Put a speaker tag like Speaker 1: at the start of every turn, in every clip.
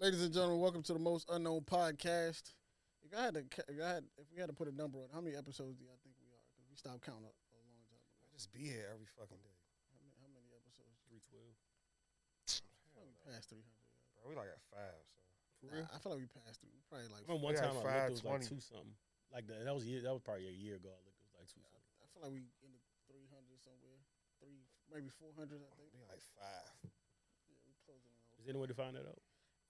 Speaker 1: Ladies and gentlemen, welcome to the most unknown podcast. If I had to, ca- if, I had, if we had to put a number on, it, how many episodes do y'all think we are? Because we stopped counting a a long time ago.
Speaker 2: Just be here every fucking day.
Speaker 1: How many, how many episodes?
Speaker 3: 312.
Speaker 1: I feel like we passed three hundred.
Speaker 2: Bro, we like at five. So.
Speaker 3: For real?
Speaker 1: I feel like we passed through. Probably like.
Speaker 3: I remember one
Speaker 2: we had
Speaker 3: time I looked, it was
Speaker 2: 520.
Speaker 3: like two something. Like that, that was a year, that was probably a year ago. I looked, it was like two something.
Speaker 1: I feel like we in the three hundred somewhere. Three, maybe four hundred. I think.
Speaker 2: Be like five.
Speaker 1: Yeah, we closing in on
Speaker 3: Is there any way to find that out?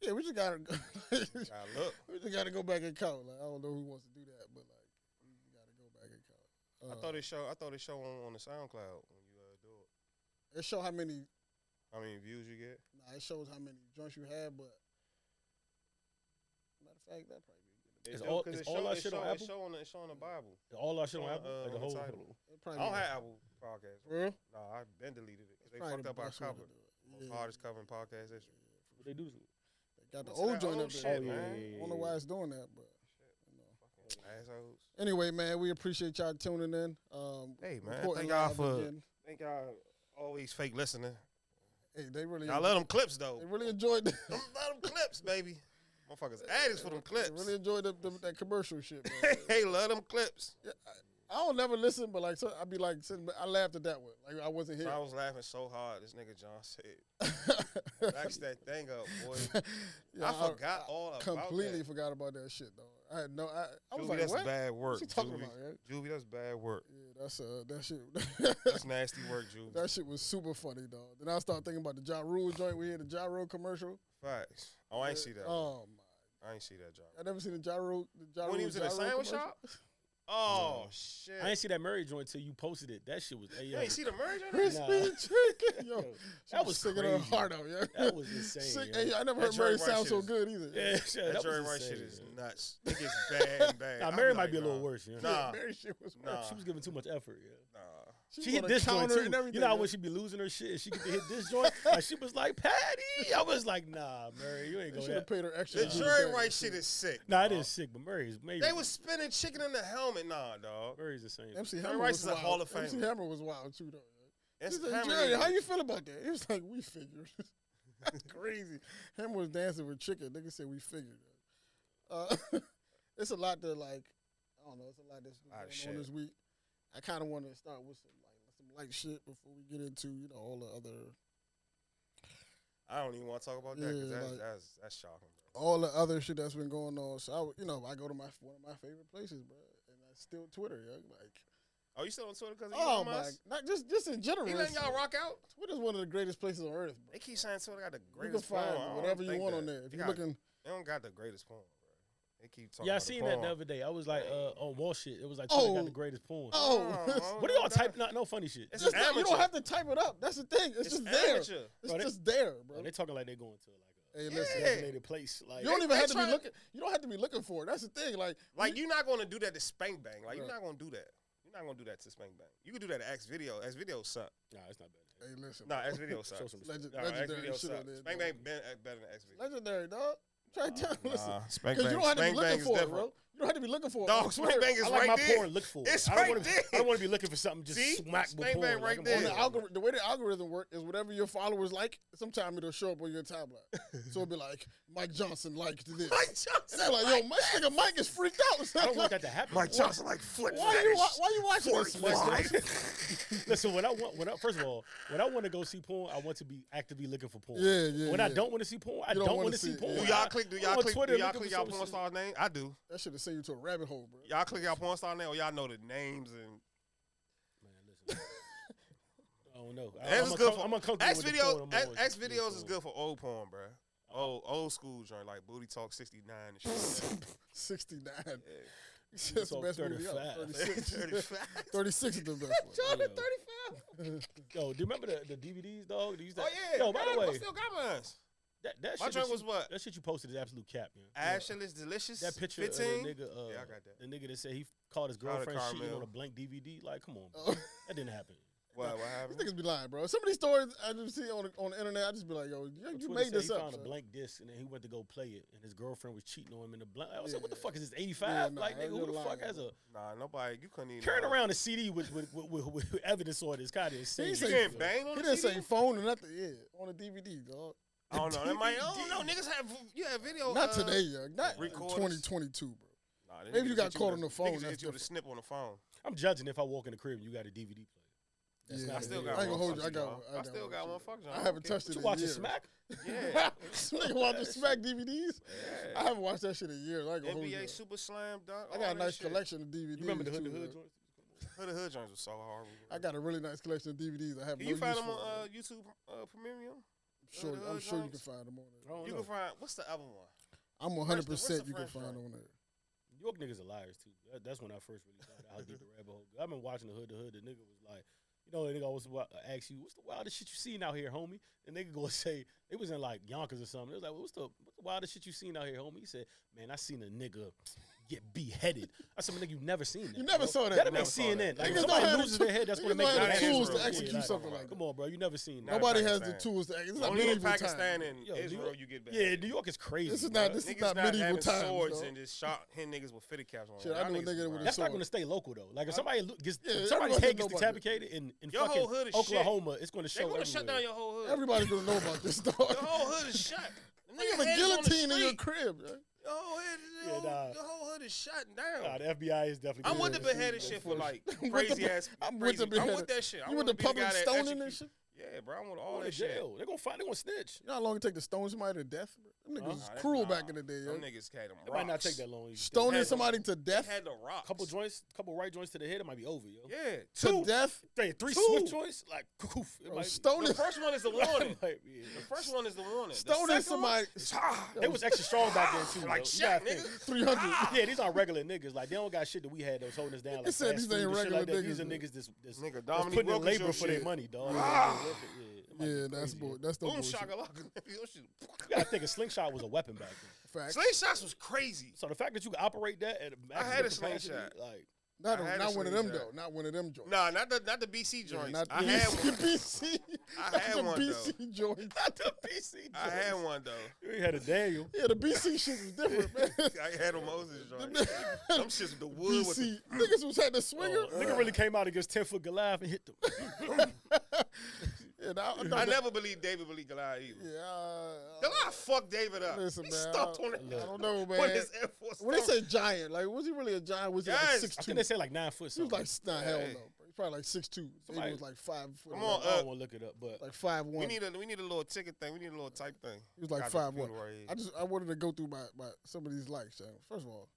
Speaker 1: Yeah, we just gotta go.
Speaker 2: Gotta look.
Speaker 1: we just gotta go back and count. Like I don't know who wants to do that, but like we just gotta go back and count. Uh,
Speaker 2: I thought it show. I thought it show on, on the SoundCloud when you uh, do it.
Speaker 1: it show how many.
Speaker 2: How many views you get?
Speaker 1: Nah, it shows how many joints you had, but matter of fact, that probably be good.
Speaker 3: Is
Speaker 2: It do,
Speaker 3: all-
Speaker 2: 'cause
Speaker 3: is
Speaker 2: it
Speaker 3: all
Speaker 2: show-
Speaker 3: our
Speaker 2: it
Speaker 3: shit
Speaker 2: show-
Speaker 3: on
Speaker 2: it
Speaker 3: Apple?
Speaker 2: show on the, it show on the Bible.
Speaker 3: All our shit on
Speaker 2: Uh,
Speaker 3: Apple,
Speaker 2: uh,
Speaker 3: like the
Speaker 2: on the
Speaker 3: whole.
Speaker 2: title.
Speaker 1: It
Speaker 2: I
Speaker 1: probably
Speaker 2: don't
Speaker 1: be-
Speaker 2: have Apple podcast.
Speaker 1: For real.
Speaker 2: No, nah, I've been deleted it. 'cause They
Speaker 1: Probably
Speaker 2: fucked
Speaker 1: the
Speaker 2: up our
Speaker 1: best way to
Speaker 2: cover.
Speaker 1: do it.
Speaker 2: Most
Speaker 1: Yeah.
Speaker 2: hardest cover in podcast history.
Speaker 3: What they do? to it?
Speaker 1: They got the old
Speaker 2: What's that
Speaker 1: joint
Speaker 2: old
Speaker 1: up
Speaker 2: shit,
Speaker 1: there.
Speaker 3: oh
Speaker 2: man?
Speaker 3: yeah, yeah, yeah,
Speaker 1: I don't know
Speaker 3: yeah.
Speaker 1: why it's doing that, but
Speaker 2: Shit,
Speaker 1: you know.
Speaker 2: fucking assholes.
Speaker 1: Anyway, man, we appreciate y'all tuning in. Um,
Speaker 2: Hey man,
Speaker 1: reporting
Speaker 2: thank y'all
Speaker 1: live
Speaker 2: for
Speaker 1: again.
Speaker 2: thank y'all always fake listening.
Speaker 1: Hey, they really.
Speaker 2: Y'all love them clips
Speaker 1: They
Speaker 2: though.
Speaker 1: really enjoyed. The,
Speaker 2: Them, love them clips, baby. Motherfuckers addicts for them
Speaker 1: they
Speaker 2: clips.
Speaker 1: really enjoyed the, the, that commercial shit, man.
Speaker 2: hey, love them clips.
Speaker 1: I don't never listen, but like so I'd be like, sitting, back- I laughed at that one. Like I wasn't
Speaker 2: So
Speaker 1: here.
Speaker 2: I was laughing so hard. This nigga John said, "Back that thing up, boy."
Speaker 1: Yeah,
Speaker 2: I forgot all about
Speaker 1: completely
Speaker 2: that.
Speaker 1: forgot about that shit though. I had no. I, I was
Speaker 2: Juvie,
Speaker 1: like,
Speaker 2: that's
Speaker 1: what?
Speaker 2: bad work.
Speaker 1: What you talking
Speaker 2: Juvie.
Speaker 1: about? Yeah,
Speaker 2: Juvie, that's bad work.
Speaker 1: yeah that's uh, that shit.
Speaker 2: That's nasty work, Juvie.
Speaker 1: that shit was super funny, dog. Then I started thinking about the Ja Rule joint. We had the Ja Rule commercial.
Speaker 2: Facts. Oh, I ain't see that.
Speaker 1: Oh my!
Speaker 2: I ain't see that, John.
Speaker 1: I never seen the Ja Rule. The ja
Speaker 2: When he
Speaker 1: Rule-
Speaker 2: was in the
Speaker 1: Ja Rule
Speaker 2: sandwich
Speaker 1: commercial.
Speaker 2: shop? Oh shit!
Speaker 3: I ain't see that Murray joint till you posted it. That shit was. Hey,
Speaker 2: you
Speaker 3: yo,
Speaker 2: ain't see the merge? on that?
Speaker 1: Crispy
Speaker 3: Nah.
Speaker 1: chicken. Yo,
Speaker 3: Yo,
Speaker 1: she
Speaker 3: that was
Speaker 1: singing her
Speaker 3: crazy.
Speaker 1: heart out. Yeah,
Speaker 3: that was insane.
Speaker 1: Sing-
Speaker 3: yo.
Speaker 1: hey, I never
Speaker 2: That
Speaker 1: heard Murray
Speaker 2: Jerry Rice
Speaker 1: sound so
Speaker 2: shit is-
Speaker 1: good either.
Speaker 3: Yeah, shit,
Speaker 2: That
Speaker 3: that
Speaker 2: Jerry
Speaker 3: was
Speaker 2: Rice shit
Speaker 3: insane,
Speaker 2: is
Speaker 3: yo.
Speaker 2: nuts. It gets bad and bad.
Speaker 3: Nah,
Speaker 2: I'm
Speaker 3: Mary might
Speaker 2: like,
Speaker 3: be a little
Speaker 2: nah.
Speaker 3: worse. Yeah,
Speaker 2: Nah.
Speaker 1: Mary shit was.
Speaker 2: Nah,
Speaker 3: she was giving too much effort. Yeah.
Speaker 2: nah.
Speaker 3: She hit
Speaker 1: on a
Speaker 3: this joint
Speaker 1: counter
Speaker 3: too.
Speaker 1: and everything,
Speaker 3: you know how
Speaker 1: yo.
Speaker 3: when she be losing her shit, and she get to hit this joint. Like she was like, "Patty," I was like, "Nah, Murray, you ain't
Speaker 1: They
Speaker 3: go
Speaker 1: should have
Speaker 3: that."
Speaker 1: paid her extra.
Speaker 2: The
Speaker 1: to do
Speaker 2: Jerry
Speaker 1: that
Speaker 2: Rice shit is sick.
Speaker 3: Nah, it
Speaker 2: dawg.
Speaker 3: is sick, but Murray is maybe.
Speaker 2: Uh-huh. They was spinning chicken in the helmet. Nah, dog.
Speaker 3: Murray's the same.
Speaker 1: MC
Speaker 2: Jerry
Speaker 1: Hammer
Speaker 2: Rice
Speaker 1: was
Speaker 2: is a
Speaker 1: wild.
Speaker 2: Hall of
Speaker 1: MC
Speaker 2: Famer.
Speaker 1: Hammer was wild too, though.
Speaker 2: That's
Speaker 1: He's like,
Speaker 2: Hammer
Speaker 1: Jerry,
Speaker 2: nigga.
Speaker 1: how you feel about that? He was like, we figured. That's crazy. Hammer was dancing with chicken. Nigga said we figured. Uh, it's a lot to like. I don't know. It's a lot that's been
Speaker 2: Lot
Speaker 1: going
Speaker 2: of Ah, shit.
Speaker 1: on this week. I kind of want to start with some like some light shit before we get into you know all the other
Speaker 2: I don't even want to talk about that because
Speaker 1: Yeah,
Speaker 2: that's,
Speaker 1: like-
Speaker 2: that's that's shocking, bro.
Speaker 1: all the other shit that's been going on. So I, w- you know, I go to my one of my favorite places, bro, and that's still Twitter. Yo. Like,
Speaker 2: Oh, you still on Twitter because
Speaker 1: oh
Speaker 2: Elon
Speaker 1: my,
Speaker 2: Musk?
Speaker 1: not just just in general.
Speaker 2: He letting y'all rock out?
Speaker 1: Twitter is one of the greatest places on earth, bro.
Speaker 2: They keep saying Twitter got the
Speaker 1: You can
Speaker 2: greatest
Speaker 1: find
Speaker 2: phone. I don't
Speaker 1: whatever you
Speaker 2: think
Speaker 1: want
Speaker 2: that.
Speaker 1: on there. If
Speaker 2: They
Speaker 1: you're
Speaker 2: got-
Speaker 1: looking,
Speaker 2: they don't got the greatest porn, bro. They keep talking.
Speaker 3: yeah, I
Speaker 2: about the
Speaker 3: seen that the
Speaker 2: porn.
Speaker 3: other day. I was like, uh, on wall shit. It was like, Twitter
Speaker 1: Oh.
Speaker 3: got the greatest porn.
Speaker 1: Oh.
Speaker 2: Oh,
Speaker 3: What do y'all
Speaker 2: that-
Speaker 3: type? Not no funny shit.
Speaker 2: It's
Speaker 1: just not- you don't
Speaker 2: amateur.
Speaker 1: have to type it up. That's the thing. It's,
Speaker 2: It's
Speaker 1: just there.
Speaker 2: amateur.
Speaker 1: It's
Speaker 3: Bro, they-
Speaker 1: just there, bro.
Speaker 3: Bro, they talking like they going to like
Speaker 1: hey,
Speaker 2: Yeah.
Speaker 3: a
Speaker 1: listen.
Speaker 3: designated place. Like
Speaker 1: You don't
Speaker 2: They-
Speaker 1: even
Speaker 2: they
Speaker 1: have to be
Speaker 2: try-
Speaker 1: looking. You don't have to be looking for it. That's the thing. Like,
Speaker 2: Like
Speaker 1: you,
Speaker 2: you're not gonna do that to Spank Bang. Like you're
Speaker 1: Right.
Speaker 2: not gonna do that. You're not gonna do that to Spank Bang. You can do that to X Video. X Video suck.
Speaker 3: nah, it's not bad.
Speaker 1: hey, listen.
Speaker 2: Nah, X Video
Speaker 3: Show
Speaker 2: sucks.
Speaker 3: some respect.
Speaker 1: legend,
Speaker 2: Nah, X
Speaker 1: legendary
Speaker 2: Video
Speaker 1: shit on
Speaker 2: sucks.
Speaker 1: there.
Speaker 2: Spank
Speaker 1: dog.
Speaker 2: Bang been, uh, better than X Video.
Speaker 1: Legendary, dog. Try to tell. listen,
Speaker 2: Spank
Speaker 1: because you don't have to be
Speaker 2: Spank Bang
Speaker 1: looking
Speaker 2: is
Speaker 1: for it,
Speaker 2: different.
Speaker 1: bro. You don't have to be looking for it.
Speaker 2: Dog,
Speaker 1: on
Speaker 2: Spank
Speaker 1: Twitter.
Speaker 2: Bang is
Speaker 3: I like
Speaker 2: right
Speaker 3: my
Speaker 2: there.
Speaker 3: porn. Look for it.
Speaker 2: It's
Speaker 3: I don't
Speaker 2: right
Speaker 3: wanna be-
Speaker 2: there.
Speaker 3: I don't want to be looking for something just
Speaker 2: See?
Speaker 3: smack with
Speaker 2: Spank
Speaker 3: porn.
Speaker 2: bang
Speaker 3: Like,
Speaker 2: right
Speaker 3: I'm
Speaker 2: there.
Speaker 1: On
Speaker 3: on
Speaker 1: the
Speaker 3: it.
Speaker 1: algorithm, the way the algorithm works is whatever your followers like, sometimes it'll show up on your timeline. so it'll be like, Mike Johnson liked this.
Speaker 2: Mike
Speaker 1: And they're
Speaker 2: Johnson.
Speaker 1: like, yo, Mike, nigga, Mike is freaked out.
Speaker 3: I don't want that to happen.
Speaker 2: Mike Johnson like flip.
Speaker 1: Why are you wa- why you watching
Speaker 2: Fork
Speaker 1: this?
Speaker 2: fly.
Speaker 1: Mike Johnson?
Speaker 3: Listen, when I want, when I, first of all, when I want to go see porn, I want to be actively looking for porn.
Speaker 1: Yeah, yeah.
Speaker 3: when I
Speaker 1: yeah.
Speaker 3: don't want to see porn, I
Speaker 1: You
Speaker 3: don't, want to see,
Speaker 1: it,
Speaker 3: porn.
Speaker 1: yeah.
Speaker 2: Do
Speaker 3: I-
Speaker 2: y'all click? Do
Speaker 3: I'm
Speaker 2: y'all
Speaker 3: on
Speaker 2: click?
Speaker 3: Twitter
Speaker 2: Do y'all
Speaker 3: looking
Speaker 2: click
Speaker 3: for
Speaker 2: y'all
Speaker 3: some
Speaker 2: porn
Speaker 3: shit.
Speaker 2: star's name? I do.
Speaker 1: that should have sent you to a rabbit hole, bro.
Speaker 2: Y'all click y'all porn star name, or y'all know the names and
Speaker 3: Man, listen. I don't know. I,
Speaker 2: That's
Speaker 3: Uh, I'm,
Speaker 2: good
Speaker 3: uncom-
Speaker 2: for-
Speaker 3: I'm uncomfortable.
Speaker 2: X
Speaker 3: with the
Speaker 2: video.
Speaker 3: porn I'm
Speaker 2: X,
Speaker 3: always
Speaker 2: X
Speaker 3: looking
Speaker 2: videos is
Speaker 3: for.
Speaker 2: good for old porn, bro. Old old school joint like booty talk sixty nine and shit. like
Speaker 1: 69.
Speaker 2: that. Yeah.
Speaker 1: That's the
Speaker 3: talk
Speaker 1: best movie ever.
Speaker 3: 35.
Speaker 1: 36.
Speaker 2: 35.
Speaker 1: 36 is the best one.
Speaker 3: Jordan,
Speaker 2: thirty-five.
Speaker 3: Yo, do you remember the, the DVDs, dog? They used to-
Speaker 2: Oh yeah.
Speaker 3: Yo, by
Speaker 2: man,
Speaker 3: the
Speaker 2: I
Speaker 3: way,
Speaker 2: still got mine.
Speaker 3: that, that
Speaker 2: My
Speaker 3: shit that
Speaker 2: joint was
Speaker 3: you-
Speaker 2: what?
Speaker 3: that shit you posted is absolute cap, man.
Speaker 2: Ashton is delicious.
Speaker 3: That picture of
Speaker 2: 15?
Speaker 3: the nigga, uh,
Speaker 2: Yeah, I got that.
Speaker 3: the nigga that said he called his
Speaker 2: Shout out to
Speaker 3: girlfriend cheating
Speaker 2: Carmel.
Speaker 3: on a blank DVD. Like, come on, bro.
Speaker 1: Oh,
Speaker 3: that didn't happen.
Speaker 2: What? What
Speaker 1: These
Speaker 2: happened?
Speaker 1: niggas be lying, bro. Some of these stories I just see on the, on the internet, I just be like, yo, you,
Speaker 3: On
Speaker 1: you
Speaker 3: Twitter
Speaker 1: made
Speaker 3: said
Speaker 1: this
Speaker 3: he
Speaker 1: up.
Speaker 3: found
Speaker 1: son.
Speaker 3: a blank disc and then he went to go play it, and his girlfriend was cheating on him in the blank. I was like,
Speaker 1: Yeah.
Speaker 3: what the fuck is this? Eighty five?
Speaker 1: Yeah, nah,
Speaker 3: like, nigga,
Speaker 1: you're
Speaker 3: who the
Speaker 1: lying,
Speaker 3: fuck has a
Speaker 2: Nah, nobody. You couldn't even
Speaker 3: carrying
Speaker 2: uh,
Speaker 3: around a CD with with, with, with, with evidence on it? It's kind of insane.
Speaker 2: You
Speaker 1: said-
Speaker 2: can't bang on
Speaker 1: He
Speaker 2: the
Speaker 1: didn't
Speaker 2: CD?
Speaker 1: say phone or nothing. Yeah, on a DVD, dog.
Speaker 2: I don't know. That might. I
Speaker 3: DVD.
Speaker 2: don't know. Niggas have you have video.
Speaker 1: Not
Speaker 2: uh,
Speaker 1: today, young. Not in
Speaker 2: recorders.
Speaker 1: 2022, bro.
Speaker 2: Nah,
Speaker 1: Maybe you got caught on the phone,
Speaker 2: Niggas
Speaker 1: that's
Speaker 2: hit you with a snip on the phone.
Speaker 3: I'm judging if I walk in the crib and you got a DVD player. That's
Speaker 1: Yeah.
Speaker 3: not
Speaker 2: I still
Speaker 3: it.
Speaker 2: got
Speaker 1: I ain't gonna
Speaker 2: one.
Speaker 1: hold you.
Speaker 2: fuck
Speaker 1: I got
Speaker 2: John.
Speaker 1: one. I
Speaker 2: I
Speaker 1: got
Speaker 2: still
Speaker 1: one,
Speaker 2: got
Speaker 1: shit.
Speaker 2: one. Fuck John.
Speaker 1: I haven't touched it
Speaker 3: You
Speaker 1: in
Speaker 3: watching
Speaker 1: years.
Speaker 3: Smack?
Speaker 2: Yeah.
Speaker 1: This nigga watching Smack DVDs. I
Speaker 2: Yeah.
Speaker 1: haven't watched that shit in years. I ain't gonna hold you.
Speaker 2: NBA Super Slam Dunk.
Speaker 1: I got a
Speaker 2: all that
Speaker 1: nice
Speaker 2: shit.
Speaker 1: collection of DVDs.
Speaker 3: You remember the hood, the
Speaker 1: too,
Speaker 3: hood
Speaker 1: though.
Speaker 3: joints?
Speaker 2: Hood to Hood joints was so hard.
Speaker 1: I got a really nice collection of DVDs. I have
Speaker 2: Can
Speaker 1: no
Speaker 2: you find
Speaker 1: use
Speaker 2: them
Speaker 1: for,
Speaker 2: on
Speaker 1: though.
Speaker 2: uh, YouTube uh, Premium?
Speaker 1: Sure,
Speaker 2: the
Speaker 1: I'm
Speaker 2: hood
Speaker 1: sure you can
Speaker 2: joints?
Speaker 1: find them on
Speaker 3: I
Speaker 1: there.
Speaker 3: don't
Speaker 2: You
Speaker 3: know.
Speaker 2: can find what's the other one?
Speaker 1: I'm
Speaker 2: French-
Speaker 1: 100
Speaker 2: what's
Speaker 1: percent
Speaker 2: the
Speaker 1: you can
Speaker 2: French
Speaker 1: find
Speaker 2: joint?
Speaker 1: on there.
Speaker 3: New York niggas are liars too. That, that's when I first really found out how deep the rabbit hole. I've been watching the hood. The hood. The nigga was like, you know, the nigga always wa- uh, ask you, "What's the wildest shit you seen out here, homie?" The nigga gonna say it was in like Yonkers or something. It was like, "What's the what's the wildest shit you seen out here, homie?" He said, "Man, I seen a nigga get beheaded." I said, "Nigga, you never seen that.
Speaker 1: You never
Speaker 3: bro.
Speaker 1: saw that,
Speaker 3: That'd
Speaker 1: bro.
Speaker 3: make
Speaker 2: Never saw that.
Speaker 3: CNN. Like,
Speaker 1: Niggas
Speaker 3: if
Speaker 1: don't have
Speaker 3: somebody
Speaker 1: the
Speaker 3: loses
Speaker 1: t-
Speaker 3: their head. That's
Speaker 1: niggas
Speaker 3: gonna
Speaker 1: don't
Speaker 3: make
Speaker 1: have
Speaker 3: it
Speaker 1: the
Speaker 2: natural.
Speaker 1: tools to
Speaker 2: Yeah,
Speaker 1: execute
Speaker 2: like,
Speaker 1: something like that.
Speaker 3: Come on, bro. You never seen that.
Speaker 2: Nah,
Speaker 1: Nobody has
Speaker 2: Pakistan.
Speaker 1: the tools. To, it's not
Speaker 2: Only in
Speaker 1: medieval time.
Speaker 2: Pakistan and
Speaker 3: Yo, New
Speaker 2: Israel
Speaker 3: York-
Speaker 2: you get back.
Speaker 3: Yeah, New York is crazy.
Speaker 1: This is
Speaker 3: bro.
Speaker 1: not this is
Speaker 2: Niggas
Speaker 1: not medieval
Speaker 2: having
Speaker 1: times.
Speaker 2: swords
Speaker 1: dog.
Speaker 2: and just shot hit niggas with fitted caps on.
Speaker 1: Shit, I
Speaker 2: Y'all
Speaker 1: knew a nigga
Speaker 2: niggas
Speaker 1: that
Speaker 2: is
Speaker 1: would've
Speaker 2: wild.
Speaker 3: That's not
Speaker 1: sword.
Speaker 3: going to stay local though. Like if
Speaker 1: I-
Speaker 3: somebody lo- gets
Speaker 1: Yeah,
Speaker 3: if somebody's
Speaker 1: everybody
Speaker 3: head gets
Speaker 1: know about that.
Speaker 3: decapitated in in
Speaker 2: Your
Speaker 3: fucking
Speaker 2: whole hood is shit.
Speaker 3: Oklahoma, it's going to show
Speaker 2: They gonna
Speaker 3: everywhere.
Speaker 2: shut down your whole hood.
Speaker 1: Everybody's gonna know about this dog.
Speaker 2: Your whole hood is shot. The
Speaker 1: You
Speaker 2: nigga
Speaker 1: have a
Speaker 2: head is on the
Speaker 1: guillotine in your
Speaker 2: street.
Speaker 1: crib. yo.
Speaker 2: Your whole head, your,
Speaker 3: Yeah,
Speaker 2: whole,
Speaker 3: nah.
Speaker 2: your whole hood is shot down.
Speaker 3: Nah, the FBI is definitely.
Speaker 2: I'm
Speaker 3: gonna
Speaker 2: with the
Speaker 3: do that.
Speaker 2: beheaded shit for like
Speaker 1: the
Speaker 2: crazy
Speaker 1: be-
Speaker 2: ass.
Speaker 1: I'm with the
Speaker 2: crazy- I'm
Speaker 1: beheaded.
Speaker 2: with that shit. I
Speaker 1: You with
Speaker 2: wanna
Speaker 1: the
Speaker 2: be guy
Speaker 1: public
Speaker 2: that
Speaker 1: stoning and
Speaker 2: execute-
Speaker 1: shit.
Speaker 2: Yeah, bro, I want
Speaker 3: Go
Speaker 2: all
Speaker 3: to
Speaker 2: that shit.
Speaker 3: jail. They're gonna find. They're gonna snitch.
Speaker 1: You know how long it take to stone somebody to death? Them niggas
Speaker 3: Nah,
Speaker 1: was
Speaker 2: that's-
Speaker 1: cruel
Speaker 2: nah,
Speaker 1: back in the day. yo.
Speaker 2: Them niggas had them
Speaker 3: It might not
Speaker 2: rocks.
Speaker 3: take that long. you think.
Speaker 1: Stoning
Speaker 2: had-
Speaker 1: somebody to
Speaker 2: They
Speaker 1: death,
Speaker 2: had the rocks.
Speaker 3: Couple joints, couple right joints to the head, it might be over, yo.
Speaker 2: Yeah,
Speaker 1: to
Speaker 2: two.
Speaker 1: death.
Speaker 3: Three, three
Speaker 2: Two.
Speaker 3: swift joints, like poof, it
Speaker 1: Bro,
Speaker 3: might be-
Speaker 1: Stoning,
Speaker 2: The first one is the warning.
Speaker 3: it might be-
Speaker 2: The first one is the warning. The
Speaker 1: stoning
Speaker 2: second
Speaker 1: somebody.
Speaker 2: one-
Speaker 3: They was extra strong back then too.
Speaker 2: like
Speaker 3: though. You
Speaker 2: Shaq,
Speaker 3: gotta think.
Speaker 2: nigga.
Speaker 1: Three hundred.
Speaker 2: Ah!
Speaker 3: Yeah, these aren't regular niggas. Like they don't got shit that we had that was holding us down. Like
Speaker 1: said
Speaker 3: fast
Speaker 1: these
Speaker 3: food
Speaker 1: ain't
Speaker 3: and shit
Speaker 1: regular
Speaker 3: like that. These are
Speaker 1: niggas,
Speaker 3: niggas that's, that's, that's
Speaker 2: Nigga,
Speaker 3: putting
Speaker 2: Dominique
Speaker 3: in
Speaker 2: Wilkins
Speaker 3: labor
Speaker 2: your
Speaker 3: for their
Speaker 2: shit.
Speaker 3: money, dog.
Speaker 2: Ah!
Speaker 1: Yeah, that's bull. That's the
Speaker 2: Boom
Speaker 1: bullshit.
Speaker 2: shakalaka. Your shit.
Speaker 3: I think a slingshot was a weapon back then.
Speaker 1: Fact.
Speaker 2: Slingshots was crazy.
Speaker 3: So the fact that you could operate that at a
Speaker 2: I had
Speaker 3: maximum
Speaker 2: a
Speaker 3: capacity,
Speaker 2: slingshot.
Speaker 3: like
Speaker 1: Not,
Speaker 2: I
Speaker 1: a-
Speaker 2: had
Speaker 1: not
Speaker 2: a
Speaker 1: one of them
Speaker 2: slingshot.
Speaker 1: though. Not one of them joints.
Speaker 2: Nah, not the not the BC
Speaker 1: Yeah,
Speaker 2: joints.
Speaker 1: not
Speaker 2: I
Speaker 1: the
Speaker 2: had
Speaker 1: BC,
Speaker 2: one.
Speaker 1: BC.
Speaker 2: I
Speaker 1: Not
Speaker 2: had
Speaker 1: the
Speaker 2: one, though.
Speaker 1: BC joint.
Speaker 3: not the PC.
Speaker 2: I had one though.
Speaker 3: You ain't had a Daniel.
Speaker 1: Yeah, the BC shit was different, man.
Speaker 2: I had a Moses joint.
Speaker 1: Them
Speaker 2: Them shits with the wood with the
Speaker 1: BC niggas was had the swinger.
Speaker 3: Oh, nigga really came out against ten foot Goliath and hit them.
Speaker 1: yeah, nah, I,
Speaker 2: I
Speaker 1: thought that-
Speaker 2: never believed David believed Goliath either.
Speaker 1: yeah, uh,
Speaker 2: Goliath fucked David up.
Speaker 1: Listen,
Speaker 2: he
Speaker 1: man,
Speaker 2: stopped
Speaker 1: I-
Speaker 2: on it.
Speaker 1: I don't know,
Speaker 2: On
Speaker 1: man.
Speaker 2: his Air Force.
Speaker 1: When they
Speaker 2: One.
Speaker 1: say giant, like was he really a giant? Was he
Speaker 2: Yes.
Speaker 1: like six
Speaker 3: I
Speaker 1: two?
Speaker 3: think they said like nine foot.
Speaker 1: He was
Speaker 3: something.
Speaker 1: like nah, hell no.
Speaker 2: Hey.
Speaker 1: Bro. He probably like six two.
Speaker 3: Somebody-
Speaker 1: He was like five foot.
Speaker 2: Come
Speaker 1: eleven.
Speaker 2: on,
Speaker 3: I
Speaker 2: uh,
Speaker 3: don't want to look it up, but
Speaker 1: like five
Speaker 2: we
Speaker 1: one.
Speaker 2: need a we need a little ticket thing. We need a little type thing.
Speaker 1: He was like
Speaker 2: Got the
Speaker 1: five one.
Speaker 2: computer right here.
Speaker 1: I just I wanted to go through my, my some of these likes. Yo. First of all,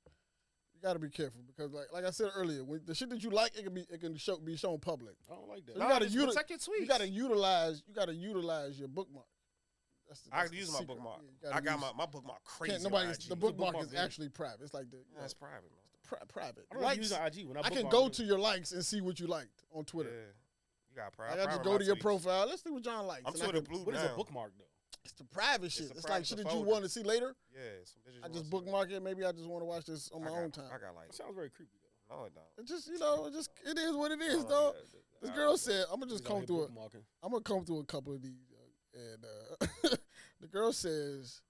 Speaker 1: you got to be careful because like like I said earlier, when the shit that you like, it can be it can show, be shown public.
Speaker 3: I don't like that.
Speaker 1: You gotta
Speaker 2: just
Speaker 1: uti-
Speaker 2: protect your tweets.
Speaker 1: You got to utilize you got to utilize your bookmark. That's the,
Speaker 2: I
Speaker 1: that's
Speaker 2: can
Speaker 1: the
Speaker 2: use my
Speaker 1: secret.
Speaker 2: bookmark.
Speaker 1: Yeah, you
Speaker 2: I
Speaker 1: gotta
Speaker 2: got
Speaker 1: use-
Speaker 2: my, my bookmark crazy.
Speaker 1: Can't nobody. The
Speaker 2: on IG.
Speaker 1: bookmark, is
Speaker 3: bookmark, man.
Speaker 1: actually private. It's like the
Speaker 2: Yeah, that's private, man.
Speaker 1: pri- private.
Speaker 3: I don't like
Speaker 1: Likes,
Speaker 3: using IG when I,
Speaker 1: I can
Speaker 3: bookmark
Speaker 1: go
Speaker 3: it.
Speaker 1: to your likes and see what you liked on Twitter.
Speaker 2: Yeah. You got
Speaker 1: Like,
Speaker 2: private.
Speaker 1: I just go to your profile. Let's see what John likes.
Speaker 2: I'm
Speaker 1: and I
Speaker 2: Twitter
Speaker 1: can-
Speaker 2: blue
Speaker 3: What
Speaker 2: now.
Speaker 3: is a bookmark though?
Speaker 1: It's the private shit.
Speaker 2: the
Speaker 1: It's
Speaker 2: private-
Speaker 1: like
Speaker 2: it's
Speaker 1: shit
Speaker 2: a
Speaker 1: that you
Speaker 2: folder.
Speaker 1: want to see later.
Speaker 2: Yeah, some bitches
Speaker 1: I
Speaker 2: you
Speaker 1: just
Speaker 2: wanna see.
Speaker 1: bookmark it. Maybe I just want to watch this on
Speaker 2: I
Speaker 1: my
Speaker 2: got-
Speaker 1: own time.
Speaker 2: I got like
Speaker 3: It sounds very creepy though.
Speaker 2: no, it don't.
Speaker 1: It just you know, it just it is what it
Speaker 2: I
Speaker 1: is,
Speaker 2: don't
Speaker 1: though.
Speaker 2: do that.
Speaker 1: This
Speaker 2: I
Speaker 1: girl
Speaker 2: don't-
Speaker 1: said, "I'm gonna just
Speaker 3: Niggas out
Speaker 1: come
Speaker 3: here
Speaker 1: through. A,
Speaker 3: bookmarking.
Speaker 1: I'm gonna come through a couple of these." uh, And uh, the girl says,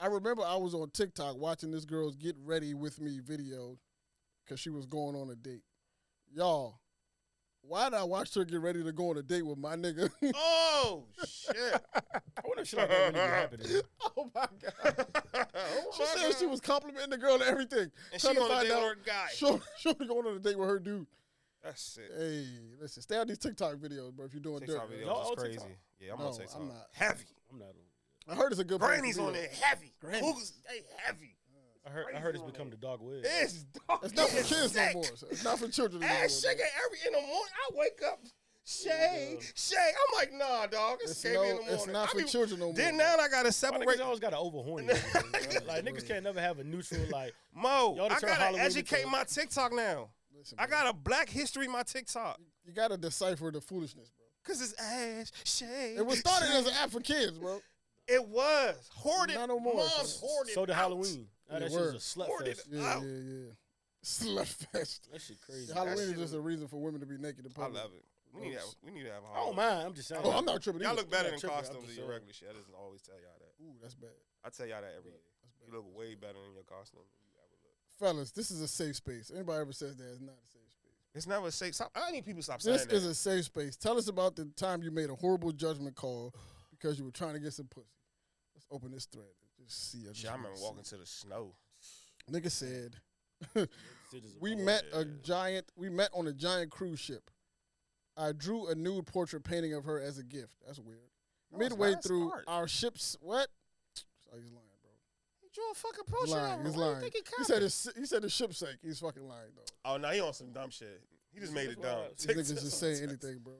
Speaker 1: "I remember I was on TikTok watching this girl's get ready with me video because she was going on a date. Y'all, why did I watch her get ready to go on a date with my nigga?
Speaker 2: Oh shit!
Speaker 3: I wonder if shit like that really be happening.
Speaker 1: oh my god."
Speaker 2: Oh,
Speaker 1: She
Speaker 2: my
Speaker 1: said she
Speaker 2: God.
Speaker 1: was complimenting the girl and everything.
Speaker 2: And she
Speaker 1: trying to
Speaker 2: on a
Speaker 1: find
Speaker 2: date with
Speaker 1: out-
Speaker 2: her guy.
Speaker 1: Sure, sure, going on a date with her dude.
Speaker 2: That's it.
Speaker 1: Hey, listen, stay on these TikTok videos, bro. If you're doing dirt,
Speaker 2: TikTok
Speaker 1: bro.
Speaker 2: videos
Speaker 3: Y'all
Speaker 2: is
Speaker 3: on
Speaker 2: crazy.
Speaker 3: TikTok?
Speaker 2: Yeah, I'm
Speaker 1: No,
Speaker 2: on TikTok.
Speaker 1: I'm not.
Speaker 2: Heavy.
Speaker 3: I'm not. On.
Speaker 1: I heard it's a good. place to
Speaker 2: Grannies
Speaker 1: be
Speaker 2: on
Speaker 1: at.
Speaker 2: there. Heavy.
Speaker 1: Grannies.
Speaker 2: Cougars, they heavy.
Speaker 3: I heard. I
Speaker 2: Crazy
Speaker 3: heard it's
Speaker 2: on
Speaker 3: become
Speaker 2: that.
Speaker 3: the dog wig.
Speaker 2: It's dark.
Speaker 1: It's not for
Speaker 2: as
Speaker 1: kids no
Speaker 2: heck.
Speaker 1: more. sir. It's not for children no more.
Speaker 2: Ass shaking every in the morning. I wake up. Shay,
Speaker 3: Yeah.
Speaker 2: Shay. I'm like, nah, dog. It's,
Speaker 1: It's,
Speaker 2: shavy in
Speaker 1: no,
Speaker 2: the morning.
Speaker 1: it's not
Speaker 2: I
Speaker 1: for
Speaker 2: be-
Speaker 1: children no more.
Speaker 2: Then now I gotta
Speaker 3: Why
Speaker 2: separate
Speaker 3: niggas always got to overhorn. everything, bro? like niggas can't never have a neutral like.
Speaker 2: Mo.
Speaker 3: Y'all done
Speaker 2: I
Speaker 3: turned
Speaker 2: gotta
Speaker 3: Halloween into-
Speaker 2: educate my TikTok now.
Speaker 1: Listen,
Speaker 2: I
Speaker 1: bro,
Speaker 2: got a Black History my TikTok
Speaker 1: You gotta decipher the foolishness, bro.
Speaker 2: because it's ass Shay.
Speaker 1: It was started
Speaker 2: Shay.
Speaker 1: as an app for kids, bro.
Speaker 2: It was hoarded.
Speaker 1: Not no more.
Speaker 2: Moms hoarded.
Speaker 3: So did
Speaker 2: out.
Speaker 3: Halloween. Now
Speaker 1: Yeah,
Speaker 3: that shit was
Speaker 1: word.
Speaker 3: a slut
Speaker 2: Hoarded.
Speaker 3: fest.
Speaker 1: Yeah,
Speaker 2: Oh.
Speaker 1: yeah, yeah. Slut fest.
Speaker 3: That shit crazy.
Speaker 1: Halloween
Speaker 2: that
Speaker 1: is
Speaker 2: shit
Speaker 1: just a reason for women to be naked in
Speaker 2: I
Speaker 1: public.
Speaker 2: love it. We need to have. We need to have.
Speaker 3: I don't
Speaker 2: Halloween.
Speaker 3: mind. I'm just saying.
Speaker 1: Oh, I'm not tripping.
Speaker 2: Y'all
Speaker 1: either.
Speaker 2: look better
Speaker 3: Yeah,
Speaker 2: in
Speaker 3: check it out,
Speaker 2: costumes
Speaker 3: I'm
Speaker 2: than
Speaker 3: just
Speaker 2: your
Speaker 3: saying.
Speaker 2: regular shit. I doesn't always tell y'all that.
Speaker 1: Ooh, that's bad.
Speaker 2: I tell y'all that every year.
Speaker 1: That's bad.
Speaker 2: You look way better in your costume than you ever look.
Speaker 1: Fellas, this is a safe space. Anybody ever says that, it's not a safe space.
Speaker 2: It's never a safe. Stop. I need people to stop saying
Speaker 1: This
Speaker 2: that.
Speaker 1: is a safe space. Tell us about the time you made a horrible judgment call because you were trying to get some pussy. open this thread. and Just see. I just
Speaker 2: Shit, I
Speaker 1: wanna
Speaker 2: remember
Speaker 1: see.
Speaker 2: walking to the snow.
Speaker 1: Nigga said
Speaker 3: Citizens
Speaker 1: we
Speaker 3: of all-
Speaker 1: met a
Speaker 2: yeah.
Speaker 1: giant. We met on a giant cruise ship. I drew a nude portrait painting of her as a gift. That's weird.
Speaker 2: No, it's
Speaker 1: Midway
Speaker 2: not. It's
Speaker 1: through
Speaker 2: art.
Speaker 1: our ship's what? Oh, he's lying, bro.
Speaker 2: He drew a fucking portrait
Speaker 1: lying,
Speaker 2: of her.
Speaker 1: he's
Speaker 2: Why you
Speaker 1: lying.
Speaker 2: think he
Speaker 1: He said his, he said his ship's sake. He's fucking lying though.
Speaker 2: Oh, now he on some dumb shit. He just made it dumb.
Speaker 3: That's
Speaker 1: These niggas just saying anything, bro.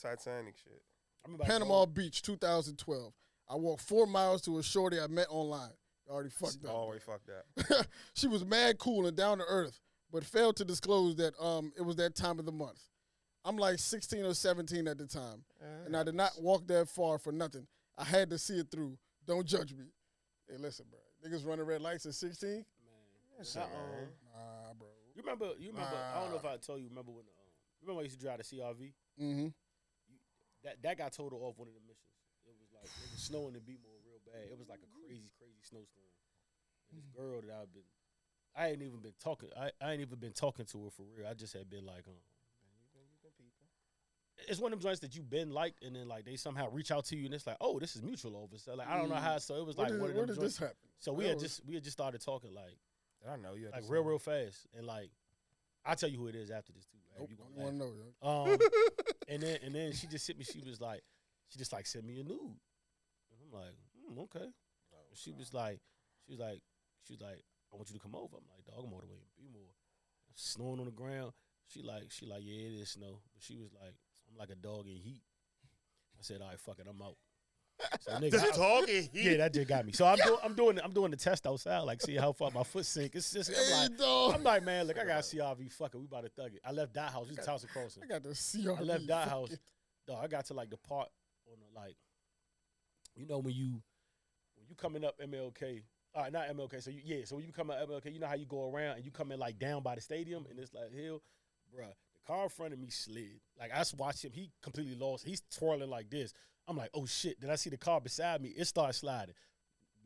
Speaker 2: Some Titanic shit.
Speaker 3: I remember I
Speaker 1: Panama
Speaker 3: drove-
Speaker 1: Beach, 2012. I walked four miles to a shorty I met online. Already fucked up.
Speaker 2: Always fucked up.
Speaker 1: she was mad cool and down to earth, but failed to disclose that um it was that time of the month. I'm like 16 or 17 at the time, and I did not walk that far for nothing. I had to see it through. Don't judge me. Hey, listen, bro. Niggas running red lights at 16?
Speaker 3: Man,
Speaker 2: Listen,
Speaker 3: I,
Speaker 2: man.
Speaker 3: um,
Speaker 1: Nah, bro.
Speaker 3: You remember? You remember? I don't know if
Speaker 1: Nah.
Speaker 3: I told you. Remember when? Um, remember when I used to drive the CRV?
Speaker 1: Mm-hmm.
Speaker 3: That that got totaled off one of the missions. It was like it was snowing in Beatmore real bad. It was like a
Speaker 1: Mm-hmm.
Speaker 3: crazy, crazy snowstorm. And this girl that I've been, I ain't even been talking. I, I ain't even been talking to her for real. I just had been like, um, it's one of them joints that you've been liked, and then like they somehow reach out to you, and it's like, oh, this is mutual all of a sudden. Like I don't know
Speaker 1: Mm.
Speaker 3: how. So it was
Speaker 1: Where
Speaker 3: like
Speaker 1: did,
Speaker 3: one of
Speaker 1: where
Speaker 3: them
Speaker 1: did
Speaker 3: joints.
Speaker 1: this happen?
Speaker 3: So we
Speaker 1: that
Speaker 3: had
Speaker 1: was-
Speaker 3: just we had just started talking like
Speaker 2: Did I know you. at
Speaker 3: like
Speaker 2: the
Speaker 3: real
Speaker 2: time?
Speaker 3: real fast, and like I'll tell you who it is after this too. Right?
Speaker 1: Nope,
Speaker 3: You
Speaker 1: don't want
Speaker 3: gonna
Speaker 1: to know,
Speaker 3: laugh.
Speaker 1: yo.
Speaker 3: Um, and then and then she just sent me. She was like, she just like sent me a nude. And I'm like, mm, okay.
Speaker 2: Oh,
Speaker 3: She
Speaker 2: God.
Speaker 3: was like, she was like, she was like, I want you to come over. I'm like, dog, I'm all the way in Bmore. Snowing on the ground. She like, she like, yeah, it is snow. But she was like, I'm like a dog in heat. I said, all right, fuck it, I'm out. So nigga,
Speaker 2: This
Speaker 3: I-
Speaker 2: talking.
Speaker 3: yeah,
Speaker 2: He.
Speaker 3: that just got me. So I'm doing, I'm doing, I'm doing the test outside, like see how far my foot sink. It's just, I'm
Speaker 1: Hey,
Speaker 3: like,
Speaker 1: dog.
Speaker 3: I'm like, man, look, I got CRV. Fuck it, we about to thug it. I left that house. It's
Speaker 1: I
Speaker 3: was
Speaker 1: got-
Speaker 3: house across
Speaker 1: I got the CRV.
Speaker 3: I left that
Speaker 1: Fuck
Speaker 3: house.
Speaker 1: it.
Speaker 3: Dog, I got to like the part on the like, you know when you when you coming up MLK, all right, uh, not MLK. So you, yeah, so when you come up MLK, you know how you go around and you come in like down by the stadium and it's like hill, bruh. The car in front of me slid. Like I just watched him. He completely lost. He's twirling like this. I'm like, oh shit. Then I see the car beside me. It starts sliding.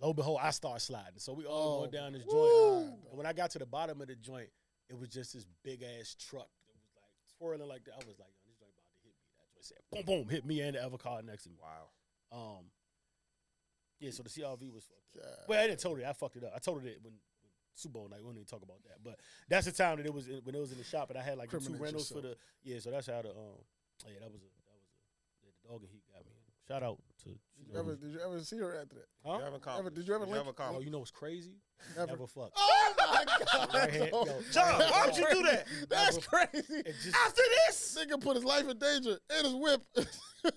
Speaker 3: Lo and behold, I start sliding. So we all
Speaker 1: Oh,
Speaker 3: going down this
Speaker 1: my
Speaker 3: joint.
Speaker 1: God.
Speaker 3: And when I got to the bottom of the joint, it was just this big ass truck that was like twirling like that. I was like, yo, this joint about to hit me. That joint said, boom, boom, hit me and the other car next to me.
Speaker 2: Wow.
Speaker 3: Um, yeah, so the CRV was fucked.
Speaker 1: God.
Speaker 3: Well, I didn't totally. I fucked it up. I told her that when, when Super Bowl night. We don't even talk about that. But that's the time that it was in, when it was in the shop, and I had like the two
Speaker 1: Criminate
Speaker 3: rentals for the
Speaker 1: yourself.
Speaker 3: yeah. So that's how the um yeah that was a that was a yeah, the dog and he got me. Shout out to
Speaker 1: Did you, ever, did you ever see her after that?
Speaker 3: Huh?
Speaker 2: You ever
Speaker 1: Ever-
Speaker 2: accomplished.
Speaker 1: did you ever link-
Speaker 3: oh,
Speaker 2: accomplished.
Speaker 3: you know what's crazy?
Speaker 1: Never.
Speaker 3: Never fuck.
Speaker 1: Oh my God!
Speaker 3: Right hand-
Speaker 1: yo.
Speaker 3: yo,
Speaker 2: John,
Speaker 3: right
Speaker 2: why
Speaker 3: hand-
Speaker 2: would you do that?
Speaker 1: That's crazy.
Speaker 3: It just,
Speaker 2: After this.
Speaker 1: Nigga put his life in danger and his whip.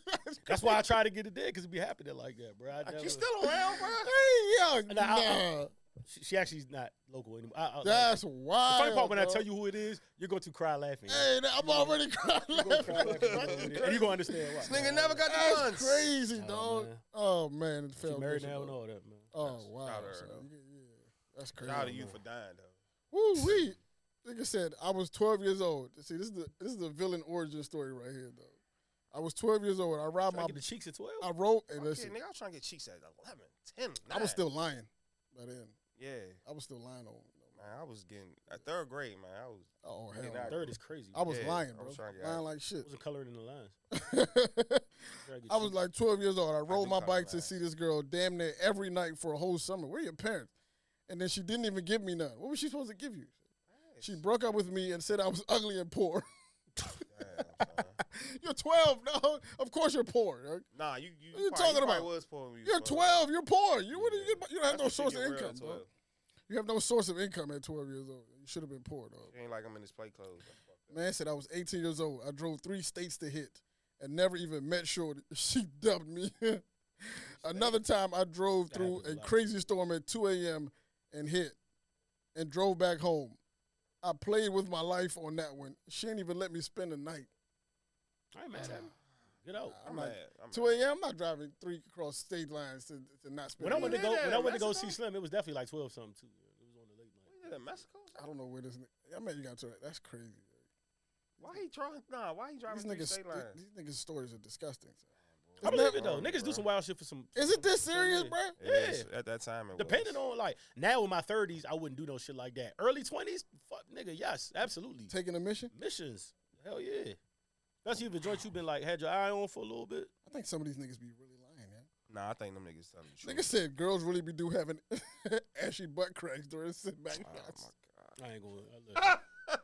Speaker 3: that's why I try to get it there because it be happening like that, bro. I never,
Speaker 2: You still around, bro?
Speaker 1: Hey, yo,
Speaker 3: And I- I-
Speaker 1: nah.
Speaker 3: she, she actually is not local anymore. I, I, like,
Speaker 1: That's
Speaker 3: the
Speaker 1: wild.
Speaker 3: funny part when I
Speaker 1: bro.
Speaker 3: tell you who it is, you're going to cry laughing.
Speaker 1: Hey, nah, I'm already crying.
Speaker 3: You're gonna cry
Speaker 1: laughing.
Speaker 3: laughing over it, and you're gonna understand why.
Speaker 2: This nigga never got the
Speaker 1: That's
Speaker 2: guns.
Speaker 1: crazy,
Speaker 3: Oh,
Speaker 1: dog.
Speaker 3: man.
Speaker 1: Oh man, it
Speaker 3: She
Speaker 1: felt
Speaker 3: married
Speaker 1: good,
Speaker 3: now and
Speaker 1: bro.
Speaker 3: all that, man.
Speaker 1: Oh
Speaker 2: That's-
Speaker 1: wow,
Speaker 2: shout out
Speaker 1: so
Speaker 2: her, though.
Speaker 1: you get- yeah, that's crazy.
Speaker 2: Shout out to you for dying though.
Speaker 1: Woo wee. Nigga said I was 12 years old. See, this is the this is the villain origin story right here, though. I was 12 years old. I robbed my.
Speaker 3: Trying to get the cheeks at twelve.
Speaker 1: I rolled. Hey,
Speaker 2: Fuck
Speaker 1: listen,
Speaker 2: yeah, nigga, I was trying to get cheeks at 11, 10,
Speaker 1: I was
Speaker 2: nine.
Speaker 1: still lying by then.
Speaker 2: Yeah,
Speaker 1: I was still lying on.
Speaker 2: man, I was getting at third grade, man. I was
Speaker 1: Oh
Speaker 2: Yeah,
Speaker 1: hell,
Speaker 2: nah,
Speaker 1: no.
Speaker 3: Third is crazy.
Speaker 1: I was
Speaker 2: yeah,
Speaker 1: lying,
Speaker 2: I
Speaker 1: bro.
Speaker 2: was trying to get
Speaker 1: lying
Speaker 2: out.
Speaker 1: like shit.
Speaker 3: It wasn't coloring in the lines. Trying to get
Speaker 1: I was
Speaker 3: cheeks.
Speaker 1: like 12 years old. I rode
Speaker 2: do
Speaker 1: my
Speaker 2: kinda
Speaker 1: bike to
Speaker 2: laugh.
Speaker 1: see this girl damn near every night for a whole summer. Where your parents? And then she didn't even give me none. What was she supposed to give you? She broke up with me and said I was ugly and poor.
Speaker 2: Damn, son.
Speaker 1: you're 12, no. Of course you're poor. yo.
Speaker 2: nah, you you,
Speaker 1: What you
Speaker 2: probably-
Speaker 1: talking
Speaker 2: you probably
Speaker 1: about?
Speaker 2: Was poor when you
Speaker 1: You're
Speaker 2: was poor.
Speaker 1: 12. You're poor. You what do you
Speaker 2: Yeah.
Speaker 1: get? You don't have
Speaker 2: That's
Speaker 1: no
Speaker 2: when shit
Speaker 1: source of
Speaker 2: get real
Speaker 1: income,
Speaker 2: at
Speaker 1: bro.
Speaker 2: 12.
Speaker 1: You have no source of income at 12 years old. You should have been poor, dog.
Speaker 2: It ain't like I'm in this play clothes. That's fucked up.
Speaker 1: Man said I was 18 years old. I drove three states to hit and never even met Shorty. She dubbed me. Another time I drove
Speaker 3: That
Speaker 1: through
Speaker 3: happens a
Speaker 1: a
Speaker 3: lot.
Speaker 1: crazy storm at 2 a.m. and hit and drove back home. I played with my life on that one. She ain't even let me spend the night.
Speaker 3: I ain't mad at him. Get out.
Speaker 1: I'm
Speaker 2: I'm
Speaker 1: like,
Speaker 2: mad. I'm
Speaker 1: 2 a.m. I'm not driving three across state lines to, to not spend
Speaker 3: When
Speaker 1: the
Speaker 3: I
Speaker 2: you
Speaker 3: went to
Speaker 1: night.
Speaker 2: did
Speaker 3: go, when I
Speaker 2: that in
Speaker 3: went to go see
Speaker 2: Mexico?
Speaker 3: Slim, it was definitely like twelve something too. It was on the late
Speaker 2: What
Speaker 3: night.
Speaker 2: you did in Mexico?
Speaker 1: I don't know where this. ni- I mean, you got to. That's crazy.
Speaker 2: Why he driving? Nah, why he driving
Speaker 1: These
Speaker 2: through
Speaker 1: niggas,
Speaker 2: state
Speaker 1: th-
Speaker 2: lines?
Speaker 1: these niggas' stories are disgusting.
Speaker 3: I
Speaker 1: I've
Speaker 3: believe
Speaker 1: never-
Speaker 3: it though.
Speaker 2: Bro,
Speaker 3: Niggas do
Speaker 2: bro.
Speaker 3: some wild shit for some.
Speaker 1: Is it this
Speaker 3: some
Speaker 1: serious,
Speaker 3: money.
Speaker 1: bro?
Speaker 2: It is.
Speaker 3: Yeah.
Speaker 2: At that time, it
Speaker 3: Depending
Speaker 2: was.
Speaker 3: on like now in my thirties, I wouldn't do no shit like that. Early twenties, fuck nigga, yes, absolutely.
Speaker 1: Taking a mission.
Speaker 3: Missions, hell yeah. Especially if a joint you been like had your eye on for a little bit.
Speaker 1: I think some of these niggas be really lying, man.
Speaker 2: Nah, I think them niggas telling the
Speaker 1: Nigga
Speaker 2: truth.
Speaker 1: said girls really be do having ashy butt cracks during sit back.
Speaker 2: Oh my
Speaker 3: I ain't gonna. I look,
Speaker 2: god.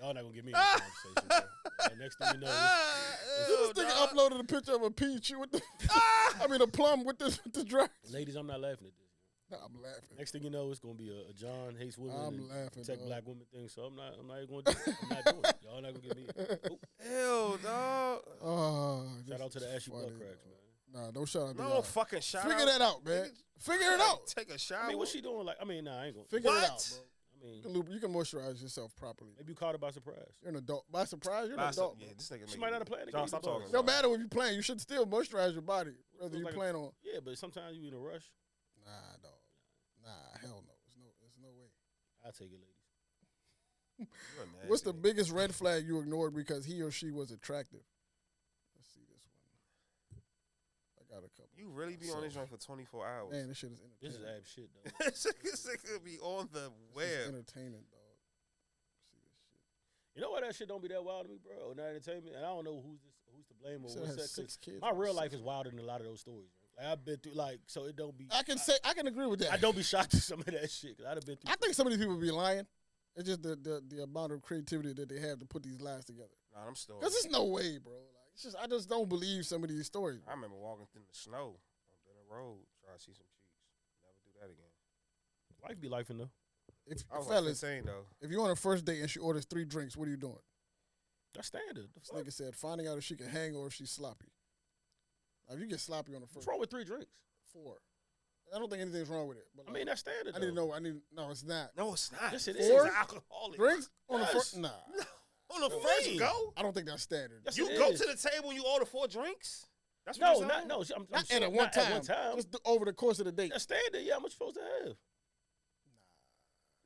Speaker 3: y'all not gonna get me in this conversation. bro. And next thing you know, it's-
Speaker 1: this
Speaker 2: Ew,
Speaker 1: nigga
Speaker 2: Uh, dawg. Ah!
Speaker 1: uploaded a picture of a peach with the, I mean a plum with this with the dry.
Speaker 3: ladies, I'm not laughing at this.
Speaker 1: Nah, I'm laughing.
Speaker 3: Next thing you know, it's gonna be a, a John hates women,
Speaker 1: I'm
Speaker 3: and
Speaker 1: laughing.
Speaker 3: protect
Speaker 1: dawg.
Speaker 3: black women thing. So I'm not. I'm not even gonna do it. I'm not doing it. Y'all not gonna get me. Nope.
Speaker 2: Ew, dog.
Speaker 1: Oh,
Speaker 3: Shout
Speaker 1: this
Speaker 3: out to
Speaker 1: is
Speaker 3: the Ashy Butt
Speaker 1: funny,
Speaker 3: Cracks,
Speaker 1: dawg.
Speaker 3: man.
Speaker 1: Nah, don't shout out. to
Speaker 2: No
Speaker 1: y'all.
Speaker 2: fucking shout
Speaker 1: Figure
Speaker 2: out.
Speaker 1: that out, man. Figure it
Speaker 2: Like,
Speaker 1: out.
Speaker 2: Take a shower.
Speaker 3: I mean, what's she doing? Like, I mean, nah, I ain't gonna.
Speaker 1: Figure it out,
Speaker 2: What?
Speaker 1: bro.
Speaker 3: I mean,
Speaker 1: You can, lube- you can moisturize yourself properly.
Speaker 3: maybe you caught her by surprise.
Speaker 1: You're an adult. By surprise, you're an
Speaker 2: Nah,
Speaker 1: adult.
Speaker 2: stop- yeah,
Speaker 1: bro.
Speaker 2: this nigga
Speaker 3: She
Speaker 2: make
Speaker 3: might
Speaker 2: me-
Speaker 3: not have played the
Speaker 2: John,
Speaker 3: game,
Speaker 2: stop
Speaker 3: but-
Speaker 2: talking.
Speaker 1: No
Speaker 2: dog.
Speaker 1: matter when you playing, you should still moisturize your body, whether
Speaker 3: Feels
Speaker 1: you
Speaker 3: like a-
Speaker 1: plan on.
Speaker 3: Yeah, but sometimes you in a rush.
Speaker 1: Nah, dog. Nah, hell no. There's no, there's no way.
Speaker 3: I take it, ladies.
Speaker 2: You a nasty
Speaker 1: What's the
Speaker 2: nigga.
Speaker 1: biggest red flag you ignored because he or she was attractive? Let's see this one. I got a couple.
Speaker 2: You really be on this
Speaker 1: So-
Speaker 2: joint for 24 hours.
Speaker 1: Man, this shit is
Speaker 3: This is
Speaker 1: entertaining.
Speaker 3: ab shit though.
Speaker 2: this nigga be on the
Speaker 1: This is
Speaker 2: web.
Speaker 1: entertaining, dog. See this shit.
Speaker 3: You know why that shit don't be that wild to me, bro? Not entertainment, and I don't know who's this, who's to blame or
Speaker 1: Said I
Speaker 3: what's
Speaker 1: had
Speaker 3: that. 'cause
Speaker 1: six kids.
Speaker 3: my real life is wilder than a lot of those stories. Right? Like I've been through, like so it don't be.
Speaker 1: I can say I can agree with that.
Speaker 3: I don't be shocked to some of that shit. Cause I'd have been through.
Speaker 1: I think some of these people be lying. It's just the, the the amount of creativity that they have to put these lies together.
Speaker 2: Nah, I'm
Speaker 3: Oh.
Speaker 2: still.
Speaker 1: Cause there's no way, bro. Like it's just I just don't believe some of these stories.
Speaker 2: I remember walking through the snow on the road, trying to see some cheeks. Never do that again.
Speaker 3: life be life though.
Speaker 1: If
Speaker 2: I was
Speaker 1: fellas,
Speaker 2: like 15 though.
Speaker 1: if you're on a first date and she orders three drinks, what are you doing?
Speaker 3: That's standard. The
Speaker 1: This
Speaker 3: fuck?
Speaker 1: nigga said finding out if she can hang or if she's sloppy. Now, if you get sloppy on the
Speaker 3: What's
Speaker 1: first
Speaker 3: wrong with three drinks?
Speaker 1: four, I don't think anything's wrong with it. But
Speaker 3: I
Speaker 1: like,
Speaker 3: mean, that's standard.
Speaker 1: I need to
Speaker 3: though.
Speaker 1: know. I need no, it's not
Speaker 2: No, it's not.
Speaker 3: Yes, it
Speaker 2: This
Speaker 1: is.
Speaker 2: an alcoholic.
Speaker 1: drinks on the
Speaker 3: Yes.
Speaker 1: first. Nah,
Speaker 2: on the
Speaker 3: What do
Speaker 2: first
Speaker 3: you mean?
Speaker 2: go.
Speaker 1: I don't think that's standard.
Speaker 3: Yes,
Speaker 2: you
Speaker 3: it
Speaker 2: go
Speaker 3: is.
Speaker 2: to the table and you order four drinks. That's what
Speaker 3: No,
Speaker 2: you're
Speaker 3: not
Speaker 2: saying?
Speaker 3: no. I'm, I'm
Speaker 1: Not
Speaker 3: saying
Speaker 1: at a one
Speaker 3: not
Speaker 1: time.
Speaker 3: At one time.
Speaker 1: Just over the course of the date.
Speaker 3: That's standard. Yeah, how much you supposed to have?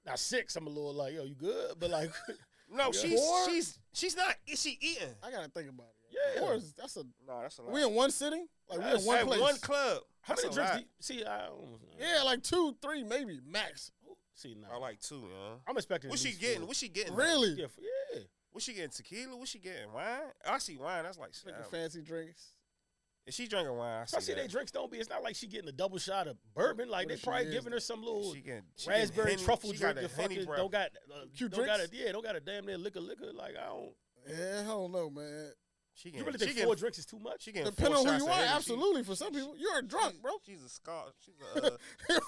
Speaker 3: Now six, I'm a little like, yo, you good? But like,
Speaker 2: No,
Speaker 3: Yeah.
Speaker 2: she's
Speaker 1: Four?
Speaker 2: she's she's not. Is she eating?
Speaker 1: I gotta think about it.
Speaker 3: Yeah.
Speaker 1: Four is- that's a.
Speaker 2: No, that's a lot.
Speaker 1: We in one sitting? Like we in
Speaker 3: Yes.
Speaker 1: one
Speaker 2: At
Speaker 1: place?
Speaker 2: one club.
Speaker 3: how
Speaker 2: That's
Speaker 3: many
Speaker 2: a
Speaker 3: drinks?
Speaker 2: lot.
Speaker 3: Do you, see, I don't.
Speaker 1: yeah, like two, three, maybe max.
Speaker 3: See, nah.
Speaker 2: I like two, huh?
Speaker 3: I'm expecting.
Speaker 2: What
Speaker 3: at
Speaker 2: she
Speaker 3: least
Speaker 2: getting?
Speaker 3: four.
Speaker 2: What she getting? though?
Speaker 1: Really?
Speaker 3: Yeah, for, yeah.
Speaker 2: What she getting? Tequila? What she getting? Wine? I see wine. That's like shit.
Speaker 1: Drinking fancy drinks.
Speaker 2: If she drinking wine, I see,
Speaker 3: So I see
Speaker 2: that.
Speaker 3: they drinks don't be. It's not like she getting a double shot of bourbon. Like
Speaker 1: What
Speaker 3: they
Speaker 1: if she
Speaker 3: probably
Speaker 1: is,
Speaker 3: giving her some little
Speaker 2: She getting she getting
Speaker 3: raspberry
Speaker 2: Henny-
Speaker 3: truffle
Speaker 2: she
Speaker 3: drink.
Speaker 2: got
Speaker 3: That
Speaker 2: that Henny
Speaker 3: fucking
Speaker 2: breath.
Speaker 3: don't got. Uh,
Speaker 1: Cute
Speaker 3: don't got a,
Speaker 1: drinks?
Speaker 3: Yeah, don't got a damn near liquor liquor. Like I don't.
Speaker 1: Yeah, I don't know, man.
Speaker 2: She
Speaker 3: You
Speaker 2: getting,
Speaker 3: really
Speaker 2: she
Speaker 3: think
Speaker 2: getting,
Speaker 3: four drinks is too much?
Speaker 2: She getting
Speaker 1: Depending on
Speaker 2: four
Speaker 1: who
Speaker 2: shots
Speaker 1: you
Speaker 2: of
Speaker 1: are,
Speaker 2: Henny. She-
Speaker 1: absolutely. For some people, you're a drunk,
Speaker 2: she's-
Speaker 1: bro.
Speaker 2: She's a scar. She's a uh,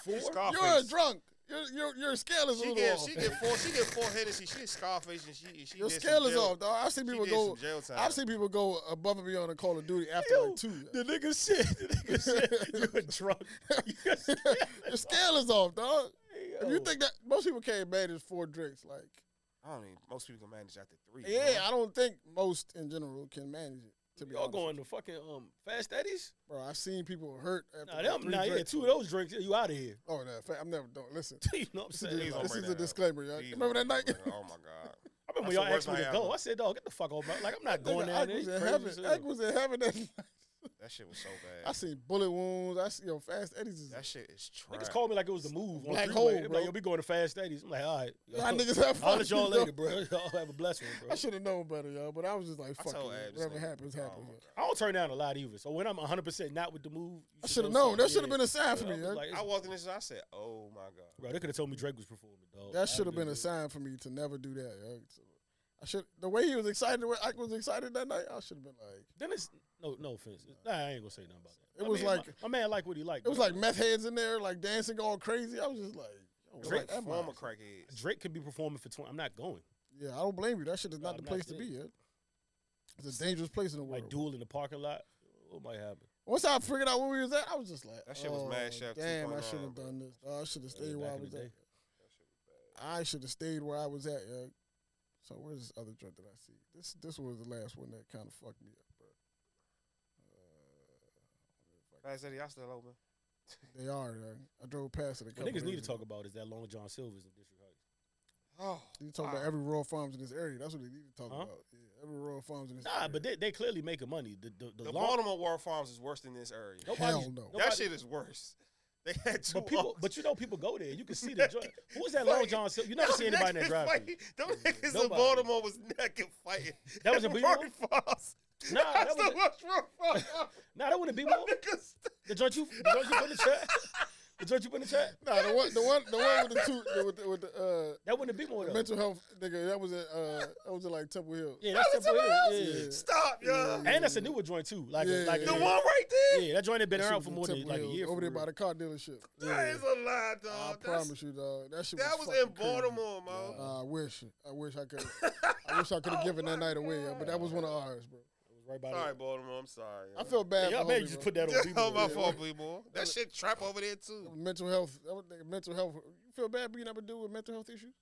Speaker 2: she's Scarface.
Speaker 1: You're a drunk. Your your your scale is a
Speaker 2: She
Speaker 1: little
Speaker 2: get
Speaker 1: off.
Speaker 2: she get four. She get four Hennessy. She Scarface and she she
Speaker 1: your
Speaker 2: did some
Speaker 1: scale is
Speaker 2: jail-
Speaker 1: off, dog. I've seen
Speaker 2: She
Speaker 1: people
Speaker 2: did
Speaker 1: go.
Speaker 2: some jail time.
Speaker 1: I've seen people go above and beyond a Call of Duty after
Speaker 3: Ew.
Speaker 1: like two.
Speaker 3: The nigga said. The nigga said you're drunk.
Speaker 1: your scale is off, dog. If you
Speaker 3: Yo.
Speaker 1: think that most people can't manage four drinks, like
Speaker 2: I don't even. Most people can manage after three.
Speaker 1: yeah,
Speaker 2: huh?
Speaker 1: I don't think most in general can manage it. To be
Speaker 3: y'all
Speaker 1: honest.
Speaker 3: going to fucking um fast eddies?
Speaker 1: Bro, I've seen people hurt after
Speaker 3: Nah,
Speaker 1: like
Speaker 3: them.
Speaker 1: three
Speaker 3: Nah, yeah,
Speaker 1: drinks.
Speaker 3: two of those drinks. You out of here.
Speaker 1: Oh, no, fa- I'm never doing. Listen,
Speaker 3: you know what I'm saying?
Speaker 2: Please don't
Speaker 1: this
Speaker 2: bring
Speaker 1: is
Speaker 2: that
Speaker 1: a
Speaker 2: up.
Speaker 1: disclaimer, y'all.
Speaker 2: Please
Speaker 1: Remember that
Speaker 2: don't
Speaker 1: night?
Speaker 2: bring that- Oh my god.
Speaker 3: I remember
Speaker 2: That's
Speaker 3: y'all
Speaker 2: the worst
Speaker 3: asked me to
Speaker 2: night
Speaker 3: go.
Speaker 2: ever.
Speaker 3: I said, dog, get the fuck off, bro. Like I'm not going
Speaker 1: Nigga,
Speaker 3: down
Speaker 1: Ike
Speaker 3: there.
Speaker 1: was
Speaker 3: It's
Speaker 1: in
Speaker 3: crazy as
Speaker 1: heaven.
Speaker 3: hell.
Speaker 1: Ike was in heaven that night.
Speaker 2: That shit was so
Speaker 1: I
Speaker 2: bad.
Speaker 1: seen bullet wounds. I see yo fast Eddie's. Is,
Speaker 2: That shit is trash.
Speaker 3: Niggas called me like it was the move. On
Speaker 1: Black
Speaker 3: the freeway.
Speaker 1: hole,
Speaker 3: They be
Speaker 1: bro.
Speaker 3: Like, yo, we going to fast stadiums. I'm like, all right. Yo,
Speaker 1: y'all niggas have fun.
Speaker 3: I'll let y'all
Speaker 1: yo.
Speaker 3: later, bro. Y'all have a blessed one, bro.
Speaker 1: I should have known better, y'all. But I was just like,
Speaker 2: I
Speaker 1: fuck it.
Speaker 2: told
Speaker 1: man.
Speaker 2: Ab this
Speaker 1: Whatever
Speaker 2: nigga,
Speaker 1: happens,
Speaker 2: oh
Speaker 1: happens.
Speaker 2: my
Speaker 1: yo.
Speaker 2: God.
Speaker 3: I don't turn down a lot either. So when I'm 100 percent not with the move, you
Speaker 1: I
Speaker 3: should
Speaker 1: should have
Speaker 3: know
Speaker 1: known. That should have
Speaker 3: something.
Speaker 1: been a
Speaker 3: Yeah.
Speaker 1: sign for
Speaker 3: I
Speaker 1: me.
Speaker 3: was
Speaker 1: yo.
Speaker 3: like,
Speaker 2: I walked in this. I said, "Oh my god."
Speaker 3: bro, they could have told me Drake was performing, dog.
Speaker 1: That should have
Speaker 3: I'd
Speaker 1: been a
Speaker 3: been-
Speaker 1: sign for me to never do that. yo. So, I should. The way he was excited, the way Ike was excited that night, I should have been like.
Speaker 3: Then it's no, no offense. It's- Nah, I ain't gonna say nothing about that.
Speaker 1: It
Speaker 3: I
Speaker 1: was
Speaker 3: mean,
Speaker 1: like-
Speaker 3: my, my man like what he liked.
Speaker 1: It was
Speaker 3: bro.
Speaker 1: like meth heads in there, like dancing, all crazy. I was just like, yo,
Speaker 2: It was
Speaker 1: like,
Speaker 2: like
Speaker 1: that
Speaker 2: former
Speaker 1: might-
Speaker 2: crackheads.
Speaker 3: Drake could be performing for 20. I'm not going.
Speaker 1: Yeah, I don't blame you. That shit is
Speaker 3: Nah,
Speaker 1: not the
Speaker 3: I'm not
Speaker 1: place to be.
Speaker 3: saying.
Speaker 1: Yeah. It's a dangerous place in the world.
Speaker 3: Like duel in the parking lot. What might happen?
Speaker 1: Once I figured out where we was at, I was just like,
Speaker 2: That shit was Mad
Speaker 1: "Oh,
Speaker 2: Chef
Speaker 1: Damn, I
Speaker 2: 2.0,
Speaker 1: should have
Speaker 2: bro.
Speaker 1: done this. Oh, I should have
Speaker 3: Yeah,
Speaker 1: stayed where I
Speaker 3: back in
Speaker 1: was
Speaker 3: the
Speaker 1: at.
Speaker 3: day.
Speaker 1: I should have stayed where I was at. Yeah. So where's this other joint that I see? This this was the last one that kind of fucked me up, bro.
Speaker 2: Fast Eddie, I still open.
Speaker 1: Uh, They are. Yeah. I drove past it a
Speaker 3: What
Speaker 1: couple.
Speaker 3: niggas need to
Speaker 1: days
Speaker 3: talk
Speaker 1: ago.
Speaker 3: about is that Long John Silver's in District Heights.
Speaker 2: Oh,
Speaker 1: You talk about
Speaker 2: Wow.
Speaker 1: every Royal Farms in this area. That's what they need to talk
Speaker 3: Ah. Huh?
Speaker 1: about. Yeah, every Royal Farms in this.
Speaker 3: Nah,
Speaker 1: area.
Speaker 3: but they, they clearly making money. The, the, the,
Speaker 2: the
Speaker 3: long,
Speaker 2: Baltimore War Farms is worse than this area.
Speaker 3: nobody's-
Speaker 1: Hell no. That
Speaker 2: That
Speaker 3: nobody-
Speaker 2: shit is worse. They had two.
Speaker 3: But people,
Speaker 2: officers.
Speaker 3: but you know, people go there. You can see the joint. Who was that Long
Speaker 2: Fuck it.
Speaker 3: John Silver? You never see
Speaker 2: Them
Speaker 3: anybody in that
Speaker 2: niggas
Speaker 3: drive.
Speaker 2: fighting- Them niggas in
Speaker 3: Nobody.
Speaker 2: Baltimore was naked fighting.
Speaker 3: That was
Speaker 2: at
Speaker 3: in
Speaker 2: War
Speaker 3: Baltimore?
Speaker 2: Farms.
Speaker 3: Nah, that
Speaker 2: That's
Speaker 3: was
Speaker 2: the
Speaker 3: it.
Speaker 2: most rough
Speaker 3: nah, that wouldn't be one.
Speaker 2: niggas.
Speaker 3: The joint you, the joint you put in the chat. The joint you put in the chat.
Speaker 1: Nah, the one, the one, the one with the two, the, with the, with the uh,
Speaker 3: That wouldn't be more though.
Speaker 1: mental health nigga. That was at uh, that was at like Temple Hill.
Speaker 3: yeah, that's
Speaker 2: That was
Speaker 3: Temple Hill.
Speaker 2: somewhere
Speaker 3: Yeah.
Speaker 1: else.
Speaker 2: Stop, yo.
Speaker 1: Yeah.
Speaker 3: And that's a newer joint too. Like,
Speaker 1: Yeah,
Speaker 3: like
Speaker 2: The
Speaker 1: yeah.
Speaker 2: one right there.
Speaker 3: Yeah, that joint had been
Speaker 1: That shit
Speaker 3: around
Speaker 1: was
Speaker 3: for
Speaker 1: in
Speaker 3: more than
Speaker 1: Temple
Speaker 3: like a
Speaker 1: Hill,
Speaker 3: year.
Speaker 1: Over
Speaker 3: for
Speaker 1: there
Speaker 3: real.
Speaker 1: by the car dealership.
Speaker 2: That
Speaker 1: Yeah.
Speaker 2: is a lie, dog.
Speaker 1: I promise you, dog. That shit
Speaker 2: That
Speaker 1: was,
Speaker 2: was in
Speaker 1: fucking crazy.
Speaker 2: Baltimore, mo.
Speaker 1: Uh, I wish. I wish I could. I wish I could have
Speaker 2: Oh
Speaker 1: given that
Speaker 2: my
Speaker 1: night away,
Speaker 2: God.
Speaker 1: but that was one of ours, bro.
Speaker 3: It was right by
Speaker 2: Sorry,
Speaker 3: the,
Speaker 2: Baltimore. I'm sorry.
Speaker 1: I
Speaker 2: yo.
Speaker 1: felt bad.
Speaker 3: Yeah,
Speaker 1: for
Speaker 3: man,
Speaker 1: Homie,
Speaker 3: you just
Speaker 1: bro.
Speaker 3: put that on people.
Speaker 2: Oh, my
Speaker 1: Yeah.
Speaker 2: fault, Bleemore. That shit trap over there too.
Speaker 1: mental health. that was- nigga, Mental health. You feel bad being able to deal with mental health issues?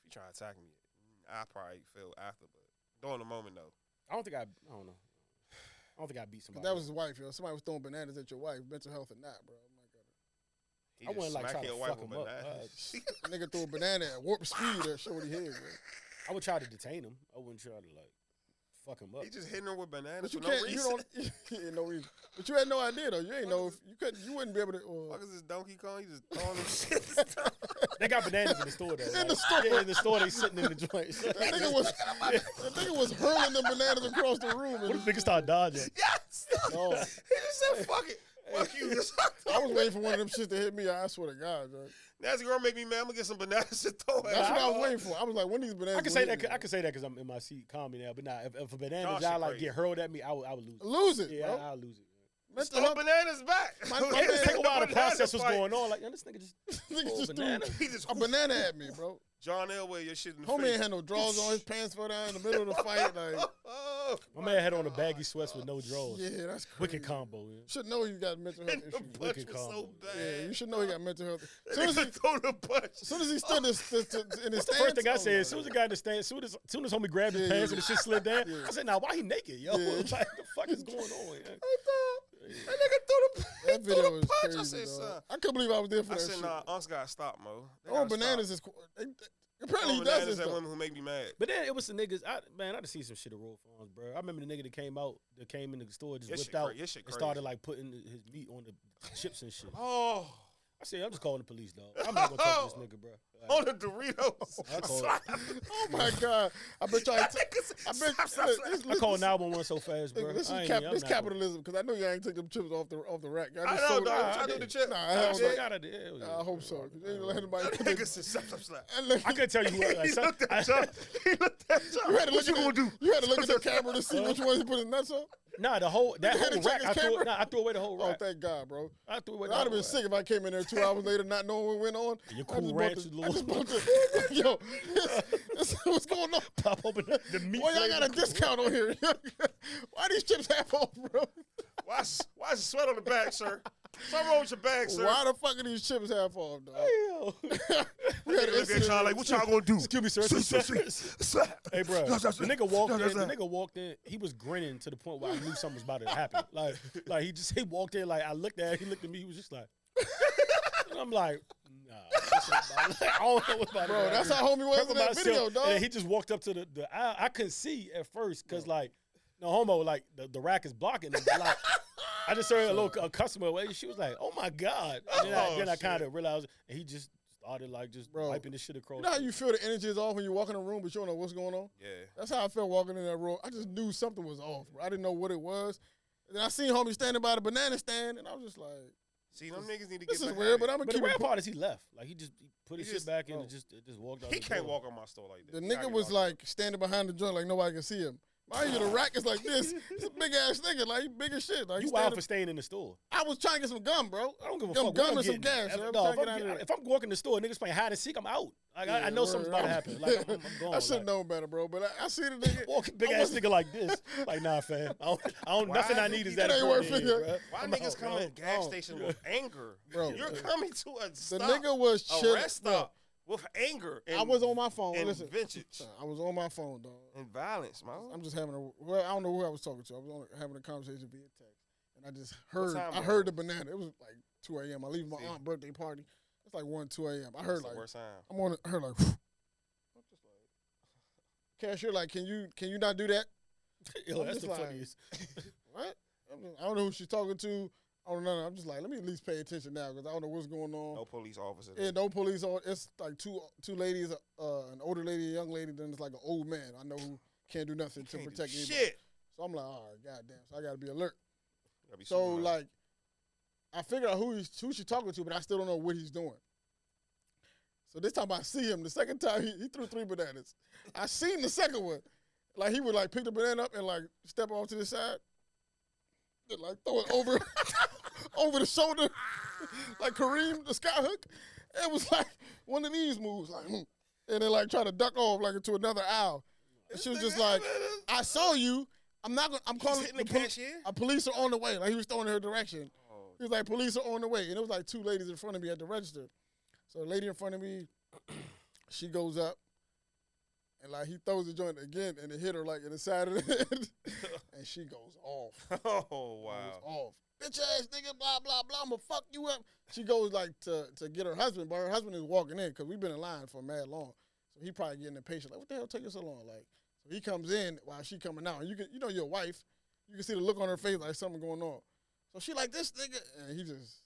Speaker 2: If you try to attack me, mm, I probably feel after, but during the moment though.
Speaker 3: I don't think I. I don't know. I don't think I beat
Speaker 1: 'Cause
Speaker 3: somebody.
Speaker 1: that was his wife, yo. Somebody was throwing bananas at your wife, mental health or not, bro. Oh my God.
Speaker 2: He
Speaker 3: I
Speaker 2: just
Speaker 3: wouldn't, like,
Speaker 2: smack
Speaker 3: try to
Speaker 2: your wife
Speaker 3: fuck
Speaker 2: with
Speaker 3: him up.
Speaker 2: bananas.
Speaker 1: Nigga threw a banana at warp speed. That shit what he had, bro.
Speaker 3: I would try to detain him. I wouldn't try to like fuck him up.
Speaker 2: He just hitting her with bananas
Speaker 1: But you
Speaker 2: for no
Speaker 1: can't. You
Speaker 2: reason.
Speaker 1: don't. yeah, no reason. But you had no idea though. You ain't know if you couldn't. You wouldn't be able to. uh, well,
Speaker 2: Fuck is this Donkey Kong? He just throwing them shit.
Speaker 3: They got bananas in the store though.
Speaker 1: In
Speaker 3: like,
Speaker 1: the store.
Speaker 3: Yeah, in the store they sitting in the joint.
Speaker 1: that nigga was. that nigga was hurling the bananas across the room.
Speaker 3: what
Speaker 1: And
Speaker 3: if niggas start dodging? Oh.
Speaker 2: yes.
Speaker 1: No.
Speaker 2: He just said, "Fuck it, fuck you." Just-
Speaker 1: I was waiting for one of them shit to hit me. I swear to God, bro.
Speaker 2: Nasty girl make me mad. I'm gonna get some bananas to throw at
Speaker 1: That's
Speaker 2: her.
Speaker 1: what I was waiting for. I was like, when these bananas.
Speaker 3: I can say
Speaker 1: gonna
Speaker 3: that.
Speaker 1: hit me,
Speaker 3: I can say that because I'm in my seat, calm me now. But nah, if, if a banana
Speaker 2: Y'all
Speaker 3: die
Speaker 2: shit
Speaker 3: like
Speaker 2: crazy.
Speaker 3: get hurled at me, I would, I would lose.
Speaker 1: bro. lose it,
Speaker 3: it. Yeah,
Speaker 1: bro.
Speaker 3: I, I'd lose it.
Speaker 1: Mental
Speaker 2: Throw
Speaker 1: health-
Speaker 2: bananas back.
Speaker 1: My- my
Speaker 2: He
Speaker 1: man-
Speaker 2: said
Speaker 3: Take a
Speaker 2: the
Speaker 3: while to
Speaker 2: banana
Speaker 3: process what's
Speaker 2: fight.
Speaker 3: going on. Like, yeah, this nigga just
Speaker 1: Nigga
Speaker 3: Oh,
Speaker 1: just
Speaker 3: banana.
Speaker 1: threw
Speaker 2: He just
Speaker 1: a banana at me, bro.
Speaker 2: John Elway, your shit in the
Speaker 1: Homie
Speaker 2: face.
Speaker 1: ain't had no drawers on. His pants fell down in the middle of the fight. Like,
Speaker 2: Oh,
Speaker 3: my man had on a
Speaker 2: God.
Speaker 3: baggy sweats with no drawers.
Speaker 1: yeah, that's crazy.
Speaker 3: Wicked combo. Yeah.
Speaker 1: Should know you got mental health
Speaker 2: And the
Speaker 1: issues.
Speaker 2: punch
Speaker 3: Wicked
Speaker 2: was so
Speaker 3: combo.
Speaker 2: bad.
Speaker 1: Yeah, you should know he got mental health. As soon
Speaker 2: Soon
Speaker 1: as he,
Speaker 2: throw the punch.
Speaker 1: as soon as he stood this, this, this, in his
Speaker 3: That's the first thing I
Speaker 1: stance,
Speaker 3: said. As
Speaker 1: oh
Speaker 3: soon
Speaker 1: my
Speaker 3: as the guy in the stand, soon as soon as homie grabbed his
Speaker 1: Yeah,
Speaker 3: pants
Speaker 1: yeah.
Speaker 3: and the shit slid down,
Speaker 1: Yeah.
Speaker 3: I said, "Nah, why he naked, yo?
Speaker 1: Yeah.
Speaker 3: like, the fuck is going on?" Yeah.
Speaker 2: I thought that nigga threw the,
Speaker 1: God. that
Speaker 2: threw
Speaker 1: video
Speaker 2: the
Speaker 1: is
Speaker 2: punch.
Speaker 1: crazy.
Speaker 2: I said,
Speaker 1: dog.
Speaker 2: son.
Speaker 1: I couldn't believe I was there for
Speaker 2: I
Speaker 1: that
Speaker 2: said,
Speaker 1: shit.
Speaker 2: nah, Unks gotta stop, Mo. They
Speaker 1: Throwing
Speaker 2: gotta
Speaker 1: Oh, bananas
Speaker 2: stop.
Speaker 1: is qu- they, they,
Speaker 3: Oh,
Speaker 1: apparently he
Speaker 2: Throwing
Speaker 1: does this
Speaker 2: bananas at
Speaker 1: stuff.
Speaker 2: women who make me mad.
Speaker 3: But then it was the niggas. I, man, I done seen some shit at Royal Farms, bro. I remember the nigga that came out, that came in the store, just
Speaker 2: Your shit,
Speaker 3: whipped out
Speaker 2: cra- your shit
Speaker 3: and
Speaker 2: crazy.
Speaker 3: started like putting his meat on the chips and shit.
Speaker 2: oh,
Speaker 3: I said, "I'm just calling the police, dog. I'm not gonna talk to this nigga, bro."
Speaker 2: on the Doritos.
Speaker 3: I call-
Speaker 2: Slap.
Speaker 1: Oh my god! I bet y'all. ain't
Speaker 2: That
Speaker 1: t-
Speaker 2: nigga
Speaker 1: I
Speaker 2: said,
Speaker 1: bet
Speaker 2: slap, slap,
Speaker 1: look,
Speaker 2: slap.
Speaker 1: this-
Speaker 3: I
Speaker 1: this-
Speaker 3: called 911 so fast, bro.
Speaker 1: This
Speaker 3: I
Speaker 1: is
Speaker 3: ain't-
Speaker 1: cap-
Speaker 3: I'm
Speaker 1: this
Speaker 3: not gonna-
Speaker 1: capitalism because I know y'all ain't take them chips off the off the rack. Y'all
Speaker 2: I
Speaker 1: just
Speaker 2: know,
Speaker 1: sold
Speaker 2: dog.
Speaker 1: it.
Speaker 2: I'm trying to do the chip.
Speaker 1: Nah,
Speaker 2: I
Speaker 1: hell
Speaker 2: did.
Speaker 1: no.
Speaker 3: I got it. Hell yeah.
Speaker 1: I hope so. 'cause They ain't let anybody.
Speaker 2: That
Speaker 1: put their-
Speaker 2: nigga said, slap, slap, slap.
Speaker 1: I look-
Speaker 3: I couldn't tell you what. Like,
Speaker 2: He
Speaker 3: some-
Speaker 2: looked
Speaker 3: I-
Speaker 2: at John. He looked at John.
Speaker 1: You had to look
Speaker 2: What you
Speaker 1: at
Speaker 2: gonna do?
Speaker 1: You had to look at the camera to see which one he put his nuts on.
Speaker 3: nah, the whole that
Speaker 1: You had to
Speaker 3: whole
Speaker 1: check
Speaker 3: rack.
Speaker 1: his
Speaker 3: I threw,
Speaker 1: camera?
Speaker 3: nah, I threw away the whole
Speaker 1: Oh,
Speaker 3: rack.
Speaker 1: thank God, bro.
Speaker 3: I threw away.
Speaker 1: I'd
Speaker 3: the whole
Speaker 1: have been
Speaker 3: rack.
Speaker 1: sick if I came in there two hours later not knowing what went on. I
Speaker 3: Your
Speaker 1: just
Speaker 3: cool
Speaker 1: bought
Speaker 3: ranch,
Speaker 1: the-
Speaker 3: you
Speaker 1: I
Speaker 3: little
Speaker 1: just bought the- Yo, this- this- what's going on?
Speaker 3: Pop open the, the meat.
Speaker 1: Boy, y'all got a
Speaker 3: flavored-
Speaker 1: discount on here. Why these chips half off, bro?
Speaker 2: Why is, why is the sweat on the bag, sir? Something wrong with your bag, sir.
Speaker 1: Why the fuck are these chips half off, dog?
Speaker 3: Damn.
Speaker 1: We had an
Speaker 2: Look at
Speaker 1: incident
Speaker 2: y'all
Speaker 1: on
Speaker 2: like,
Speaker 1: the
Speaker 2: what y'all gonna do?
Speaker 3: Excuse me, sir.
Speaker 2: Slap, slap,
Speaker 3: Sir.
Speaker 2: slap.
Speaker 3: Hey, bro, the
Speaker 2: Slap, slap, slap.
Speaker 3: nigga walked
Speaker 2: Slap,
Speaker 3: in. The
Speaker 2: slap, slap.
Speaker 3: nigga walked in. He was grinning to the point where I knew something was about to happen. Like, like he just he walked in. Like I looked at him. He looked at me. He was just like, and I'm like, nah. this ain't about- I don't know what's about to
Speaker 1: Bro,
Speaker 3: happen.
Speaker 1: that's how homie was
Speaker 3: Prep
Speaker 1: in that
Speaker 3: myself,
Speaker 1: video,
Speaker 3: And
Speaker 1: dog.
Speaker 3: then he just walked up to the, the aisle. I couldn't see at first because like no homo, like the, the rack is blocking them. But, like I just heard a little a customer where she was like, "Oh my god!" And then I,
Speaker 2: Oh,
Speaker 3: then I
Speaker 2: shit.
Speaker 3: kind of realized, and he just started like just
Speaker 1: Bro,
Speaker 3: wiping this shit across.
Speaker 1: You know how you feel the energy is off when you walk in a room, but you don't know what's going on?
Speaker 2: Yeah.
Speaker 1: That's how I felt walking in that room. I just knew something was off. Bro. I didn't know what it was. And then I seen homie standing by the banana stand, and I was just like,
Speaker 2: See, them niggas need to get
Speaker 1: this is
Speaker 2: back
Speaker 1: weird,
Speaker 2: at
Speaker 1: but
Speaker 2: it.
Speaker 1: I'm going
Speaker 3: but
Speaker 1: to keep
Speaker 3: the
Speaker 1: it.
Speaker 3: weird
Speaker 1: pu-
Speaker 3: part is he left. Like he just he put his
Speaker 2: He
Speaker 3: shit
Speaker 2: just-
Speaker 3: back in and
Speaker 1: oh.
Speaker 3: just just walked out.
Speaker 2: He
Speaker 3: the
Speaker 2: can't
Speaker 3: door.
Speaker 2: walk on my store like that.
Speaker 1: The
Speaker 2: Gotta
Speaker 1: nigga
Speaker 2: get
Speaker 1: was
Speaker 2: off.
Speaker 1: like standing behind the joint like nobody can see him. Mind you, the rack is like this. He's a big ass nigga, like he big as shit. Like he
Speaker 3: You wild
Speaker 1: standing-
Speaker 3: for staying in the store.
Speaker 1: I was trying to get some gum, bro.
Speaker 3: I don't give a
Speaker 1: Them
Speaker 3: fuck.
Speaker 1: gun
Speaker 3: what I'm
Speaker 1: and some
Speaker 3: getting.
Speaker 1: gas,
Speaker 3: If,
Speaker 1: yo. I'm
Speaker 3: no,
Speaker 1: trying
Speaker 3: if,
Speaker 1: to get
Speaker 3: I'm,
Speaker 1: out of
Speaker 3: get-
Speaker 1: there.
Speaker 3: if I'm walking the store, niggas playing hide and seek. I'm out. Like, I,
Speaker 1: Yeah,
Speaker 3: I know
Speaker 1: word.
Speaker 3: something's about to
Speaker 1: I'm-
Speaker 3: happen. Like I'm, I'm, I'm gone.
Speaker 1: I should
Speaker 3: like,
Speaker 1: have known better, bro. But I, I see the nigga.
Speaker 3: Walking big
Speaker 1: I
Speaker 3: ass
Speaker 1: wasn't-
Speaker 3: nigga like this. Like nah, fam. I don't. I don't
Speaker 2: Why
Speaker 3: nothing I
Speaker 2: do
Speaker 3: need is
Speaker 2: people-
Speaker 3: that.
Speaker 1: It ain't worth
Speaker 3: important
Speaker 1: it.
Speaker 3: to me, bruh.
Speaker 2: Why
Speaker 3: I'm
Speaker 2: niggas
Speaker 3: out,
Speaker 2: come
Speaker 3: I'm
Speaker 2: at gas
Speaker 3: gone.
Speaker 2: station with anger?
Speaker 1: Bro.
Speaker 2: You're coming to a
Speaker 1: oh, The
Speaker 2: stop,
Speaker 1: nigga was
Speaker 2: a
Speaker 1: chilling.
Speaker 2: rest stop with anger. And,
Speaker 1: I was on my phone.
Speaker 2: and
Speaker 1: Listen,
Speaker 2: vintage
Speaker 1: I was on my phone, dog.
Speaker 2: and violence, man.
Speaker 1: I'm just having a well, I don't know who I was talking to. I was on, having a conversation via text, and I just heard
Speaker 2: time
Speaker 1: I
Speaker 2: was
Speaker 1: heard
Speaker 2: it?
Speaker 1: the banana. It was like 2 a.m. I leave my
Speaker 2: See.
Speaker 1: aunt birthday party. It's like 1, 2 a.m. I heard
Speaker 2: the
Speaker 1: like
Speaker 2: worst time.
Speaker 1: I'm on it. I heard like. I'm just like, cashier, like, can you can you not do that?
Speaker 3: Yo,
Speaker 1: I'm
Speaker 3: that's
Speaker 1: just
Speaker 3: the
Speaker 1: like-
Speaker 3: funniest.
Speaker 1: What? I'm just- I don't know who she's talking to. I don't know. I'm just like, let me at least pay attention now because I don't know what's going on.
Speaker 2: No police officer.
Speaker 1: Yeah, no police on. It's like two two ladies, uh, an older lady, a young lady. Then it's like an old man. I know who can't do nothing to
Speaker 2: Can't do
Speaker 1: protect anybody.
Speaker 2: shit.
Speaker 1: So I'm like, all right, goddamn. So I gotta be alert.
Speaker 2: Gotta be
Speaker 1: So
Speaker 2: super-
Speaker 1: like, I figure out who he's who she's talking to, but I still don't know what he's doing. So this time I see him. The second time he, he threw three bananas. I seen the second one. Like he would like pick the banana up and like step off to the side, and like throw it over over the shoulder, like Kareem the sky hook. It was like one of these moves, like, hmm. and then like try to duck off like into another aisle. And
Speaker 2: This
Speaker 1: she was
Speaker 2: nigga-
Speaker 1: just like, I saw you. I'm not gonna. I'm
Speaker 2: He's
Speaker 1: calling
Speaker 2: hitting the
Speaker 1: the poli-
Speaker 2: cashier.
Speaker 1: a police are on the way. Like he was throwing her direction.
Speaker 2: Oh,
Speaker 1: He was like, police are on the way. And it was like two ladies in front of me at the register. So the lady in front of me, she goes up and like he throws the joint again and it hit her like in the side of the head. and she goes off.
Speaker 2: oh
Speaker 1: Goes
Speaker 2: wow.
Speaker 1: off. Bitch ass nigga, blah, blah, blah. I'ma fuck you up. She goes like to, to get her husband, but her husband is walking in because we've been in line for mad long. So he probably getting impatient. Like, what the hell taking so long? Like, so he comes in while she coming out. And you can you know your wife, you can see the look on her face like something going on. So she like this nigga, and he just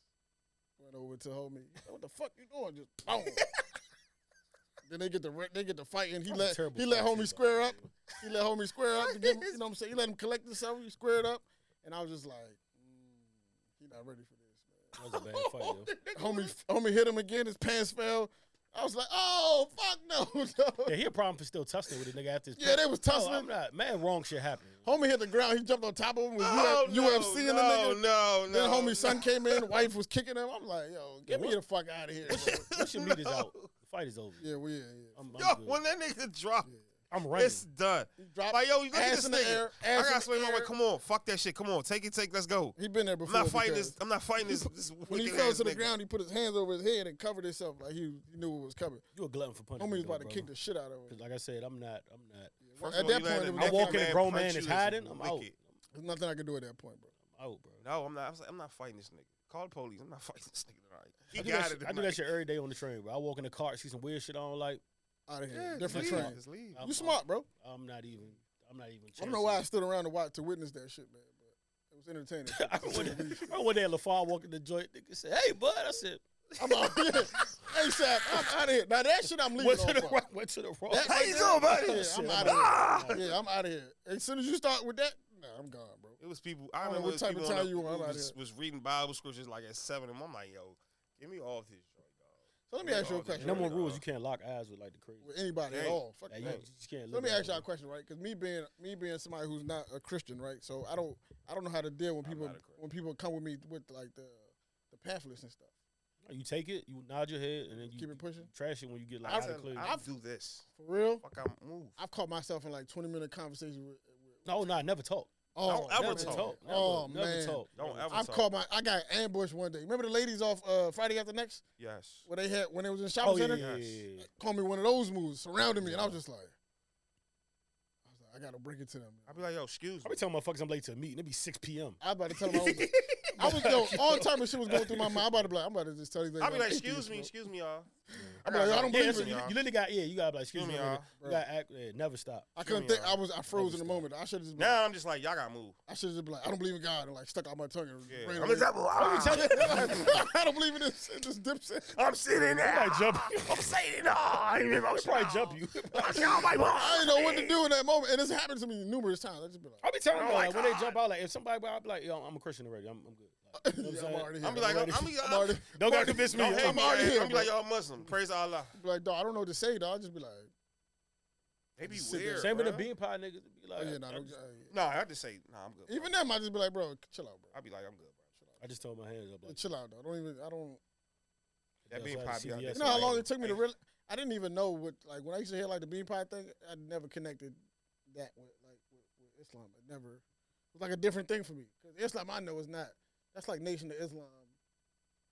Speaker 1: went over to hold me. What the fuck you doing? Just boom. then they get the re- they get the fight, and he
Speaker 3: That's a
Speaker 1: let
Speaker 3: terrible
Speaker 1: he let
Speaker 3: question,
Speaker 1: homie
Speaker 3: by
Speaker 1: square
Speaker 3: the
Speaker 1: up.
Speaker 3: way.
Speaker 1: He let homie square up. To give him, you know what I'm saying? He let him collect himself. He squared up, and I was just like, mm, he not ready for this,
Speaker 3: That was a bad fight, yo.
Speaker 2: Oh,
Speaker 1: man. homie, homie hit him again. His pants fell. I was like, oh fuck no, no.
Speaker 3: Yeah, he a problem for still tussling with a nigga after his
Speaker 1: Yeah, they was
Speaker 3: No, I'm
Speaker 2: Oh,
Speaker 1: tussling.
Speaker 3: not. Man, wrong shit happened.
Speaker 1: homie hit the ground. He jumped on top of him with
Speaker 2: Oh,
Speaker 1: U-
Speaker 2: no,
Speaker 1: UFC in the nigga.
Speaker 2: No, no,
Speaker 1: Then
Speaker 2: no,
Speaker 1: homie son came in, wife was kicking him. I'm like, yo, get
Speaker 3: Yeah,
Speaker 1: me the fuck out of here. bro.
Speaker 3: We should, we should meet this out.
Speaker 2: No.
Speaker 3: The fight is over.
Speaker 1: yeah, we yeah, yeah.
Speaker 3: I'm, I'm,
Speaker 2: Yo,
Speaker 3: good.
Speaker 2: when that nigga drop,
Speaker 1: yeah.
Speaker 3: I'm running.
Speaker 2: it's done.
Speaker 1: He dropped
Speaker 2: Like yo, look at
Speaker 1: ass
Speaker 2: this
Speaker 1: in the
Speaker 2: nigga.
Speaker 1: air.
Speaker 2: I
Speaker 1: Ass in
Speaker 2: gotta
Speaker 1: the
Speaker 2: swing my way.
Speaker 1: air.
Speaker 2: Come on, fuck that shit. Come on, take it, take. Let's go.
Speaker 1: He been there
Speaker 2: I'm
Speaker 1: before.
Speaker 2: not fighting
Speaker 1: because
Speaker 2: this. I'm not fighting this.
Speaker 1: He
Speaker 2: This
Speaker 1: When he
Speaker 2: wicked
Speaker 1: fell
Speaker 2: ass
Speaker 1: to the
Speaker 2: nigga.
Speaker 1: ground, he put his hands over his head and covered himself like he, he knew what was coming.
Speaker 3: You a glutton for punishment.
Speaker 1: Homie was
Speaker 3: though,
Speaker 1: about to kick
Speaker 3: brother.
Speaker 1: the shit out of him.
Speaker 3: 'Cause Like I said, I'm not. I'm not.
Speaker 2: First
Speaker 1: At that
Speaker 2: of all, you let
Speaker 1: point,
Speaker 2: a
Speaker 1: it was
Speaker 2: naked
Speaker 1: I walk in,
Speaker 3: a grown
Speaker 2: punch
Speaker 3: man
Speaker 2: you
Speaker 3: is hiding, I'm out.
Speaker 2: wicked.
Speaker 1: There's nothing I could do at that point, bro.
Speaker 3: I'm out, bro.
Speaker 2: No, I'm not. I was like, I'm not fighting this nigga. Call the police. I'm not fighting this nigga tonight. He
Speaker 3: I do, that
Speaker 2: got
Speaker 3: shit,
Speaker 2: it.
Speaker 3: I do
Speaker 2: tonight.
Speaker 3: that shit every day on the train, bro. I walk in the car, see some weird shit I don't like.
Speaker 1: Out of here.
Speaker 2: Yeah,
Speaker 1: Different
Speaker 2: just
Speaker 3: leave.
Speaker 1: train.
Speaker 2: leave. Just leave.
Speaker 3: I'm,
Speaker 1: You smart, bro.
Speaker 3: I'm, I'm not even. I'm not even.
Speaker 1: I don't know why I
Speaker 3: chancing.
Speaker 1: stood around to watch to witness that shit, man. But it was entertaining.
Speaker 3: I went I went there, LaFar walking the joint. Nigga said, "Hey, bud." I said,
Speaker 1: I'm out here. ASAP, I'm out of here. Now that shit I'm leaving.
Speaker 3: "Went to
Speaker 1: on
Speaker 3: the
Speaker 1: for.
Speaker 3: right, went to the wrong."
Speaker 1: That
Speaker 2: How
Speaker 1: right
Speaker 2: you
Speaker 1: there?
Speaker 2: doing, buddy?
Speaker 1: Yeah,
Speaker 3: Shit,
Speaker 1: I'm
Speaker 3: I'm
Speaker 1: out
Speaker 2: out.
Speaker 1: of here. Yeah, I'm out of here. As soon as you start with that, nah, I'm gone, bro.
Speaker 2: It was people. I
Speaker 1: I don't know
Speaker 2: remember
Speaker 1: what
Speaker 2: it was
Speaker 1: type of
Speaker 2: people on
Speaker 1: time
Speaker 2: the-
Speaker 1: you want
Speaker 2: who
Speaker 1: out
Speaker 2: was,
Speaker 1: here.
Speaker 2: was reading Bible scriptures like at seven, and I'm like, yo, give me off this joint,
Speaker 1: So let me ask you a question.
Speaker 3: Number
Speaker 1: Right?
Speaker 3: one rule is you can't lock eyes with like the crazy.
Speaker 1: With anybody at
Speaker 2: Hey.
Speaker 1: all. Fuck
Speaker 3: Like, you,
Speaker 1: that.
Speaker 3: you just can't.
Speaker 1: So let
Speaker 3: look
Speaker 1: me
Speaker 3: at
Speaker 1: ask y'all a
Speaker 3: them.
Speaker 1: question, right? Because me being me being somebody who's not a Christian, right? So I don't I don't know how to deal when
Speaker 2: I'm
Speaker 1: people
Speaker 2: not a Christian.
Speaker 1: when people come with me with like the the pamphlets and stuff.
Speaker 3: You take it, you nod your head, and then you
Speaker 1: Keep it pushing.
Speaker 3: Trash it when you get like
Speaker 1: I
Speaker 3: out of
Speaker 2: dog.
Speaker 3: clear.
Speaker 2: I do this.
Speaker 1: For real,
Speaker 2: Fuck, I move.
Speaker 1: I've caught myself in like twenty minute conversations with. with
Speaker 3: No, no, I never talk.
Speaker 1: oh,
Speaker 2: don't ever
Speaker 3: never
Speaker 1: man.
Speaker 2: talk.
Speaker 3: Never,
Speaker 1: Oh,
Speaker 3: never
Speaker 1: man.
Speaker 3: talk.
Speaker 2: Don't
Speaker 3: Never
Speaker 2: ever-
Speaker 1: I've
Speaker 2: talk.
Speaker 1: caught my I got ambushed one day. Remember the ladies off uh, Friday after next
Speaker 2: Yes.
Speaker 1: where they had when it was in shopping
Speaker 3: Oh yeah,
Speaker 1: center.
Speaker 3: yeah, yeah,
Speaker 2: Yes.
Speaker 3: yeah.
Speaker 1: Called me one of those moves, surrounded me, and I was just like, I was like, I gotta break it to them.
Speaker 2: I'll be like, yo, excuse
Speaker 3: I
Speaker 2: me.
Speaker 3: be telling motherfuckers I'm late to a meeting. It be 6 p.m.
Speaker 1: I was about to tell them I was, I was yo, all the time this shit was going through my mind. I'm about to be like, I'm about to just tell these.
Speaker 2: I'll
Speaker 1: niggas
Speaker 2: be
Speaker 1: I'm
Speaker 2: like,
Speaker 1: atheist,
Speaker 2: excuse me,
Speaker 1: bro.
Speaker 2: excuse me, y'all.
Speaker 1: I'm like, I don't
Speaker 3: Yeah,
Speaker 1: believe
Speaker 3: that's
Speaker 1: it.
Speaker 2: Excuse
Speaker 3: what
Speaker 2: me,
Speaker 3: you,
Speaker 2: y'all.
Speaker 3: you literally got. Yeah, you got to be like, excuse
Speaker 2: Excuse
Speaker 3: me.
Speaker 2: me,
Speaker 3: nigga.
Speaker 2: y'all.
Speaker 3: You got to act. Yeah, never stop.
Speaker 1: I couldn't
Speaker 2: Junior.
Speaker 1: think. I was. I froze in the
Speaker 3: stop.
Speaker 1: moment. I should have just. Been,
Speaker 2: Now I'm just like, y'all gotta move.
Speaker 1: I should have just been like, I don't believe in God, and like stuck out my tongue and
Speaker 2: Yeah.
Speaker 1: ran
Speaker 2: I'm
Speaker 1: away.
Speaker 2: just like, ah,
Speaker 1: I don't believe in this. in This dipset.
Speaker 2: I'm sitting there.
Speaker 3: might jump you.
Speaker 2: I'm sitting there. I'm
Speaker 3: I'll probably jump you.
Speaker 1: I didn't know what to do in that moment, and this happened to me numerous times. I just been like,
Speaker 3: I'll be telling
Speaker 2: Oh
Speaker 3: them
Speaker 2: my
Speaker 3: like, when they
Speaker 2: God.
Speaker 3: jump out, like if somebody, I'll be like, yo, I'm a Christian already. I'm, I'm good. Like, you know what
Speaker 1: I'm
Speaker 3: I'm saying?
Speaker 1: already here.
Speaker 2: I'm be like, I'm,
Speaker 1: already-
Speaker 2: I'm, be-
Speaker 1: I'm
Speaker 2: I'm-
Speaker 1: already-
Speaker 3: Don't
Speaker 1: I'm
Speaker 3: gotta
Speaker 1: already-
Speaker 3: convince me.
Speaker 2: Don't hate
Speaker 1: I'm
Speaker 2: me.
Speaker 1: already
Speaker 2: man.
Speaker 1: here.
Speaker 2: I'm be like,
Speaker 1: bro.
Speaker 2: y'all Muslim. Praise Allah.
Speaker 1: Be like, dog, I don't know what to say, dog. I'll just be like, "Oh,
Speaker 2: They be
Speaker 1: Sit there.
Speaker 2: weird.
Speaker 3: Same with the
Speaker 2: bruh.
Speaker 3: bean pie niggas. Be like,
Speaker 1: oh yeah, nah,
Speaker 3: I,
Speaker 1: don't,
Speaker 3: just,
Speaker 1: uh, yeah.
Speaker 2: Nah, I just say, nah, I'm good. bro.
Speaker 1: Even them, I just be like, bro, chill out, bro.
Speaker 2: I'll be like, I'm good, bro.
Speaker 3: I just throw my hands up. Like,
Speaker 1: Chill out, dog. Don't even. I don't.
Speaker 2: That
Speaker 3: Yeah,
Speaker 2: bean
Speaker 3: so I
Speaker 2: pie
Speaker 3: had
Speaker 2: be out
Speaker 3: CVS
Speaker 2: there.
Speaker 1: You know how
Speaker 3: like-
Speaker 1: long it took me to really? I didn't even know what like when I used to hear like the bean pie thing. I never connected that with like with, with Islam. It never it was like a different thing for me because Islam I know is not. That's like Nation of Islam.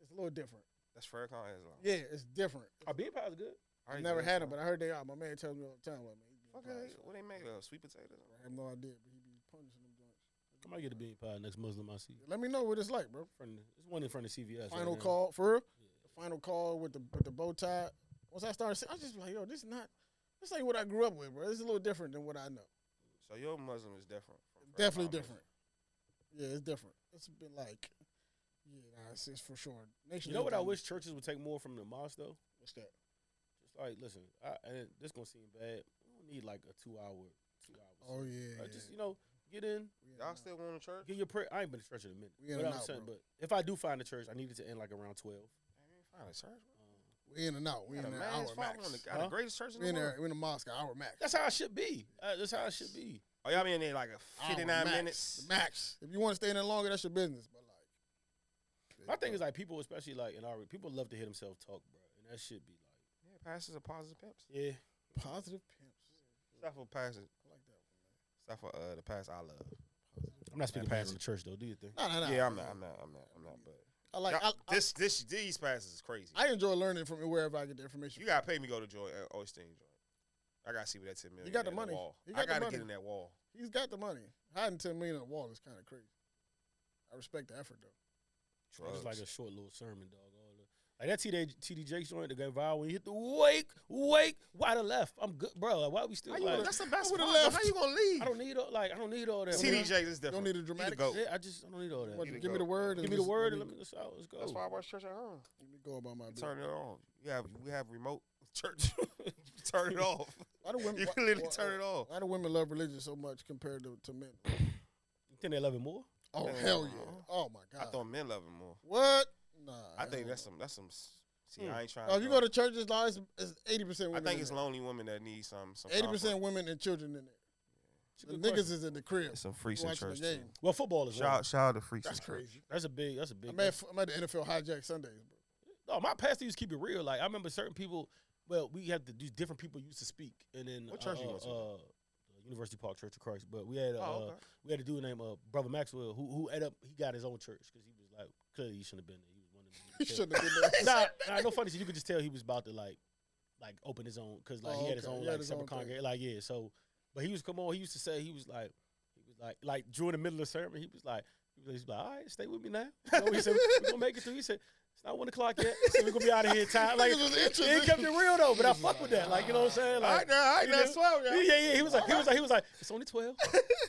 Speaker 1: It's a little different.
Speaker 2: That's Farrakhan Islam.
Speaker 1: Yeah, it's different.
Speaker 3: Our Oh, bean pie is good.
Speaker 2: I
Speaker 1: I
Speaker 2: ain't
Speaker 1: never
Speaker 2: doing
Speaker 1: had them, but
Speaker 2: Islam.
Speaker 1: I heard they are. My man tells me all the time. Like, man, he bean
Speaker 2: Fuck
Speaker 1: pie
Speaker 2: it,
Speaker 1: is
Speaker 2: what they make of sweet potatoes.
Speaker 1: fire. I have no idea, but he be punishing them joints.
Speaker 3: Come on, get a bean pie next Muslim I see.
Speaker 1: Let me know what it's like, bro.
Speaker 3: Front of- There's one in front of CVS. right
Speaker 1: Final
Speaker 3: now.
Speaker 1: call for real.
Speaker 3: Yeah.
Speaker 1: final call with the with the bow tie. Once I started, seeing, I was just like, yo, this is not, this ain't what I grew up with, bro. This is a little different than what I know.
Speaker 2: So your Muslim is different. from Farrakhan
Speaker 1: Definitely
Speaker 2: Muslim.
Speaker 1: different. Yeah, it's different. It's been like, yeah, nah, it's, it's for sure. Nation
Speaker 3: You know what I
Speaker 1: Anthem,
Speaker 3: wish churches would take more from the mosque though.
Speaker 1: What's that?
Speaker 3: Just like, listen, I, and this gonna seem bad. We don't need like a two hour two hours.
Speaker 1: Oh yeah,
Speaker 3: I
Speaker 1: yeah.
Speaker 3: just you know get in,
Speaker 1: We in and
Speaker 2: Y'all
Speaker 1: out.
Speaker 2: still going to church?
Speaker 3: get your prayer. I ain't been to church in a minute.
Speaker 1: We in
Speaker 3: but,
Speaker 1: and
Speaker 3: I'm
Speaker 1: out,
Speaker 3: saying,
Speaker 1: bro.
Speaker 3: but if I do find a church, I need it to end like around twelve.
Speaker 2: Find a church.
Speaker 3: Um,
Speaker 1: we in and out. We
Speaker 2: Got
Speaker 1: in
Speaker 2: a
Speaker 1: an
Speaker 2: man's
Speaker 1: hour
Speaker 2: following
Speaker 1: max.
Speaker 2: The, got the
Speaker 3: Huh?
Speaker 2: greatest church in
Speaker 1: We in
Speaker 2: the world.
Speaker 1: there. We in the mosque. An hour max.
Speaker 3: that's how it should be. Uh, that's how it should be.
Speaker 2: Oh, y'all been in there like a
Speaker 1: Hour
Speaker 2: 59
Speaker 1: max.
Speaker 2: minutes.
Speaker 1: max. If you want to stay in there longer, that's your business. But like,
Speaker 3: My thing is like people, especially like in our people, love to hear themselves talk, bro, and that should be like
Speaker 2: Yeah, pastors are positive pimps.
Speaker 3: yeah.
Speaker 1: positive pimps.
Speaker 2: Except for pastors.
Speaker 1: I like that
Speaker 2: Except for uh, the pastor I love.
Speaker 3: I'm not speaking
Speaker 2: That
Speaker 3: past the church though. Do you think?
Speaker 1: one. man. Nah, nah, nah.
Speaker 2: yeah, I'm not. I'm not. I'm not. I'm not. But
Speaker 1: I like.
Speaker 2: Y'all-
Speaker 1: I,
Speaker 2: this, this, these pastors is crazy.
Speaker 1: I, I enjoy learning from wherever I get the information.
Speaker 2: you gotta pay me to go to Joy uh, Oystein joint. I gotta see what that ten million.
Speaker 1: You got the
Speaker 2: in
Speaker 1: money.
Speaker 2: wall.
Speaker 1: You
Speaker 2: I
Speaker 1: got the
Speaker 2: gotta
Speaker 1: money.
Speaker 2: get in that wall.
Speaker 1: He's got the money. Hiding ten million on the wall is kind of crazy. I respect the effort though.
Speaker 3: It
Speaker 2: Drugs.
Speaker 3: was like a short little sermon, dog. All the, like that TD, TD Jakes joint that got viral when you hit the wake, wake, why the left? I'm good, bro. Like, why we still
Speaker 2: How you gonna,
Speaker 3: like?
Speaker 2: that's the best
Speaker 1: I would've
Speaker 2: part. though.
Speaker 1: left.
Speaker 2: How you gonna leave?
Speaker 3: I don't need all like I don't need all that.
Speaker 1: See
Speaker 2: TDJ
Speaker 1: these-
Speaker 3: man.
Speaker 2: is different.
Speaker 1: Don't need the
Speaker 2: He
Speaker 1: dramatics.
Speaker 2: goat.
Speaker 3: Yeah, I just I don't need all that.
Speaker 1: What,
Speaker 2: you
Speaker 1: give
Speaker 2: the
Speaker 1: me the
Speaker 2: goat.
Speaker 1: word.
Speaker 3: Give
Speaker 1: and
Speaker 3: me the
Speaker 1: just
Speaker 3: word and
Speaker 1: Let
Speaker 3: let
Speaker 1: me,
Speaker 3: me let's, out, let's go.
Speaker 2: That's why I watch church at home.
Speaker 1: let me go about my
Speaker 2: You
Speaker 1: business.
Speaker 2: Turn it on. You have we have remote church. You turn it off.
Speaker 1: Why do women?
Speaker 2: You
Speaker 1: why-
Speaker 2: can literally
Speaker 1: why-
Speaker 2: turn it off.
Speaker 1: Why do women love religion so much compared to, to men?
Speaker 3: You think they love it more?
Speaker 1: Oh
Speaker 2: Yeah.
Speaker 1: hell yeah! Oh my god!
Speaker 2: I thought men love it more.
Speaker 1: what? Nah.
Speaker 2: I
Speaker 1: hell
Speaker 2: think that's
Speaker 1: no.
Speaker 2: some that's some. s- See,
Speaker 3: Hmm.
Speaker 2: I ain't trying.
Speaker 1: Oh, if you go to churches, now it's eighty percent
Speaker 2: I
Speaker 1: women.
Speaker 2: think it's lonely women that need some. some
Speaker 1: eighty percent
Speaker 2: comfort.
Speaker 1: women and children in it.
Speaker 3: It's a
Speaker 1: The
Speaker 3: good
Speaker 1: niggas
Speaker 3: question.
Speaker 1: is in the crib
Speaker 2: There's Some freaks in
Speaker 1: watching the
Speaker 2: church.
Speaker 1: game.
Speaker 2: too.
Speaker 3: well, football is
Speaker 2: Shout
Speaker 3: one.
Speaker 2: shout out to freaks.
Speaker 1: That's
Speaker 2: in church.
Speaker 1: crazy.
Speaker 3: That's a big. That's a big.
Speaker 1: I'm at, I'm at the NFL hijack Sundays, bro.
Speaker 3: No, oh, my pastor used to keep it real. Like I remember certain people. Well, we had to do different people used to speak, and then
Speaker 2: What church
Speaker 3: uh,
Speaker 2: you
Speaker 3: uh,
Speaker 2: go to?
Speaker 3: uh, University Park Church of Christ. But we had uh,
Speaker 2: Oh, okay.
Speaker 3: we had a dude named uh, Brother Maxwell who who ended up he got his own church because he was like clearly he shouldn't have been there. He was one of
Speaker 1: You
Speaker 3: them.
Speaker 1: shouldn't have been there.
Speaker 3: nah, nah, no funny shit. You could just tell he was about to like, like open his own because like
Speaker 1: Oh,
Speaker 3: he had his
Speaker 1: okay.
Speaker 3: own
Speaker 1: He had
Speaker 3: like
Speaker 1: his
Speaker 3: separate
Speaker 1: own thing.
Speaker 3: congregation. Like yeah, so but he was come on. He used to say he was like he was like like during the middle of sermon he was like he was, he was like all right stay with me now. You know, he said we're gonna make it through. He said. It's not one o'clock yet. He said, We're gonna be out of here. in Time like
Speaker 1: Niggas was
Speaker 3: it kept it real though, but I
Speaker 1: Niggas was
Speaker 3: fuck with that. Like you know what I'm saying?
Speaker 2: All right
Speaker 3: Like
Speaker 2: now, all right
Speaker 3: you
Speaker 2: now,
Speaker 3: know?
Speaker 2: swell,
Speaker 3: yeah, yeah, yeah. He was like, he was like, he was like, it's only twelve.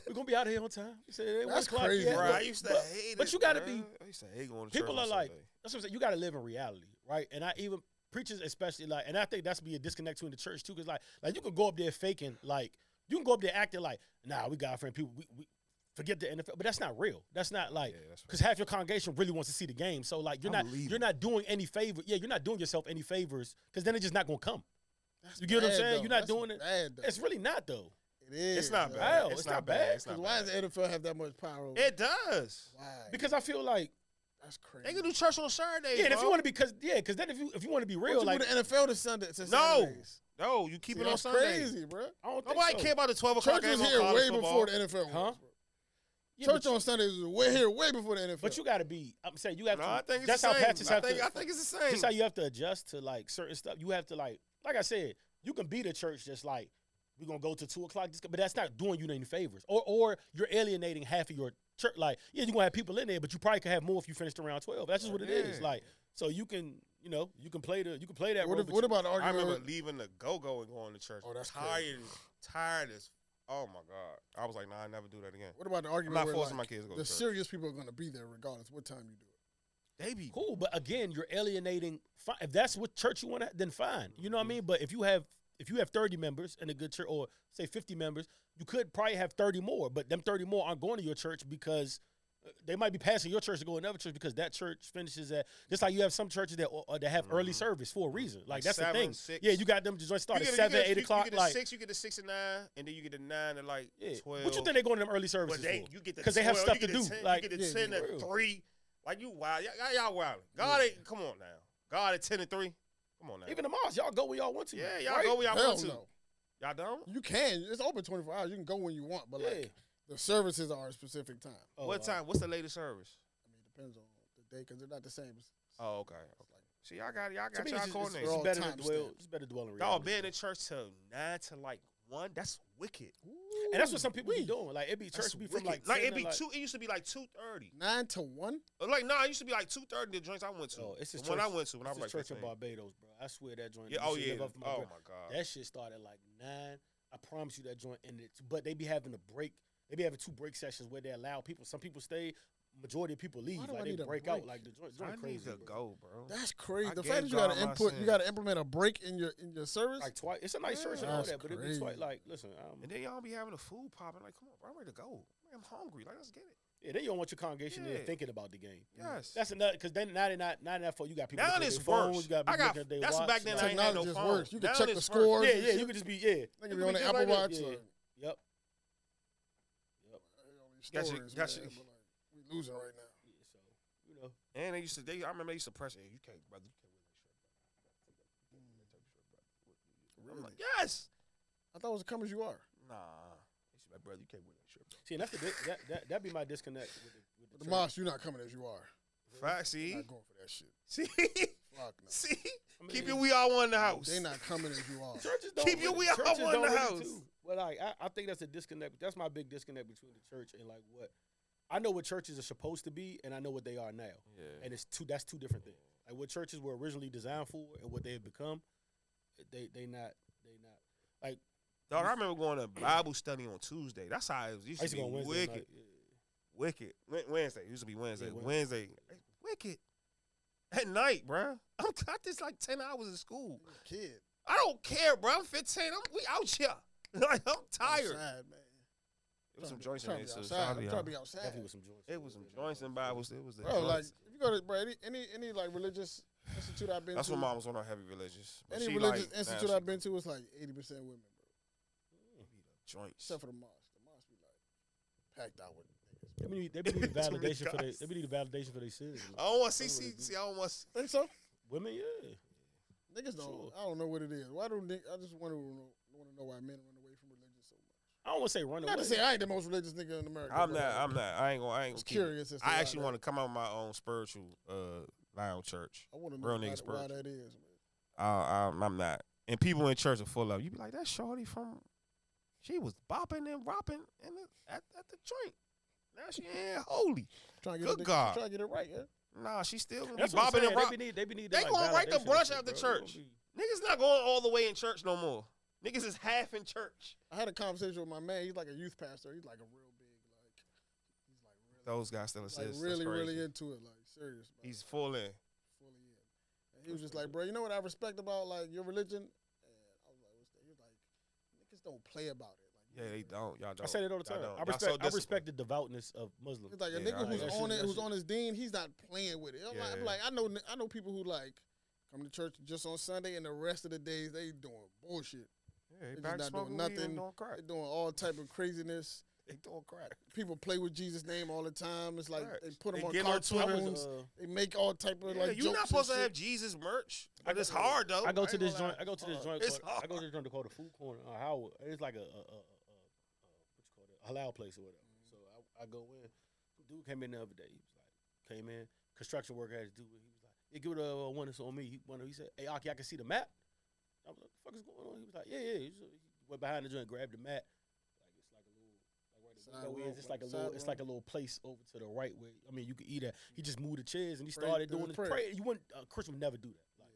Speaker 3: We're gonna be out of here on time. He said, it ain't one
Speaker 1: That's
Speaker 3: o'clock
Speaker 1: crazy,
Speaker 3: yet.
Speaker 2: Bro,
Speaker 1: but-
Speaker 2: I used to
Speaker 3: but-
Speaker 2: hate
Speaker 3: but
Speaker 2: it,
Speaker 3: you gotta
Speaker 2: bruh.
Speaker 3: be-
Speaker 2: I used to hate going to
Speaker 3: people
Speaker 2: church
Speaker 3: are
Speaker 2: on
Speaker 3: like-
Speaker 2: Sunday.
Speaker 3: That's what I'm saying. You got to live in reality, right? And I even preachers, especially like, and I think that's be a disconnect between the church too, because like, like you can go up there faking, like you can go up there acting like, nah, we got friend people, we, we forget the NFL, but that's not real. That's not like.
Speaker 2: Yeah, that's
Speaker 3: Cause half your congregation really wants to see the game, so like you're
Speaker 2: I'm
Speaker 3: not
Speaker 2: leaving.
Speaker 3: you're not doing any favor. Yeah, you're not doing yourself any favors, cause then it's just not gonna come. You get what I'm
Speaker 1: Bad,
Speaker 3: saying?
Speaker 1: though.
Speaker 3: You're not
Speaker 1: That's
Speaker 3: doing it.
Speaker 1: Bad, though.
Speaker 3: It's really not though.
Speaker 1: It is.
Speaker 2: It's not
Speaker 1: though.
Speaker 2: bad.
Speaker 3: Hell,
Speaker 2: it's,
Speaker 3: it's
Speaker 2: not,
Speaker 3: not
Speaker 2: bad.
Speaker 3: bad.
Speaker 2: It's
Speaker 1: 'Cause
Speaker 2: not
Speaker 1: why
Speaker 2: bad.
Speaker 1: does the NFL have that much power? Over?
Speaker 2: It does.
Speaker 1: Why?
Speaker 3: Because I feel like
Speaker 1: that's crazy.
Speaker 2: They can do church on Saturdays.
Speaker 3: yeah, and if you
Speaker 2: bro.
Speaker 3: want to be cause yeah, cause then if you if you want to be real,
Speaker 1: What
Speaker 3: like
Speaker 1: you do the NFL to Sunday. To
Speaker 2: No.
Speaker 1: Saturdays?
Speaker 2: no, you keep
Speaker 1: See,
Speaker 2: it on
Speaker 1: that's
Speaker 2: Sunday.
Speaker 1: crazy, bro.
Speaker 3: I don't think
Speaker 2: Nobody
Speaker 3: so.
Speaker 2: care about the twelve
Speaker 1: Church
Speaker 2: o'clock game
Speaker 1: was
Speaker 2: on
Speaker 1: here
Speaker 2: college
Speaker 1: way
Speaker 2: football.
Speaker 1: before the NFL.
Speaker 3: Huh?
Speaker 1: was, bro.
Speaker 3: Yeah,
Speaker 1: Church
Speaker 3: but,
Speaker 1: on Sundays was way here way before the NFL.
Speaker 3: but you got to be. I'm saying you have
Speaker 2: No,
Speaker 3: to.
Speaker 2: I think it's
Speaker 3: that's
Speaker 2: the
Speaker 3: how
Speaker 2: same.
Speaker 3: pastors
Speaker 2: I
Speaker 3: have
Speaker 2: think,
Speaker 3: to.
Speaker 2: I think it's the same.
Speaker 3: just how you have to adjust to like certain stuff. You have to like, like I said, you can be the church just like we're gonna go to two o'clock, just- but that's not doing you any favors. Or or you're alienating half of your church. Like yeah, you are gonna have people in there, but you probably could have more if you finished around twelve. That's just what it is.
Speaker 2: Yeah.
Speaker 3: Like so you can you know you can play the you can play that.
Speaker 1: what,
Speaker 3: role,
Speaker 1: if-
Speaker 3: but
Speaker 1: what
Speaker 3: you-
Speaker 1: about the
Speaker 2: I
Speaker 1: argument?
Speaker 2: remember
Speaker 1: with-
Speaker 2: leaving the go go and going to church.
Speaker 1: Oh, that's
Speaker 2: tired, as- tired as. Oh my god, I was like, nah, I never do that again.
Speaker 1: what about the
Speaker 2: I'm
Speaker 1: argument?
Speaker 2: not
Speaker 1: where,
Speaker 2: forcing
Speaker 1: like,
Speaker 2: my kids to go
Speaker 1: the
Speaker 2: to church.
Speaker 1: serious people are going to be there regardless what time you do it.
Speaker 2: They be
Speaker 3: cool, but again, you're alienating. fi- If that's what church you want, to, then fine. You know what I
Speaker 2: Mhm.
Speaker 3: mean. But if you have if you have 30 members in a good church, or say 50 members, you could probably have 30 more. But them 30 more aren't going to your church because uh, they might be passing your church to go to another church because that church finishes at just like you have some churches that uh, that have early
Speaker 2: Mhm.
Speaker 3: service for a reason. Like that's
Speaker 2: seven,
Speaker 3: the thing.
Speaker 2: Six.
Speaker 3: Yeah, you got them to join start
Speaker 2: You
Speaker 3: at
Speaker 2: get a-
Speaker 3: seven,
Speaker 2: you get a-
Speaker 3: eight
Speaker 2: you-
Speaker 3: o'clock.
Speaker 2: You get a
Speaker 3: like
Speaker 2: six, you get a six and nine, and then you get a nine at like
Speaker 3: yeah.
Speaker 2: twelve.
Speaker 3: what you think they going to them early
Speaker 2: But
Speaker 3: services
Speaker 2: they,
Speaker 3: for?
Speaker 2: you get the
Speaker 3: 'Cause they have
Speaker 2: 12,
Speaker 3: stuff
Speaker 2: you
Speaker 3: to
Speaker 2: get
Speaker 3: do,
Speaker 2: The 10,
Speaker 3: like-
Speaker 2: you get
Speaker 1: Yeah,
Speaker 2: the ten
Speaker 3: yeah.
Speaker 2: at
Speaker 3: Real.
Speaker 2: three. Like you wild, y'all, y'all wild. God,
Speaker 1: Yeah.
Speaker 2: ain't, come on now. God at ten and three. Come on now.
Speaker 3: Even the mosque, y'all go where y'all want to.
Speaker 2: yeah, y'all all
Speaker 3: right?
Speaker 2: go where y'all
Speaker 1: Hell
Speaker 2: want to.
Speaker 1: no.
Speaker 2: Y'all don't.
Speaker 1: You can. It's open 24 hours. You can go when you want, but
Speaker 3: Yeah.
Speaker 1: like the services are a specific time.
Speaker 3: Oh,
Speaker 2: what
Speaker 3: uh,
Speaker 2: time? What's the latest service?
Speaker 1: I mean, it depends on the day because they're not the same. It's,
Speaker 2: Oh, okay. okay. See, y'all got y'all
Speaker 3: To
Speaker 2: got
Speaker 3: me,
Speaker 2: y'all
Speaker 3: it's, just- it's,
Speaker 2: coordinated.
Speaker 1: We're all
Speaker 3: better to
Speaker 1: timestamped.
Speaker 3: dwell. It's better to dwell in
Speaker 2: Y'all
Speaker 3: reality.
Speaker 2: been in church till nine to like one. That's wicked.
Speaker 3: And that's what some people
Speaker 1: Ooh-wee.
Speaker 3: be doing. Like it be
Speaker 2: That's
Speaker 3: church be from
Speaker 2: wicked.
Speaker 3: like,
Speaker 2: like
Speaker 3: 10
Speaker 2: it
Speaker 3: to,
Speaker 2: be
Speaker 3: like-
Speaker 2: two. It used to be like two thirty. Uh,
Speaker 1: Nine to one.
Speaker 2: Like no, it used to be like two thirty. The joints I went to.
Speaker 3: Oh, it's
Speaker 2: the
Speaker 3: just
Speaker 2: one I
Speaker 3: church-
Speaker 2: went to when I
Speaker 3: It's
Speaker 2: was
Speaker 3: this
Speaker 2: like
Speaker 3: church in
Speaker 2: 15.
Speaker 3: Barbados, bro. I swear that joint.
Speaker 2: Yeah.
Speaker 3: you
Speaker 2: Oh
Speaker 3: should
Speaker 2: yeah.
Speaker 3: live
Speaker 2: Oh
Speaker 3: off
Speaker 2: my
Speaker 3: my breath.
Speaker 2: god.
Speaker 3: That shit started like nine. I promise you that joint ended. But they be having a break. They be having two break sessions where they allow people. Some people stay. majority of people leave.
Speaker 1: do I
Speaker 3: Like they
Speaker 1: need a
Speaker 3: break,
Speaker 1: break?
Speaker 3: out. Like the joint,
Speaker 2: I need
Speaker 3: joint crazy.
Speaker 2: to
Speaker 3: bro.
Speaker 2: go, bro.
Speaker 1: That's crazy.
Speaker 2: I
Speaker 1: The
Speaker 2: gave
Speaker 1: fact that you got
Speaker 2: God
Speaker 1: to
Speaker 2: my
Speaker 1: input,
Speaker 2: sin.
Speaker 1: you got to implement a break in your in your service.
Speaker 3: Like twice. It's a nice church and
Speaker 1: Yeah.
Speaker 3: all
Speaker 1: That's
Speaker 3: that, but it be twice.
Speaker 1: crazy.
Speaker 3: Like listen, um,
Speaker 2: And then y'all be having a food popping. Like, come on, bro, I'm ready to go. I'm hungry. Like, let's get it.
Speaker 3: yeah, then you don't want your congregation there
Speaker 2: Yeah.
Speaker 3: thinking about the game.
Speaker 2: Yes.
Speaker 3: That's another because then now they're not now they're not for you got people.
Speaker 2: now
Speaker 3: looking at
Speaker 2: it's
Speaker 3: their phones,
Speaker 2: worse.
Speaker 3: You got people
Speaker 2: I got.
Speaker 3: looking at their
Speaker 2: That's
Speaker 3: watch,
Speaker 2: back then. I
Speaker 3: like,
Speaker 2: ain't had no
Speaker 1: Technology is
Speaker 2: phone.
Speaker 1: worse. You can
Speaker 2: Now
Speaker 1: check the
Speaker 2: it's
Speaker 1: score.
Speaker 2: worse.
Speaker 3: yeah, yeah. You could just be yeah.
Speaker 1: Nigga
Speaker 2: You
Speaker 1: be on
Speaker 2: be
Speaker 1: the
Speaker 2: just
Speaker 1: Apple
Speaker 2: like that,
Speaker 1: Watch.
Speaker 3: yeah.
Speaker 1: like,
Speaker 3: Yep.
Speaker 1: I hear all these
Speaker 2: Got you-
Speaker 1: stories,
Speaker 2: got
Speaker 1: man,
Speaker 2: you.
Speaker 1: but, like, we losing right now.
Speaker 3: Yeah, so you know.
Speaker 2: And they used to. They, I remember they used to press. Hey, you can't, brother. You can't wear that shirt. Bro. You can't wear that shirt, bro. I'm like, yes.
Speaker 1: I thought it was come as you are.
Speaker 2: Nah. They should be like, brother, you can't wear that shirt. Bro.
Speaker 3: See, and that's the di- that that that'd be my disconnect with the, with
Speaker 1: But
Speaker 3: the
Speaker 1: the
Speaker 3: church.
Speaker 1: mosque, you're not coming as you are.
Speaker 2: Fact,
Speaker 1: They're
Speaker 2: see,
Speaker 1: not going for that shit.
Speaker 2: see,
Speaker 1: Fuck no.
Speaker 2: see.
Speaker 3: I mean,
Speaker 2: Keep it. We all one in the house.
Speaker 1: They not coming as you are.
Speaker 3: Churches don't
Speaker 2: Keep your
Speaker 3: really-
Speaker 2: wheel up
Speaker 3: churches
Speaker 2: on
Speaker 3: don't
Speaker 2: the
Speaker 3: really
Speaker 2: house.
Speaker 3: do. But like, I, I think that's a disconnect. That's my big disconnect between the church and like what I know what churches are supposed to be, and I know what they are now.
Speaker 2: Yeah.
Speaker 3: And it's two. That's two different things. Like what churches were originally designed for and what they have become. They they not they not.
Speaker 2: Dog, I remember going to Bible study on Tuesday. That's how it was. It used
Speaker 3: I used
Speaker 2: to be
Speaker 3: to go on Wednesday
Speaker 2: wicked,
Speaker 3: night.
Speaker 2: wicked. Wed- Wednesday it used to be Wednesday.
Speaker 3: Wednesday.
Speaker 2: Wednesday, wicked. At night, bruh. I'm got this like ten hours of school.
Speaker 1: Kid.
Speaker 2: I don't care, bro. I'm 15. I'm, we out here. Like I'm tired.
Speaker 1: Outside, man.
Speaker 2: It was
Speaker 1: Tryna
Speaker 2: some
Speaker 1: be-
Speaker 2: joints in
Speaker 1: tryna
Speaker 2: there.
Speaker 1: be
Speaker 2: so it's
Speaker 1: outside.
Speaker 2: probably
Speaker 1: I'm
Speaker 2: out.
Speaker 1: trying to be outside.
Speaker 3: Definitely with some joints.
Speaker 2: It was some joints and Bibles. It was the
Speaker 1: Bro, like
Speaker 2: joints.
Speaker 1: if you go to bro, any any any like religious institute I've been
Speaker 2: That's
Speaker 1: to,
Speaker 2: what mom was on her heavy religious. But
Speaker 1: any
Speaker 2: she,
Speaker 1: religious
Speaker 2: like, nah,
Speaker 1: institute
Speaker 2: she-
Speaker 1: I've been to, it's like eighty percent women, bro.
Speaker 2: joints.
Speaker 1: Except for the mosque. The mosque be like packed out with niggas.
Speaker 3: They need, they be needing
Speaker 2: Too many
Speaker 3: validation for their.
Speaker 2: guys.
Speaker 3: They be needing validation for their sins.
Speaker 2: I don't want
Speaker 3: That's what
Speaker 2: CC.
Speaker 3: it
Speaker 2: See, I don't want. see-
Speaker 1: Think so?
Speaker 3: Women, yeah.
Speaker 1: Niggas don't.
Speaker 3: Sure.
Speaker 1: I don't know what it is. Why do niggas? I just want to know, want to know why men run away from religion so much.
Speaker 3: I don't want to say run away.
Speaker 1: Not to say I ain't the most religious nigga in America.
Speaker 2: I'm
Speaker 1: but
Speaker 2: not.
Speaker 1: I
Speaker 2: I'm not. I ain't gonna. I ain't
Speaker 1: was
Speaker 2: gonna. keep it.
Speaker 1: curious. As to
Speaker 2: I
Speaker 1: why
Speaker 2: actually
Speaker 1: that-
Speaker 2: want to come out of my own spiritual uh loud church.
Speaker 1: I want to know
Speaker 2: real
Speaker 1: why,
Speaker 2: niggas
Speaker 1: that- why
Speaker 2: birth.
Speaker 1: that is, man.
Speaker 2: I, I'm, I'm not. And people in church are full of. You be like that shorty from. She was bopping and ropping and at at the joint. Now she ain't holy.
Speaker 1: Trying to get
Speaker 2: Good
Speaker 1: it,
Speaker 2: God.
Speaker 1: Trying to get it right, yeah.
Speaker 2: Nah, she still gonna
Speaker 3: That's
Speaker 2: be
Speaker 3: what I'm
Speaker 2: bopping and
Speaker 3: saying.
Speaker 2: rock.
Speaker 3: They be need. They be need.
Speaker 2: They
Speaker 3: like,
Speaker 2: gonna write the
Speaker 3: validation
Speaker 2: brush
Speaker 3: and
Speaker 2: out the
Speaker 3: shit, bro. They
Speaker 2: church.
Speaker 3: gonna be-
Speaker 2: Niggas not going all the way in church no more. Niggas is half in church.
Speaker 1: I had a conversation with my man. He's like a youth pastor. He's like a real big, like he's like really,
Speaker 2: Those guys still
Speaker 1: like
Speaker 2: assist.
Speaker 1: really,
Speaker 2: That's crazy.
Speaker 1: really into it. Like serious. bro.
Speaker 2: He's full in.
Speaker 1: fully in. And he was just like, bro, you know what I respect about like your religion? And I was like, what's that? He was like, niggas don't play about it. Like,
Speaker 2: Yeah, they don't. Y'all don't.
Speaker 3: I say that all
Speaker 2: Y'all
Speaker 3: the
Speaker 2: don't.
Speaker 3: time. I
Speaker 2: Y'all
Speaker 3: respect.
Speaker 2: so
Speaker 3: I
Speaker 2: disciplined.
Speaker 3: respect the devoutness of Muslims.
Speaker 1: It's like a
Speaker 2: Yeah,
Speaker 1: nigga
Speaker 2: I-
Speaker 1: who's
Speaker 2: that
Speaker 3: shit-
Speaker 1: on it,
Speaker 3: that
Speaker 1: who's
Speaker 3: shit-
Speaker 1: on his dean, he's not playing with it. I'm, like, I'm
Speaker 2: Yeah.
Speaker 1: like, I know, I know people who like come to church just on Sunday, and the rest of the days they doing bullshit.
Speaker 2: Yeah,
Speaker 1: They
Speaker 2: they
Speaker 1: just
Speaker 2: back
Speaker 1: not doing
Speaker 2: smoking weed and
Speaker 1: nothing.
Speaker 2: doing crack.
Speaker 1: They doing all type of craziness.
Speaker 2: They doing crack.
Speaker 1: People play with Jesus' name all the time. It's like they
Speaker 2: Facts.
Speaker 1: put him
Speaker 2: They
Speaker 1: on
Speaker 2: get on Twitter,
Speaker 1: cartoons.
Speaker 3: uh,
Speaker 1: they make all type of
Speaker 2: yeah,
Speaker 1: like.
Speaker 2: you're not
Speaker 1: jokes
Speaker 2: supposed to
Speaker 1: and
Speaker 2: have
Speaker 1: shit.
Speaker 2: Jesus merch.
Speaker 3: I
Speaker 2: But it's
Speaker 3: go-
Speaker 2: hard though.
Speaker 3: I go
Speaker 2: ain't
Speaker 3: to this
Speaker 2: gonna lie.
Speaker 3: joint. I go to this
Speaker 2: Hold
Speaker 3: joint.
Speaker 2: up. It's
Speaker 3: called- I go to
Speaker 2: hard.
Speaker 3: this joint called the food corner on Howard. It's like a, a, a, a, a what you call it, a halal place or whatever. So I, I go in. Dude came in the other day. He was like, came in construction worker had to do it. He was like, yeah, give it a, a one. It's on me. He one. He said, hey, Aki, I can see the map. I was like, the fuck is going on? He was like, yeah, yeah. He, was- he went behind the joint, grabbed the map. Like it's like a little. like where the
Speaker 1: Side
Speaker 3: window
Speaker 1: room,
Speaker 3: is, It's like a
Speaker 1: side
Speaker 3: little, it's
Speaker 1: room.
Speaker 3: like a little place over to the right where I mean you could eat at. He just moved the chairs and he
Speaker 1: Pray
Speaker 3: started
Speaker 1: through
Speaker 3: doing
Speaker 1: the prayer.
Speaker 3: his prayer. You wouldn't a Christian would never do that. Like,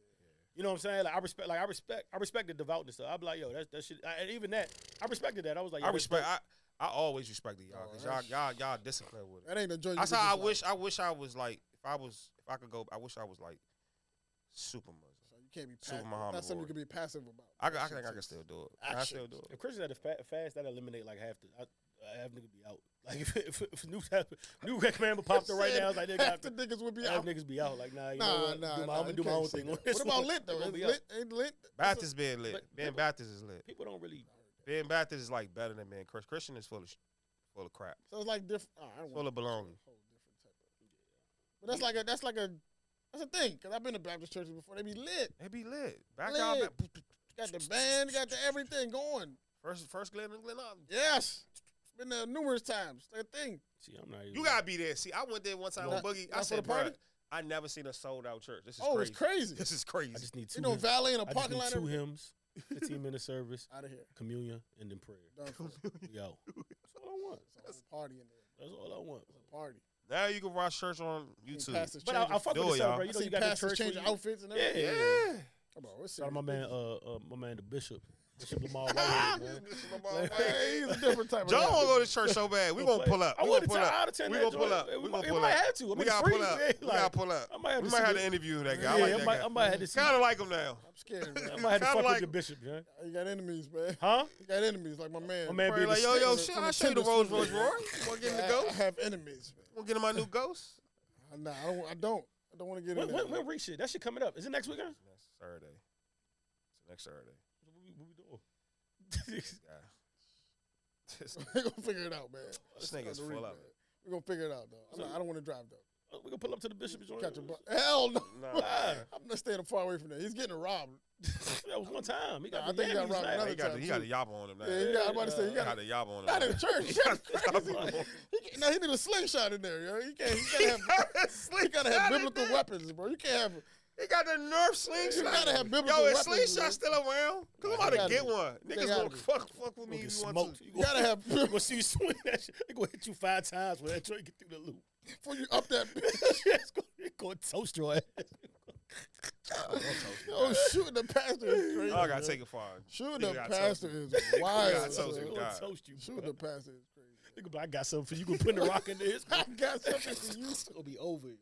Speaker 3: you know what I'm saying? Like I respect, like I respect, I respect the devoutness. So I'd be like, yo, that that shit. I, and even that, I respected that. I was like, yo,
Speaker 2: I
Speaker 3: that's
Speaker 2: respect.
Speaker 3: dope.
Speaker 2: I, I always respected y'all because
Speaker 1: Oh,
Speaker 2: y'all,
Speaker 1: that's-
Speaker 2: y'all, y'all disciplined with it.
Speaker 1: That ain't a joke.
Speaker 2: That's how I wish. I wish I was like. If I was, if I could go, I wish I was like super Muslim.
Speaker 1: So you can't be
Speaker 2: Super
Speaker 1: passive.
Speaker 2: Muhammad
Speaker 1: That's something you
Speaker 2: Warrior.
Speaker 1: can be passive about. That
Speaker 2: I, could- I
Speaker 1: shit
Speaker 2: think I can
Speaker 1: takes-
Speaker 2: still do it. I
Speaker 1: action.
Speaker 2: still do it.
Speaker 3: If Christians had a fa- fast, that eliminate like half the. I, I have niggas be out. Like if, if, if new type, new command popped up right now, it's like nigga,
Speaker 1: half
Speaker 3: have
Speaker 1: the niggas would be
Speaker 3: half
Speaker 1: out.
Speaker 3: niggas be out. Like nah, you know
Speaker 1: Nah,
Speaker 3: what?
Speaker 1: nah,
Speaker 3: do my,
Speaker 1: nah,
Speaker 3: I'm
Speaker 1: you
Speaker 3: gonna do my
Speaker 1: can't
Speaker 3: own
Speaker 1: say
Speaker 3: thing.
Speaker 1: that.
Speaker 3: On this
Speaker 1: What about
Speaker 3: one.
Speaker 1: lit though?
Speaker 3: They gonna
Speaker 1: Is
Speaker 3: be out.
Speaker 1: lit, ain't lit.
Speaker 2: Baptist being lit.
Speaker 3: but-
Speaker 2: Being
Speaker 3: but-
Speaker 2: Baptist is lit.
Speaker 3: People don't really.
Speaker 2: Being Baptist is like better than being Christian. Christian is full of, sh- full of crap.
Speaker 1: So it's like different. Oh, I don't
Speaker 2: Full
Speaker 1: wanna
Speaker 2: of baloney.
Speaker 1: Whole different type of. But that's like a that's like a that's a thing because I've been to Baptist churches before. They be lit.
Speaker 2: They be lit. Back out.
Speaker 1: Lit.
Speaker 2: Back,
Speaker 1: Got the band, got the everything going.
Speaker 2: first, first Glenn and Glenn.
Speaker 1: Yes, been there numerous times. That thing.
Speaker 3: See, I'm not. Even,
Speaker 2: You gotta be there. See, I went there one time
Speaker 1: Not-
Speaker 2: on Boogie.
Speaker 1: not
Speaker 2: I
Speaker 1: for
Speaker 2: said,
Speaker 1: the
Speaker 2: bro,
Speaker 1: party?
Speaker 2: I never seen a sold out church. This is
Speaker 1: oh,
Speaker 2: crazy.
Speaker 1: it's crazy.
Speaker 2: This is crazy.
Speaker 3: I just need two.
Speaker 1: You know,
Speaker 3: hymns.
Speaker 1: valet in a
Speaker 3: I just
Speaker 1: parking
Speaker 3: need
Speaker 1: lot.
Speaker 3: two hymns, 15 minute service,
Speaker 1: Out of here.
Speaker 3: communion, and then prayer.
Speaker 1: Done for.
Speaker 3: Yo, that's all I want.
Speaker 1: It's a whole party in there.
Speaker 3: That's all I want.
Speaker 1: It's a party.
Speaker 2: now you can watch church on
Speaker 1: Seen
Speaker 2: YouTube.
Speaker 1: pastors
Speaker 3: But I, I
Speaker 1: changing-
Speaker 3: fuck
Speaker 2: Do
Speaker 3: with
Speaker 2: it,
Speaker 3: the
Speaker 2: y'all.
Speaker 3: sub, bro. You know, you got that
Speaker 1: pastors
Speaker 3: church. where
Speaker 1: changing
Speaker 3: you-
Speaker 1: outfits and
Speaker 3: Yeah.
Speaker 1: everything.
Speaker 2: Yeah.
Speaker 1: Come on, what's
Speaker 3: Shout out my uh, man, uh, uh, my man, the bishop. Bishop Lamar Whitehead, man.
Speaker 1: He's a different type of
Speaker 2: John
Speaker 1: guy.
Speaker 2: want to go to church so bad. We gonna pull up.
Speaker 3: I
Speaker 2: We
Speaker 3: would
Speaker 2: gonna pull
Speaker 3: have
Speaker 2: up.
Speaker 3: ten out of ten.
Speaker 2: We
Speaker 3: that
Speaker 2: gonna pull
Speaker 3: joint.
Speaker 2: up.
Speaker 3: We
Speaker 2: We
Speaker 3: might,
Speaker 2: gonna
Speaker 3: we
Speaker 2: pull
Speaker 3: might
Speaker 2: up.
Speaker 3: have to. I mean,
Speaker 2: We
Speaker 3: it's
Speaker 2: gotta
Speaker 3: free,
Speaker 2: pull up.
Speaker 3: man.
Speaker 2: We
Speaker 3: Like,
Speaker 2: gotta pull up.
Speaker 3: I might have
Speaker 2: We
Speaker 3: to
Speaker 2: might
Speaker 3: see
Speaker 2: have to
Speaker 3: it.
Speaker 2: interview that
Speaker 3: Yeah,
Speaker 2: guy. I like
Speaker 3: I might, I
Speaker 2: that guy.
Speaker 3: might have to see.
Speaker 2: Kind of like him now.
Speaker 1: I'm scared.
Speaker 3: I
Speaker 1: Man.
Speaker 3: might have to
Speaker 2: kinda
Speaker 3: fuck with
Speaker 2: like-
Speaker 3: your bishop, John.
Speaker 1: You got enemies, man.
Speaker 3: Huh?
Speaker 1: You got enemies, like my man.
Speaker 3: My man
Speaker 2: Probably
Speaker 3: be
Speaker 2: like, yo, yo, shit,
Speaker 1: From
Speaker 2: I'll
Speaker 1: the
Speaker 2: show you the
Speaker 1: tender
Speaker 2: Rolls
Speaker 1: foot.
Speaker 2: Royce, Roy. Want to get in
Speaker 1: I,
Speaker 2: the
Speaker 1: I
Speaker 2: ghost?
Speaker 1: have enemies, man.
Speaker 2: Want to get in my new ghost?
Speaker 1: Nah, I don't. I don't. I don't want to get
Speaker 3: When,
Speaker 1: in there.
Speaker 3: when, when reach it? That shit coming up. Is it next weekend?
Speaker 2: Next Saturday. Next Saturday.
Speaker 3: What we, what we doing?
Speaker 2: This guy. This,
Speaker 1: We're gonna figure it out, man.
Speaker 2: this nigga's full of it.
Speaker 1: We're gonna figure it out, though. I'm
Speaker 3: So-
Speaker 1: not, I don't want to drive though.
Speaker 3: we gonna pull up to the bishop joint.
Speaker 1: Catch a bu- Hell no.
Speaker 2: Nah,
Speaker 3: Ah.
Speaker 1: I'm not staying far away from there. He's getting robbed.
Speaker 3: that was one time. He got
Speaker 1: Nah, I
Speaker 3: the
Speaker 1: think he got
Speaker 3: yabbies
Speaker 1: robbed
Speaker 3: last
Speaker 1: another
Speaker 2: he got the,
Speaker 1: time,
Speaker 2: he got
Speaker 1: too.
Speaker 2: the yabba on him now.
Speaker 1: Yeah, he got, I'm about to say
Speaker 2: He
Speaker 1: he
Speaker 2: got
Speaker 1: got.
Speaker 2: the yabba on him.
Speaker 1: Not in
Speaker 2: now.
Speaker 1: the church. Crazy. He can't- No, he need a slingshot in there. Yo. He can't. He gotta have. He
Speaker 2: He
Speaker 1: gotta have biblical weapons, bro. You can't have.
Speaker 2: He got the Nerf slingshot.
Speaker 1: You gotta have biblical
Speaker 2: Yo, is
Speaker 1: weapons.
Speaker 2: slingshot
Speaker 1: man.
Speaker 2: still around? Cause
Speaker 1: Nah,
Speaker 2: I'm about to
Speaker 1: gotta
Speaker 2: get
Speaker 1: be.
Speaker 2: one.
Speaker 1: They
Speaker 2: Niggas
Speaker 1: gotta
Speaker 2: gonna
Speaker 1: be.
Speaker 2: fuck fuck with
Speaker 3: You
Speaker 2: me
Speaker 3: gonna get
Speaker 2: if you want
Speaker 3: smoked.
Speaker 2: to.
Speaker 3: You
Speaker 1: You gotta
Speaker 3: gonna-
Speaker 1: have
Speaker 3: you gonna see you swing that shit. They gonna hit you five times when that joint get through the loop.
Speaker 1: before you up that.
Speaker 3: it's gonna, it's gonna toast your ass.
Speaker 1: Oh, shooting the pastor is crazy.
Speaker 2: Oh, I gotta
Speaker 1: yo.
Speaker 2: take it far.
Speaker 1: Shooting
Speaker 2: You
Speaker 1: the
Speaker 2: gotta toast
Speaker 1: pastor
Speaker 2: him.
Speaker 1: is
Speaker 2: gotta
Speaker 1: wild.
Speaker 2: toast
Speaker 3: It's
Speaker 2: him.
Speaker 1: yo.
Speaker 3: gonna
Speaker 2: God.
Speaker 3: toast you.
Speaker 1: Shooting
Speaker 3: bro.
Speaker 1: the pastor is crazy.
Speaker 3: Nigga, but I got something for you. You can put the rock into his.
Speaker 1: I got something for you.
Speaker 3: It's gonna be over. yo.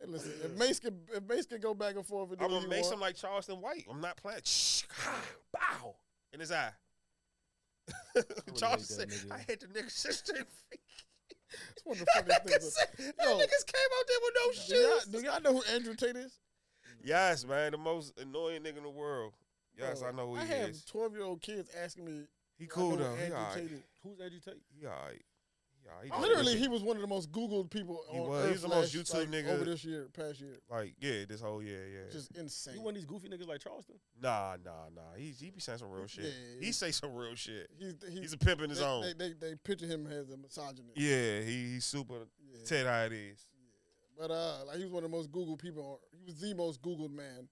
Speaker 1: Hey, listen, if Mace can if Mace can go back and forth and do
Speaker 2: I'm
Speaker 1: what
Speaker 2: gonna
Speaker 1: he
Speaker 2: make
Speaker 1: want,
Speaker 2: him like Charleston White. I'm not playing. Shh, ah, bow in his eye. Charleston
Speaker 3: hate
Speaker 2: said,
Speaker 3: that nigga.
Speaker 2: "I hit the nigga shit straight."
Speaker 1: it's one of the
Speaker 2: That
Speaker 1: funniest
Speaker 2: nigga
Speaker 1: things.
Speaker 2: said- that
Speaker 1: Yo.
Speaker 2: niggas came out there with no
Speaker 1: Do y'all,
Speaker 2: shoes.
Speaker 1: do y'all know who Andrew Tate is?
Speaker 2: Yes, man, the most annoying nigga in the world. Yes,
Speaker 1: Bro,
Speaker 2: I know who
Speaker 1: I
Speaker 2: he
Speaker 1: have
Speaker 2: is.
Speaker 1: twelve year old kids asking me.
Speaker 2: He
Speaker 1: do I
Speaker 2: cool
Speaker 1: know who
Speaker 2: though. He
Speaker 1: Andrew
Speaker 2: alright.
Speaker 1: Tate is?
Speaker 3: Who's Andrew Tate?
Speaker 2: He alright. He alright. He just
Speaker 1: Literally,
Speaker 2: listen.
Speaker 1: he was one of the most Googled people
Speaker 2: He
Speaker 1: on
Speaker 2: was.
Speaker 1: Earth
Speaker 2: He was the most
Speaker 1: slash,
Speaker 2: YouTube
Speaker 1: like,
Speaker 2: nigga.
Speaker 1: over this year, past year.
Speaker 2: like yeah, this whole yeah, yeah.
Speaker 1: Just insane.
Speaker 3: You one of these goofy niggas like Charleston?
Speaker 2: nah, nah, nah. He he be saying some real shit.
Speaker 1: Yeah,
Speaker 2: He
Speaker 1: yeah.
Speaker 2: say some real shit.
Speaker 1: he's he's,
Speaker 2: He's a pimp in his
Speaker 1: they,
Speaker 2: own.
Speaker 1: They, they they picture him as a misogynist.
Speaker 2: yeah, he he's super
Speaker 1: Yeah.
Speaker 2: Ted how it is.
Speaker 1: But uh, like he was one of the most Googled people. On, he was the most Googled man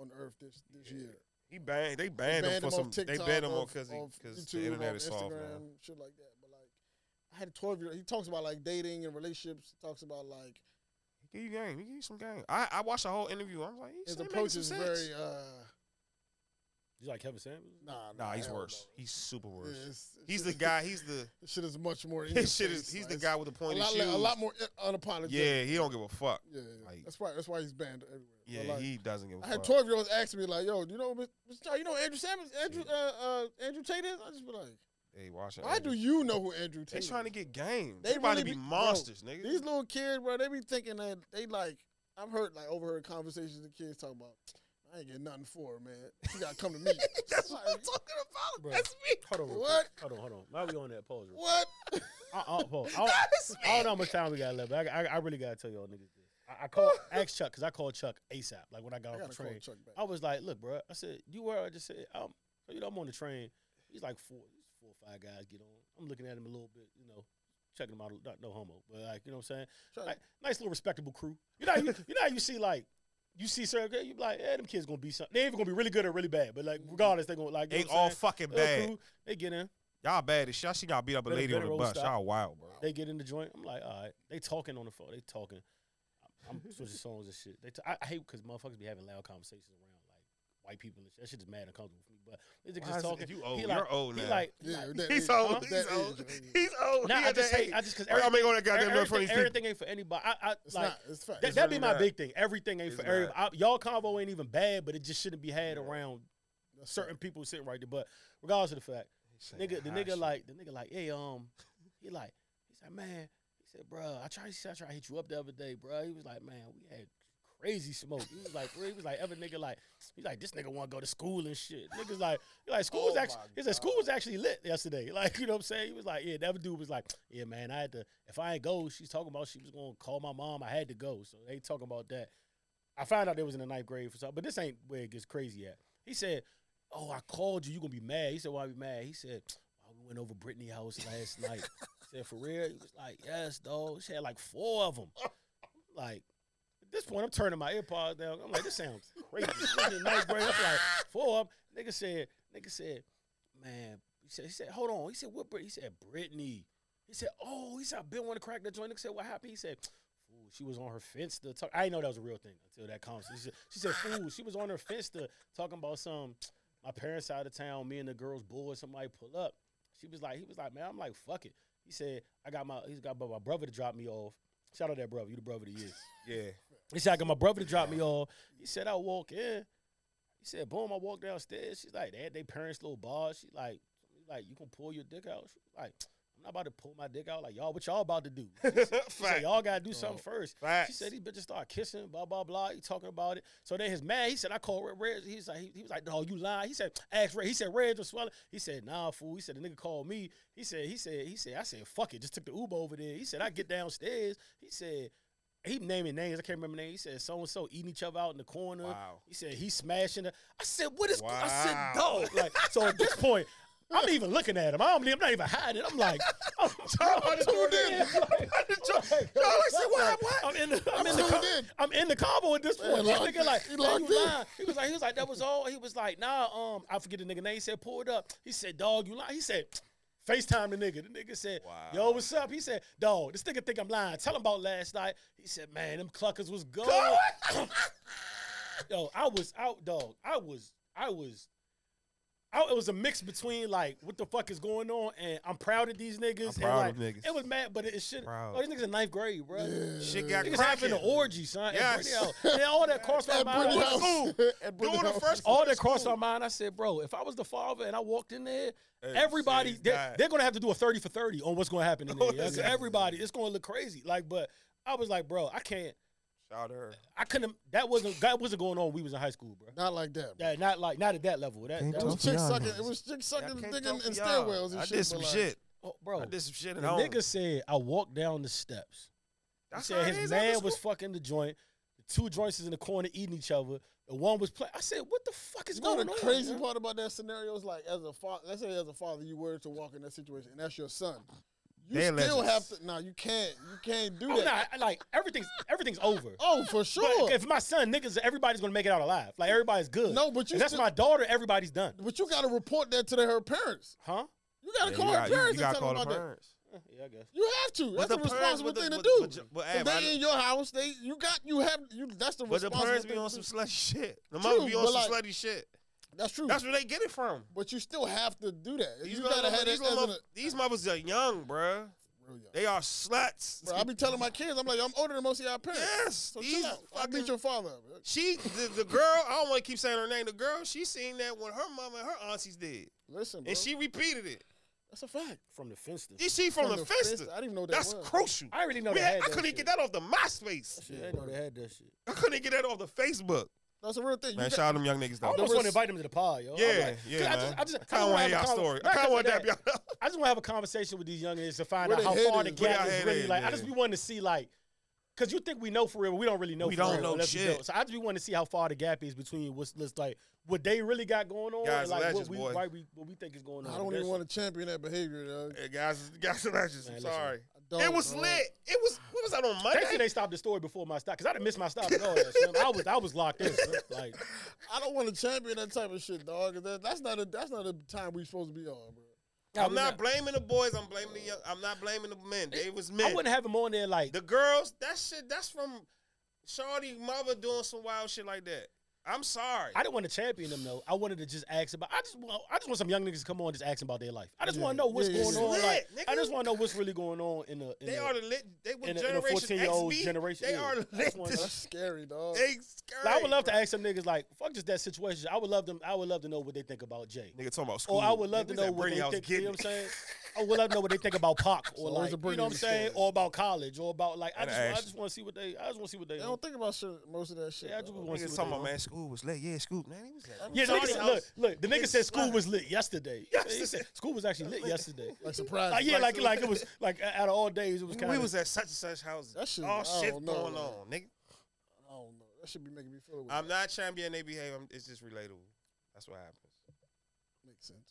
Speaker 1: on Earth this this
Speaker 2: Yeah.
Speaker 1: year.
Speaker 2: He banned. They banned, him for some. they banned him on because because the internet is soft now.
Speaker 1: shit like that. But like, I had a twelve year. He talks about like dating and relationships. He talks about like
Speaker 2: He give you game. He give you some game. I I watched the whole interview. I was like, he's
Speaker 1: his
Speaker 2: making
Speaker 1: approach
Speaker 2: some
Speaker 1: is
Speaker 2: sense.
Speaker 1: very uh,
Speaker 3: You like Kevin Samuels?
Speaker 1: nah,
Speaker 2: Nah, he's
Speaker 1: hell
Speaker 2: worse.
Speaker 1: no.
Speaker 2: He's super
Speaker 1: Yeah,
Speaker 2: worse.
Speaker 1: it's- it's
Speaker 2: He's the
Speaker 1: just-
Speaker 2: guy. He's the
Speaker 1: this Shit is much more. in your
Speaker 2: his shit is.
Speaker 1: face,
Speaker 2: He's
Speaker 1: like,
Speaker 2: the
Speaker 1: it's
Speaker 2: guy with the
Speaker 1: A
Speaker 2: pointy
Speaker 1: lot,
Speaker 2: shoes.
Speaker 1: le- a lot more un- unapologetic.
Speaker 2: Yeah, he don't give a fuck.
Speaker 1: yeah.
Speaker 2: like-
Speaker 1: that's why. That's why he's banned everywhere. But,
Speaker 2: Yeah,
Speaker 1: like,
Speaker 2: he doesn't give a
Speaker 1: I had
Speaker 2: fuck.
Speaker 1: twelve year olds ask me like, "Yo, you know, Mr. Chow, you know Andrew Samuels, Andrew, uh, uh, Andrew Tate is." I just be like,
Speaker 2: They watching.
Speaker 1: "Why do you know who Andrew
Speaker 2: They
Speaker 1: Tate?"
Speaker 2: trying to
Speaker 1: is?
Speaker 2: get game.
Speaker 1: They
Speaker 2: They about to
Speaker 1: really
Speaker 2: be
Speaker 1: be- bro,
Speaker 2: monsters, nigga.
Speaker 1: these little kids, bro. They be thinking that they like. I've heard like overheard conversations the kids talking about. I ain't getting nothing for it, man. You gotta come to me.
Speaker 2: That's what I'm
Speaker 1: Like,
Speaker 2: talking about.
Speaker 3: Bruh.
Speaker 2: That's me.
Speaker 3: Hold on, real
Speaker 1: What?
Speaker 3: quick. Hold on, hold on. Now we on that pause. real
Speaker 1: what?
Speaker 3: quick. I, I, pause. I, don't-
Speaker 2: That's me.
Speaker 3: I don't know how much time we got left, but I, I, I really gotta tell y'all niggas this. I, I called ask Chuck because I called Chuck ASAP. Like when I
Speaker 1: I
Speaker 3: got off
Speaker 1: gotta
Speaker 3: the
Speaker 1: call
Speaker 3: train,
Speaker 1: Chuck back.
Speaker 3: I was like, "Look, bro," I said, "You were." I just said, "I'm." So you know, I'm on the train. He's like four, four or five guys get on. I'm looking at him a little bit, you know, checking him out. Not no homo, but like you know what I'm saying.
Speaker 1: Chuck,
Speaker 3: Like, nice little respectable crew. You know, how you, you know, how you see like. You see, sir, you be like, yeah, them kids gonna be something. They either gonna be really good or really bad, but like, regardless, they gonna like. You
Speaker 2: They
Speaker 3: know what I'm
Speaker 2: all
Speaker 3: saying?
Speaker 2: fucking
Speaker 3: Little
Speaker 2: bad.
Speaker 3: crew, They get in.
Speaker 2: Y'all bad as shit. I seen y'all beat up a
Speaker 3: Better-
Speaker 2: lady on
Speaker 3: better
Speaker 2: the
Speaker 3: roll
Speaker 2: bus.
Speaker 3: stop.
Speaker 2: Y'all wild, bro.
Speaker 3: They get in the joint. I'm like, all right. They talking on the phone. They talking. I'm switching songs and shit. They t- I, I hate because motherfuckers be having loud conversations around like white people and shit. That shit is mad uncomfortable for me. But they
Speaker 2: Why
Speaker 3: just
Speaker 2: is it-
Speaker 3: talking.
Speaker 2: You old.
Speaker 3: He
Speaker 2: You're
Speaker 3: like-
Speaker 2: old
Speaker 3: He
Speaker 2: now.
Speaker 3: like,
Speaker 1: yeah,
Speaker 3: like,
Speaker 1: that
Speaker 2: he's
Speaker 1: age-
Speaker 2: old.
Speaker 1: that
Speaker 2: He's
Speaker 1: age,
Speaker 2: old.
Speaker 1: yeah.
Speaker 2: He's old.
Speaker 3: nah,
Speaker 2: he
Speaker 3: I
Speaker 2: at
Speaker 3: just
Speaker 2: that
Speaker 3: hate.
Speaker 2: age.
Speaker 3: I just because
Speaker 2: Why y'all
Speaker 3: everything,
Speaker 2: make all that goddamn noise for
Speaker 3: everything,
Speaker 2: these people?
Speaker 3: everything ain't for anybody. I, I
Speaker 1: It's
Speaker 3: like.
Speaker 1: not. It's fact.
Speaker 3: That,
Speaker 2: It's
Speaker 3: that'd
Speaker 2: really
Speaker 3: be my
Speaker 2: not.
Speaker 3: big thing. Everything ain't
Speaker 2: It's
Speaker 3: for
Speaker 2: not.
Speaker 3: everybody. I, y'all convo ain't even bad, but it just shouldn't be had
Speaker 2: Yeah.
Speaker 3: around
Speaker 1: That's
Speaker 3: certain people sitting right there. But regardless of the fact,
Speaker 2: Saying
Speaker 3: nigga, the
Speaker 2: high
Speaker 3: nigga
Speaker 2: shit.
Speaker 3: like the nigga like, hey, um, he like, he said, man, he said, bro, I tried, he said, I tried to hit you up the other day, bro. He was like, man, we had crazy smoke. He was like, bro, he was like, ever nigga like, he's like, this nigga want to go to school and shit. Niggas like, he like school was
Speaker 2: Oh
Speaker 3: actually,
Speaker 2: my
Speaker 3: he said school
Speaker 2: God.
Speaker 3: was actually lit yesterday. Like, you know what I'm saying? He was like, yeah, that dude was like, yeah, man, I had to. If I ain't go, she's talking about she was gonna call my mom. I had to go, so they talking about that. I found out they was in the ninth grade for something, but this ain't where it gets crazy at. He said, "Oh, I called you. You gonna be mad?" He said, "Why be mad?" He said, oh, "We went over Brittany house last night." I said, "For real?" He was like, "Yes, dog." She had like four of them. Like at this point, I'm turning my earpods down. I'm like, "This sounds crazy." This is in ninth grade. I'm like, four of 'em." Nigga said, "Nigga said, man." He said, "He said, hold on." He said, "What?" Brit-" He said, "Brittany." He said, "Oh," he said, "I've been wanting to crack that joint." Nigga said, "What happened?" He said, "Fool, she was on her fence to talk." I didn't know that was a real thing until that conversation. She said, "Fool, she was on her fence to talking about some." My parents out of town. Me and the girls' boy. Somebody pull up. She was like, he was like, man, I'm like, fuck it. He said, I got my, he's got my brother to drop me off. Shout out that brother. You the brother to year.
Speaker 2: Yeah.
Speaker 3: He said, I got my brother to drop me off. He said, I walk in. He said, boom, I walk downstairs. She's like, they had their parents' little bar. She like, he like, you can pull your dick out. She was like, I'm not about to pull my dick out. Like, y'all, what y'all about to do? She said,
Speaker 2: Fact.
Speaker 3: y'all gotta do something first. She
Speaker 2: Facts.
Speaker 3: said these bitches start kissing, blah blah blah. He talking about it. So then his man, he said, I called Red. Reg. He's like, he, he was like, no, you lying. He said, ask Red. He said, Red was swelling. He said, nah, fool. He said, the nigga called me. He said, he said, he said, I said, fuck it. Just took the Uber over there. He said, I get downstairs. He said, he naming names. I can't remember names. He said, so and so eating each other out in the corner.
Speaker 2: Wow.
Speaker 3: He said he smashing her. I said, what is? I said,
Speaker 2: Wow.
Speaker 3: dog. Like, so at this point, I'm even looking at him. I don't, I'm not even hiding. I'm like, I'm, I'm
Speaker 2: just tuned
Speaker 3: tuned
Speaker 2: in.
Speaker 3: in. Like, like,
Speaker 2: y'all like, said, what,
Speaker 3: like,
Speaker 2: what?
Speaker 3: I'm in the, I'm in the,
Speaker 1: tuned
Speaker 3: com-
Speaker 1: in.
Speaker 3: I'm in the combo at this point.
Speaker 1: Man,
Speaker 3: That
Speaker 1: locked-
Speaker 3: nigga like,
Speaker 1: he
Speaker 3: he,
Speaker 1: locked
Speaker 3: you
Speaker 1: in.
Speaker 3: lying. he was like, he was like, that was all. He was like, nah, um, I forget the nigga name. He said, pull it up. He said, dog, you lying. He said. FaceTime the nigga. The nigga said,
Speaker 2: Wow.
Speaker 3: Yo, what's up? He said, Dog, this nigga think I'm lying. Tell him about last night. He said, Man, them cluckers was gold. Yo, I was out, dog. I was, I was, I, it was a mix between like, what the fuck is going on, and I'm proud of these niggas. and,
Speaker 2: proud
Speaker 3: like,
Speaker 2: of niggas.
Speaker 3: It was mad, but it, it should.
Speaker 2: Proud.
Speaker 3: Oh, these niggas in ninth grade, bro.
Speaker 2: Shit got
Speaker 3: Niggas having an
Speaker 2: cracking.
Speaker 3: orgy, son.
Speaker 2: Yes.
Speaker 3: Yes. Then all that crossed my
Speaker 1: At
Speaker 3: mind.
Speaker 1: Brittany
Speaker 3: I was-
Speaker 1: House.
Speaker 2: school.
Speaker 1: At Brittany
Speaker 2: Doing the
Speaker 1: House. Oh,
Speaker 2: first
Speaker 3: all
Speaker 2: At
Speaker 3: that crossed
Speaker 2: school.
Speaker 3: my mind. I said, bro, if I was the father and I walked in there,
Speaker 2: Hey,
Speaker 3: everybody
Speaker 2: shit, he's
Speaker 3: they,
Speaker 2: dying.
Speaker 3: are gonna have to do a thirty for thirty on what's gonna happen in there. yeah? 'Cause
Speaker 2: Yeah.
Speaker 3: Everybody, it's gonna look crazy. Like, but I was like, bro, I can't.
Speaker 2: Shout out to her.
Speaker 3: I couldn't. That wasn't. That wasn't going on. when We was in high school, bro.
Speaker 1: Not like that. Bro.
Speaker 3: That not like not at that level. That,
Speaker 2: Can't
Speaker 3: that
Speaker 1: It
Speaker 2: talk
Speaker 3: was
Speaker 1: was chick
Speaker 2: Y'all
Speaker 1: sucking.
Speaker 2: niggas.
Speaker 1: It was chick sucking
Speaker 2: Y'all
Speaker 1: dick
Speaker 2: can't
Speaker 1: in,
Speaker 2: talk
Speaker 1: in
Speaker 2: to y'all.
Speaker 1: stairwells and
Speaker 2: I
Speaker 1: shit.
Speaker 2: did some
Speaker 1: but, like,
Speaker 2: shit.
Speaker 3: oh, bro.
Speaker 2: I did some shit
Speaker 3: the
Speaker 2: at home.
Speaker 3: nigga said I walked down the steps.
Speaker 2: That's
Speaker 3: he
Speaker 2: how
Speaker 3: said
Speaker 2: it
Speaker 3: his
Speaker 2: is after
Speaker 3: man was
Speaker 2: school.
Speaker 3: fucking the joint. The two joints is in the corner eating each other. The one was playing. I said, "What the fuck is
Speaker 1: You know
Speaker 3: going
Speaker 1: the
Speaker 3: on?"
Speaker 1: crazy
Speaker 3: man?
Speaker 1: part about that scenario is like, as a father, let's say as a father, you were to walk in that situation, and that's your son. You
Speaker 2: They
Speaker 1: still
Speaker 2: legends.
Speaker 1: have to. Nah, you can't. You can't do
Speaker 3: Oh,
Speaker 1: that.
Speaker 3: nah, I- like everything's everything's over.
Speaker 1: Oh, for sure.
Speaker 3: But if my son niggas, everybody's gonna make it out alive. Like everybody's good.
Speaker 1: No, but you
Speaker 3: If that's
Speaker 1: still-
Speaker 3: my daughter. Everybody's done.
Speaker 1: But you got to report that to the, her parents.
Speaker 3: Huh?
Speaker 1: You got to
Speaker 2: Yeah,
Speaker 1: call
Speaker 2: you
Speaker 1: her
Speaker 2: gotta- you-
Speaker 1: parents
Speaker 2: You gotta
Speaker 1: and tell
Speaker 2: call
Speaker 1: them
Speaker 2: the
Speaker 1: about that.
Speaker 2: parents.
Speaker 3: Yeah, I guess.
Speaker 1: You have to.
Speaker 2: But
Speaker 1: That's a
Speaker 2: the parents-
Speaker 1: responsible
Speaker 2: but the-
Speaker 1: thing to
Speaker 2: but-
Speaker 1: do.
Speaker 2: but- but, hey,
Speaker 1: if
Speaker 2: but I-
Speaker 1: they in your house, they you got you have you. That's the
Speaker 2: But the
Speaker 1: responsible
Speaker 2: parents
Speaker 1: thing
Speaker 2: be on
Speaker 1: to
Speaker 2: some
Speaker 1: do.
Speaker 2: slutty shit. The moms
Speaker 1: True,
Speaker 2: be on
Speaker 1: but
Speaker 2: some
Speaker 1: like-
Speaker 2: slutty shit.
Speaker 1: That's true.
Speaker 2: That's where they get it from.
Speaker 1: but you still have to do that.
Speaker 2: These,
Speaker 1: you
Speaker 2: little-
Speaker 1: gotta have
Speaker 2: these,
Speaker 1: that
Speaker 2: little
Speaker 1: as an.
Speaker 2: mother- these mothers are young, bruh.
Speaker 1: Real young.
Speaker 2: They are sluts.
Speaker 1: Bro, I be telling my kids, I'm like, I'm older than most of y'all parents.
Speaker 2: Yes,
Speaker 1: so
Speaker 2: these
Speaker 1: chill out. I
Speaker 2: fucking-
Speaker 1: beat your father up. bro.
Speaker 2: She, the, the girl, I don't want to keep saying her name. The girl, she seen that when her mama and her aunties did,
Speaker 1: Listen, bro.
Speaker 2: and she repeated it.
Speaker 1: that's a fact.
Speaker 3: From the fence. to-
Speaker 2: Is she from, the,
Speaker 1: fist-
Speaker 2: Fister?
Speaker 1: I didn't even know what that
Speaker 2: That's
Speaker 1: was.
Speaker 2: crucial.
Speaker 3: I already know
Speaker 2: We
Speaker 3: they
Speaker 2: had-
Speaker 3: had.
Speaker 2: I couldn't
Speaker 3: shit.
Speaker 2: get that off the MySpace.
Speaker 3: Shit, I know they had that shit.
Speaker 2: I couldn't get that off the Facebook.
Speaker 1: That's a real thing. You
Speaker 2: Man,
Speaker 1: got-
Speaker 2: shout out them young niggas
Speaker 3: I
Speaker 2: though.
Speaker 3: almost
Speaker 1: res-
Speaker 3: want to invite them to the pod, yo. I'm
Speaker 2: Yeah,
Speaker 3: like- 'cause
Speaker 2: yeah,
Speaker 3: I
Speaker 2: man.
Speaker 3: just, I just,
Speaker 2: I kind of want
Speaker 3: wanna
Speaker 2: to hear
Speaker 3: have a
Speaker 2: y'all
Speaker 3: conver-
Speaker 2: story. I
Speaker 3: not
Speaker 2: kind of
Speaker 3: 'cause
Speaker 2: want
Speaker 3: of
Speaker 2: that. y'all-
Speaker 3: I just want to have a conversation with these young niggas to find
Speaker 1: Where
Speaker 3: out
Speaker 1: they
Speaker 3: how
Speaker 1: head
Speaker 3: far the
Speaker 1: is, where
Speaker 3: gap
Speaker 2: y'all
Speaker 3: is
Speaker 2: head
Speaker 3: really
Speaker 2: is,
Speaker 3: like. I
Speaker 2: yeah.
Speaker 3: just be wanting to see like, cause you think we know for real, but we don't really know.
Speaker 2: We
Speaker 3: for
Speaker 2: don't
Speaker 3: real,
Speaker 2: know
Speaker 3: unless we
Speaker 2: shit.
Speaker 3: don't. So I just be wanting to see how far the gap is between what's let's like what they really got going on,
Speaker 2: Guys,
Speaker 3: and, like
Speaker 2: legends,
Speaker 3: what we,
Speaker 2: boy.
Speaker 3: right, we what we think is going on.
Speaker 1: I don't
Speaker 3: That's-
Speaker 1: even want to champion that behavior, dog.
Speaker 2: Hey, guys, guys, legends.
Speaker 3: Man,
Speaker 2: I'm
Speaker 3: listen.
Speaker 2: sorry.
Speaker 1: I don't,
Speaker 2: It was
Speaker 1: dog.
Speaker 2: lit. It was. What was that on
Speaker 3: Thankfully,
Speaker 2: Monday?
Speaker 3: they stopped the story before my stop because I didn't miss my stop at all. That, son. I was I was locked in. son. Like
Speaker 1: I don't want to champion that type of shit, dog. That, that's not a that's not a time we supposed to be on, bro.
Speaker 2: I'm not blaming the boys. I'm blaming the young. I'm not blaming the men. They was
Speaker 3: I
Speaker 2: men.
Speaker 3: wouldn't have him on there like
Speaker 2: The girls. That shit. That's from Shawty mother doing some wild shit like that. I'm sorry.
Speaker 3: I didn't want to champion them though. I wanted to just ask about. I just want. I just want some young niggas to come on and just ask about their life. I just
Speaker 1: Yeah.
Speaker 3: want to know what's
Speaker 1: Yeah, yeah,
Speaker 3: going
Speaker 1: yeah.
Speaker 3: on.
Speaker 2: Lit,
Speaker 3: Like, I
Speaker 2: nigga.
Speaker 3: just want to know what's really going on in the. In
Speaker 2: they
Speaker 3: the-
Speaker 2: are the lit. They were
Speaker 3: in a- in a
Speaker 2: generation
Speaker 3: 14-year-old
Speaker 2: XB.
Speaker 3: generation,
Speaker 2: They
Speaker 3: yeah.
Speaker 2: are
Speaker 3: That's
Speaker 2: lit.
Speaker 3: one of
Speaker 1: That's
Speaker 2: This,
Speaker 1: scary, dog.
Speaker 2: they
Speaker 3: Like, I would love
Speaker 2: scary,
Speaker 3: to ask some niggas like, fuck just that situation. I would love them. I would love to know what they think about Jay.
Speaker 2: Nigga talking about school.
Speaker 3: Or Oh, I would love
Speaker 2: Nigga,
Speaker 3: to
Speaker 2: we was
Speaker 3: know
Speaker 2: at
Speaker 3: what
Speaker 2: Brittany
Speaker 3: they
Speaker 2: House
Speaker 3: think. You know
Speaker 2: getting
Speaker 3: what I'm saying? I would love to know what they think about Pac or
Speaker 1: always
Speaker 3: like,
Speaker 1: a
Speaker 3: you
Speaker 1: Britney
Speaker 3: know what I'm
Speaker 1: story.
Speaker 3: saying, or about college or about like. I
Speaker 2: And
Speaker 3: just,
Speaker 2: an
Speaker 3: I
Speaker 2: action.
Speaker 3: just want to see what they. I just want to see what they.
Speaker 1: They don't think about shit, most of that shit.
Speaker 3: Yeah, I just
Speaker 1: dog.
Speaker 3: want to
Speaker 2: Niggas
Speaker 3: see what
Speaker 2: talking
Speaker 3: they.
Speaker 2: about man, school was lit. Yeah, school man, he was lit.
Speaker 3: Yeah, the
Speaker 1: Shawty
Speaker 3: nigga said,
Speaker 1: house.
Speaker 3: look, look, the nigga
Speaker 2: It's
Speaker 3: said school
Speaker 2: slutty.
Speaker 3: was lit yesterday. He said
Speaker 2: Yesterday.
Speaker 3: school was actually lit yesterday.
Speaker 1: like surprise.
Speaker 3: Like, yeah, like like it was like out of all days it was kind
Speaker 2: we
Speaker 3: of.
Speaker 2: was at such and such houses.
Speaker 1: That shit- I
Speaker 2: all shit
Speaker 1: don't
Speaker 2: going
Speaker 1: know,
Speaker 2: on,
Speaker 1: man.
Speaker 2: nigga.
Speaker 1: I don't know. That should be making me feel away.
Speaker 2: I'm not championing their behavior. I'm- It's just relatable. That's what happens.
Speaker 1: Makes sense.